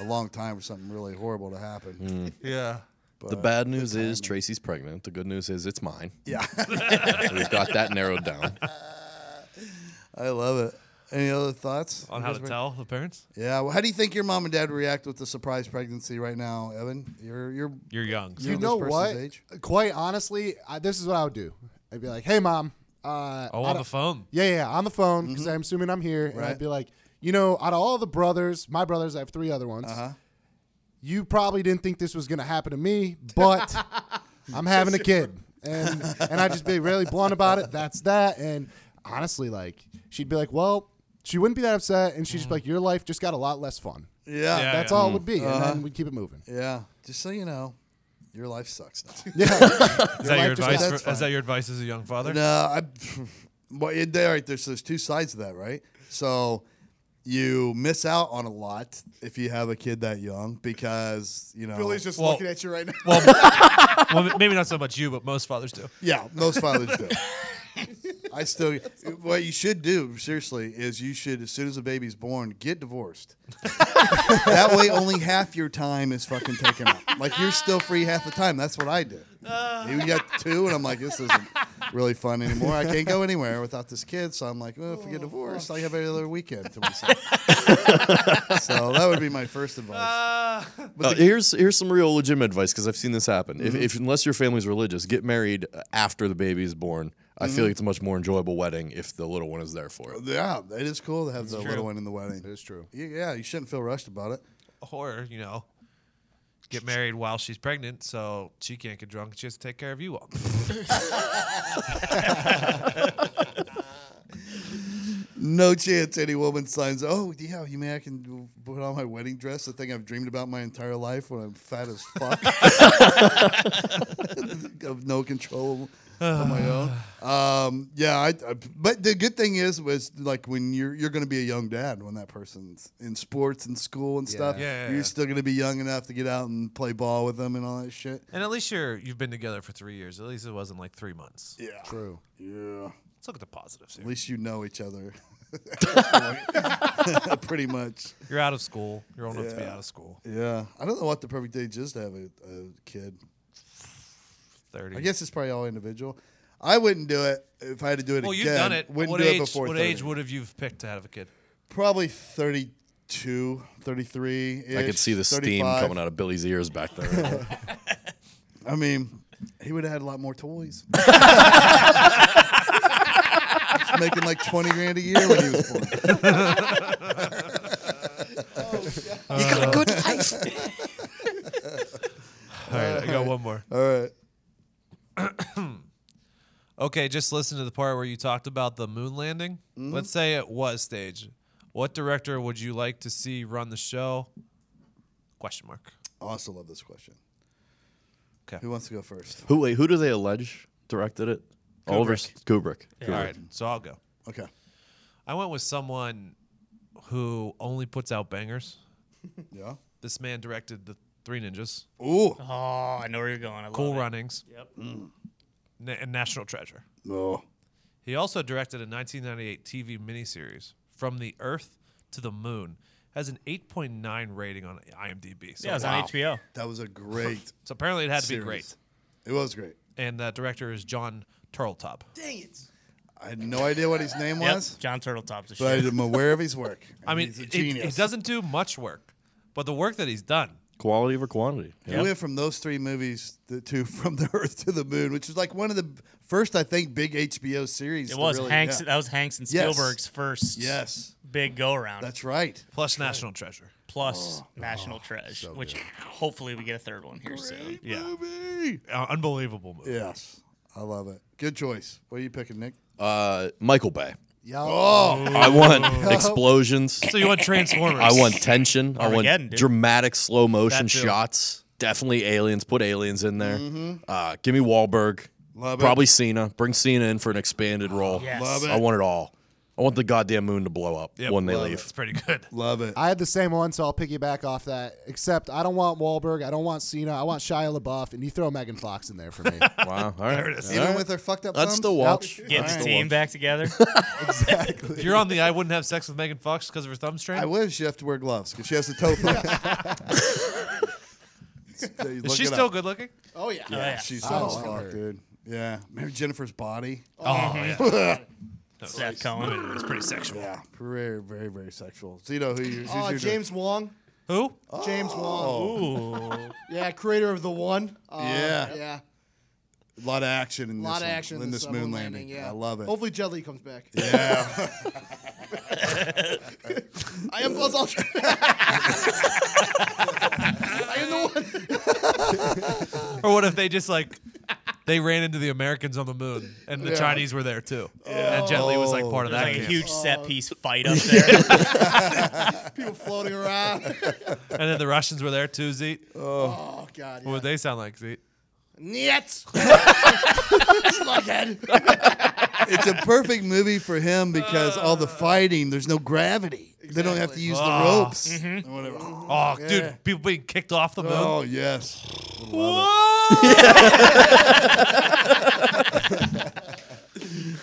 Speaker 1: a long time for something really horrible to happen.
Speaker 5: Yeah.
Speaker 4: the
Speaker 1: But-
Speaker 4: bad news is Tracy's pregnant. The good news is it's mine.
Speaker 1: Yeah.
Speaker 4: We've got that narrowed down.
Speaker 1: I love it. Any other thoughts
Speaker 5: On
Speaker 1: You
Speaker 5: how
Speaker 1: guys
Speaker 5: to
Speaker 1: re-
Speaker 5: tell the parents?
Speaker 1: Yeah. Well, how do you think your mom and dad react with the surprise pregnancy right now, Evan? You're you're
Speaker 5: You're young.
Speaker 1: you're
Speaker 6: You
Speaker 1: this
Speaker 6: know
Speaker 1: person's
Speaker 6: what?
Speaker 1: age.
Speaker 6: Quite honestly, I, this is what I would do. I'd be like, "Hey, mom." Uh,
Speaker 5: Oh,
Speaker 6: I
Speaker 5: on
Speaker 6: don't-
Speaker 5: the phone.
Speaker 6: Yeah, yeah, on the phone because I'm assuming I'm here, and
Speaker 1: Mm-hmm. Right.
Speaker 6: I'd be like, you know, out of all the brothers, my brothers, I have three other ones.
Speaker 1: Uh-huh.
Speaker 6: You probably didn't think this was gonna happen to me, but I'm having a kid, and and I just be really blunt about it. That's that. And honestly, like she'd be like, well. She wouldn't be that upset, and she'd just be like, "Your life just got a lot less fun."
Speaker 1: Yeah. Mm. Yeah,
Speaker 6: that's
Speaker 1: yeah.
Speaker 6: all it would be, and
Speaker 1: Uh-huh.
Speaker 6: then we'd keep it moving.
Speaker 1: Yeah. Just so you know, your life sucks now.
Speaker 6: Yeah.
Speaker 5: Is that your
Speaker 1: life just got-
Speaker 5: advice?
Speaker 1: That's
Speaker 5: For, is
Speaker 1: fine.
Speaker 5: that your advice as a young father?
Speaker 1: No, I. Well, it- there, right, there's there's two sides to that, right? So you miss out on a lot if you have a kid that young because you know
Speaker 3: Billy's just
Speaker 5: Well-
Speaker 3: looking at you right now.
Speaker 5: Well, well, m- maybe not so much you, but most fathers do.
Speaker 1: Yeah, most fathers do. I still. What you should do, seriously, is you should, as soon as the baby's born, get divorced. that way, only half your time is fucking taken up. Like you're still free half the time. That's what I did. You got two, and I'm like, this isn't really fun anymore. I can't go anywhere without this kid. So I'm like, well, if we get divorced, I have every other weekend to myself. so that would be my first advice.
Speaker 4: Uh, here's here's some real legitimate advice because I've seen this happen. If, if unless your family's religious, get married uh, after the baby is born. I feel like it's a much more enjoyable wedding if the little one is there for it.
Speaker 1: Yeah, it is cool to have the
Speaker 5: true.
Speaker 1: little one in the wedding.
Speaker 6: It's true.
Speaker 1: Yeah, you shouldn't feel rushed about it.
Speaker 5: Or, you know, get married while she's pregnant, so she can't get drunk. She has to take care of you all.
Speaker 1: No chance any woman signs. Oh yeah, you mean I can put on my wedding dress, the thing I've dreamed about my entire life when I'm fat as fuck, of no control of Oh my own. Um, yeah, I, I- But the good thing is, was like when you're you're going to be a young dad when that person's in sports and school and stuff.
Speaker 5: Yeah, yeah,
Speaker 1: you're
Speaker 5: yeah.
Speaker 1: still going to be young enough to get out and play ball with them and all that shit.
Speaker 5: and at least you're you've been together for three years. At least it wasn't like three months.
Speaker 1: Yeah,
Speaker 6: True.
Speaker 1: yeah.
Speaker 5: Let's look at the positives
Speaker 1: At
Speaker 5: here.
Speaker 1: least you know each other. Pretty much.
Speaker 5: You're out of school. You're old enough to be
Speaker 1: Yeah.
Speaker 5: out of school.
Speaker 1: Yeah. I don't know what the perfect age is to have a, a kid.
Speaker 5: 30.
Speaker 1: I guess it's probably all individual. I wouldn't do it if I had to do it
Speaker 5: well,
Speaker 1: again.
Speaker 5: you've done it.
Speaker 1: Wouldn't
Speaker 5: what
Speaker 1: do
Speaker 5: age?
Speaker 1: it before
Speaker 5: what
Speaker 1: 30.
Speaker 5: age would have you picked to have a kid?
Speaker 1: Probably 32, 33.
Speaker 4: I could see the steam coming out of Billy's ears back there.
Speaker 1: I mean, he would have had a lot more toys. He's making like 20 grand a year when he was born.
Speaker 7: You got a good taste.
Speaker 5: All right, I got one more.
Speaker 1: All
Speaker 5: right. okay, just listen to the part where you talked about the moon landing.
Speaker 1: Mhm.
Speaker 5: Let's say it was staged. What director would you like to see run the show? Question mark.
Speaker 1: I also love this question.
Speaker 5: Okay.
Speaker 1: Who wants to go first?
Speaker 4: who wait? Who do they allege directed it? Oliver S- Kubrick. Kubrick.
Speaker 5: All right, so I'll go.
Speaker 1: Okay.
Speaker 5: I went with someone who only puts out bangers.
Speaker 1: Yeah.
Speaker 5: This man directed the Three Ninjas.
Speaker 1: Ooh.
Speaker 5: Uh-huh.
Speaker 2: Oh, I know where you're going. I love
Speaker 5: cool
Speaker 2: it.
Speaker 5: Runnings.
Speaker 2: Yep.
Speaker 5: Na- and National Treasure.
Speaker 1: No.
Speaker 5: He also directed a 1998 TV miniseries, From the Earth to the Moon. Has an 8.9 rating on IMDb. So
Speaker 2: Yeah, it was on HBO.
Speaker 1: That was a great
Speaker 5: so apparently it had to
Speaker 1: series.
Speaker 5: be great.
Speaker 1: It was great.
Speaker 5: And the director is John Turtletop.
Speaker 3: Dang it.
Speaker 1: I had no idea what his name
Speaker 2: Yep,
Speaker 1: was,
Speaker 2: John Turtletop's a
Speaker 1: but
Speaker 2: shit.
Speaker 1: I'm aware of his work.
Speaker 5: I mean,
Speaker 1: he's a
Speaker 5: it-
Speaker 1: genius.
Speaker 5: He doesn't do much work, but the work that he's done.
Speaker 4: Quality over quantity.
Speaker 1: We went from those three movies to, to From the Earth to the Moon, which was like one of the first, I think, big HBO series.
Speaker 2: It
Speaker 1: to
Speaker 2: was
Speaker 1: really-
Speaker 2: Hanks.
Speaker 1: yeah.
Speaker 2: That was Hanks and
Speaker 1: Yes.
Speaker 2: Spielberg's first
Speaker 1: Yes.
Speaker 2: big go around.
Speaker 1: That's Oh. right.
Speaker 5: Plus National Treasure.
Speaker 2: plus National Treasure, which hopefully we get a third one here soon.
Speaker 5: Yeah. Uh, unbelievable movie.
Speaker 1: Yes. I love it. Good choice. What are you picking, Nick?
Speaker 4: Uh, Michael Bay.
Speaker 6: Yo.
Speaker 1: Oh.
Speaker 4: I want explosions.
Speaker 5: So you want Transformers?
Speaker 4: I want tension. I
Speaker 2: Armageddon,
Speaker 4: want
Speaker 2: dude.
Speaker 4: dramatic slow motion
Speaker 5: That too.
Speaker 4: shots. Definitely aliens. Put aliens in there. Uh, give me Wahlberg.
Speaker 1: Love it.
Speaker 4: Probably Cena. Bring Cena in for an expanded role.
Speaker 2: yes.
Speaker 1: Love it.
Speaker 4: I want it all. I want the goddamn moon to blow up
Speaker 5: Yep,
Speaker 4: when they
Speaker 5: love it.
Speaker 4: leave.
Speaker 5: It's pretty good.
Speaker 1: Love it.
Speaker 6: I had the same one, so I'll piggyback off that. Except I don't want Wahlberg. I don't want Cena. I want Shia LaBeouf, and you throw Megan Fox in there for me.
Speaker 4: Wow. All right.
Speaker 5: There it is.
Speaker 4: All
Speaker 1: Even
Speaker 4: right.
Speaker 1: with their fucked up
Speaker 4: I'd
Speaker 1: thumbs?
Speaker 4: still watch.
Speaker 2: Get
Speaker 4: I'd
Speaker 2: the
Speaker 4: still
Speaker 2: team
Speaker 4: watch.
Speaker 2: back together.
Speaker 5: You're on the I wouldn't have sex with Megan Fox because of her thumb strain.
Speaker 1: I wish you have to wear gloves because she has the toe flex.
Speaker 5: is she still good looking?
Speaker 3: Oh yeah.
Speaker 2: Oh, yeah.
Speaker 1: She's
Speaker 6: Oh,
Speaker 1: so
Speaker 6: I love her.
Speaker 1: dude. Yeah. Remember Jennifer's body?
Speaker 2: Seth Cohen.
Speaker 5: It's pretty sexual.
Speaker 1: Yeah. Very, very, very sexual. So you know who you Oh.
Speaker 3: Uh, James Wong.
Speaker 5: Who?
Speaker 3: James Wong.
Speaker 2: Ooh.
Speaker 3: Yeah, creator of the one. Uh,
Speaker 1: Yeah.
Speaker 3: Yeah.
Speaker 1: A lot of action in
Speaker 3: A
Speaker 1: this,
Speaker 3: lot of
Speaker 1: one,
Speaker 3: action uh,
Speaker 1: in this moon landing.
Speaker 3: Yeah.
Speaker 1: I love it.
Speaker 3: Hopefully, Jet Li comes back.
Speaker 1: Yeah.
Speaker 3: I am Buzz Aldrin. I am the one.
Speaker 5: Or what if they just like they ran into the Americans on the moon and the Chinese were there too? And Jet Li was like part of
Speaker 2: There's
Speaker 5: that.
Speaker 2: like a
Speaker 5: camp.
Speaker 2: huge set piece fight up there.
Speaker 3: People floating around.
Speaker 5: and then the Russians were there too, Zeet.
Speaker 3: Oh God.
Speaker 5: What would they sound like, Zeet?
Speaker 3: Niet. Slughead.
Speaker 1: it's a perfect movie for him because all the fighting, there's no gravity. They don't have to use the
Speaker 5: Ah.
Speaker 1: ropes.
Speaker 3: Mm-hmm.
Speaker 1: and whatever.
Speaker 5: Oh,
Speaker 1: Yeah.
Speaker 5: dude, people being kicked off the moon.
Speaker 1: Oh, yes.
Speaker 5: Whoa!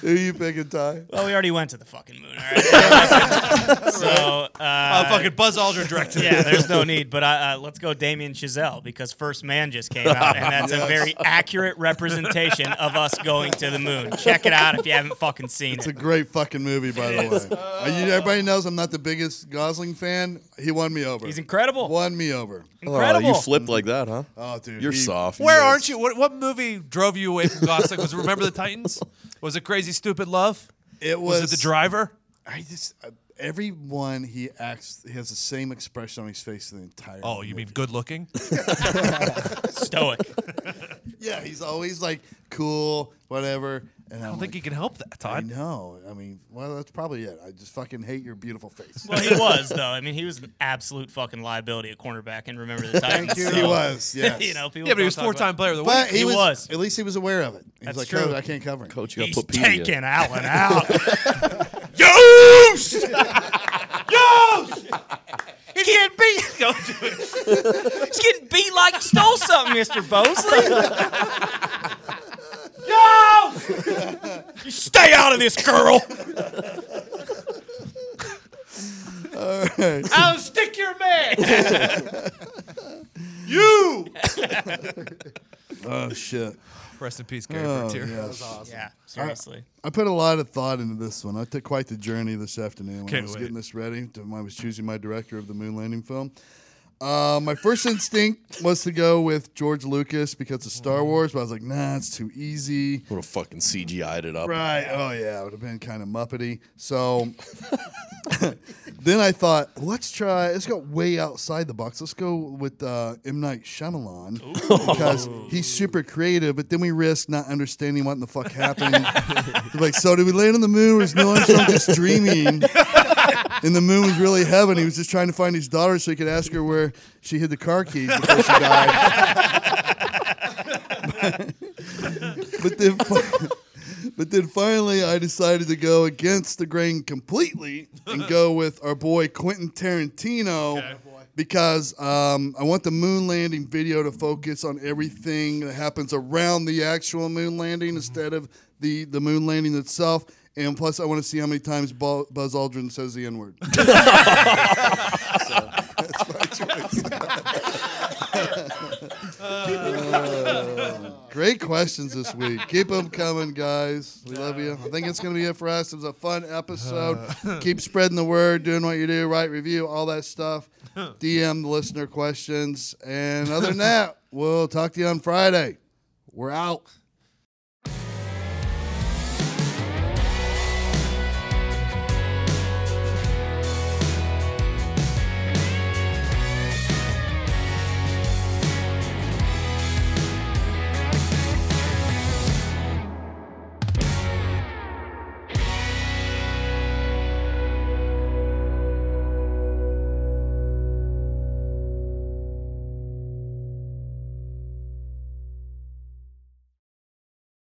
Speaker 1: Who you picking, Ty?
Speaker 2: well, we already went to the fucking moon. All right. so
Speaker 5: Uh,
Speaker 2: uh,
Speaker 5: fucking Buzz Aldrin directed.
Speaker 2: yeah, there's no need. But uh, uh, let's go Damien Chazelle because First Man just came out, and that's a very accurate representation of us going to the moon. Check it out if you haven't fucking seen
Speaker 1: It's a
Speaker 2: it.
Speaker 1: great fucking movie, by the way. Uh, you- everybody knows I'm not the biggest Gosling fan. He won me over.
Speaker 2: He's incredible.
Speaker 1: Won me over.
Speaker 4: Oh,
Speaker 2: Incredible.
Speaker 4: you flipped like that, huh?
Speaker 1: Oh, dude.
Speaker 4: You're
Speaker 1: he-
Speaker 4: soft.
Speaker 5: Where aren't you? What, what movie drove you away from Gosling? Was it Remember the Titans? Was it Crazy Stupid Love?
Speaker 1: It
Speaker 5: Was,
Speaker 1: was,
Speaker 5: it The Driver?
Speaker 1: I just uh, everyone he acts he has the same expression on his face the entire.
Speaker 5: Oh, you
Speaker 1: movie.
Speaker 5: mean Good Looking?
Speaker 1: Oh,
Speaker 2: Stoic.
Speaker 1: yeah? He's always like cool, whatever. And
Speaker 5: I
Speaker 1: I'm
Speaker 5: don't think
Speaker 1: like,
Speaker 5: you can help that,
Speaker 1: I
Speaker 5: Todd.
Speaker 1: know. I mean, well, that's probably it. I just fucking hate your beautiful face.
Speaker 2: Well, he was though. I mean, he was an absolute fucking liability at cornerback. And remember the Titans.
Speaker 1: Thank you.
Speaker 2: so,
Speaker 1: He was. Yes.
Speaker 2: You know, people
Speaker 5: Yeah, but
Speaker 2: don't
Speaker 5: he was
Speaker 2: talk
Speaker 5: four time
Speaker 2: about-
Speaker 5: player of the week.
Speaker 1: But he,
Speaker 2: He
Speaker 1: was,
Speaker 2: was.
Speaker 1: At least he was aware of it. He
Speaker 2: That's
Speaker 1: was like,
Speaker 2: true.
Speaker 1: "Coach, I can't cover him.
Speaker 4: Coach, you got
Speaker 2: He's
Speaker 4: put P in.
Speaker 2: taking Allen out.
Speaker 5: He can't beat. Go do it.
Speaker 2: He's getting beat like he stole something, Mr. Bosley. Yo! you stay out of this, girl.
Speaker 1: You!
Speaker 5: Oh,
Speaker 1: oh shit.
Speaker 5: Rest in peace, Gary Bertier. That was awesome. Yeah,
Speaker 1: I-
Speaker 5: seriously.
Speaker 1: I, put a lot of thought into this one. I took quite the journey this afternoon when I
Speaker 5: Can't
Speaker 1: was
Speaker 5: wait.
Speaker 1: getting this ready. to- When I was choosing my director of the moon landing film. Uh, my first instinct was to go with George Lucas because of Star Wars, but I was like, nah, it's too easy.
Speaker 4: Would have fucking CGI'd it up.
Speaker 1: Right. Oh yeah, it would have been kind of muppety. So then I thought, let's try. Let's go way outside the box. Let's go with uh, M Night Shyamalan because he's super creative. But then we risk not understanding what in the fuck happened. like, so did we land on the moon? Or is Neil Armstrong just dreaming? and the moon was really heaven. He was just trying to find his daughter so he could ask her where she hid the car keys before she died. but then, fi- but then finally, I decided to go against the grain completely and go with our boy Quentin Tarantino. Because um, I want the moon landing video to focus on everything that happens around the actual moon landing instead of the, the moon landing itself. And plus, I want to see how many times Bo- Buzz Aldrin says the N word. Great questions this week. Keep them coming, guys. We love you. I think it's going to be it for us. It was a fun episode. Keep spreading the word, doing what you do, write review, all that stuff. DM the listener questions. And other than that, we'll talk to you on Friday. We're out.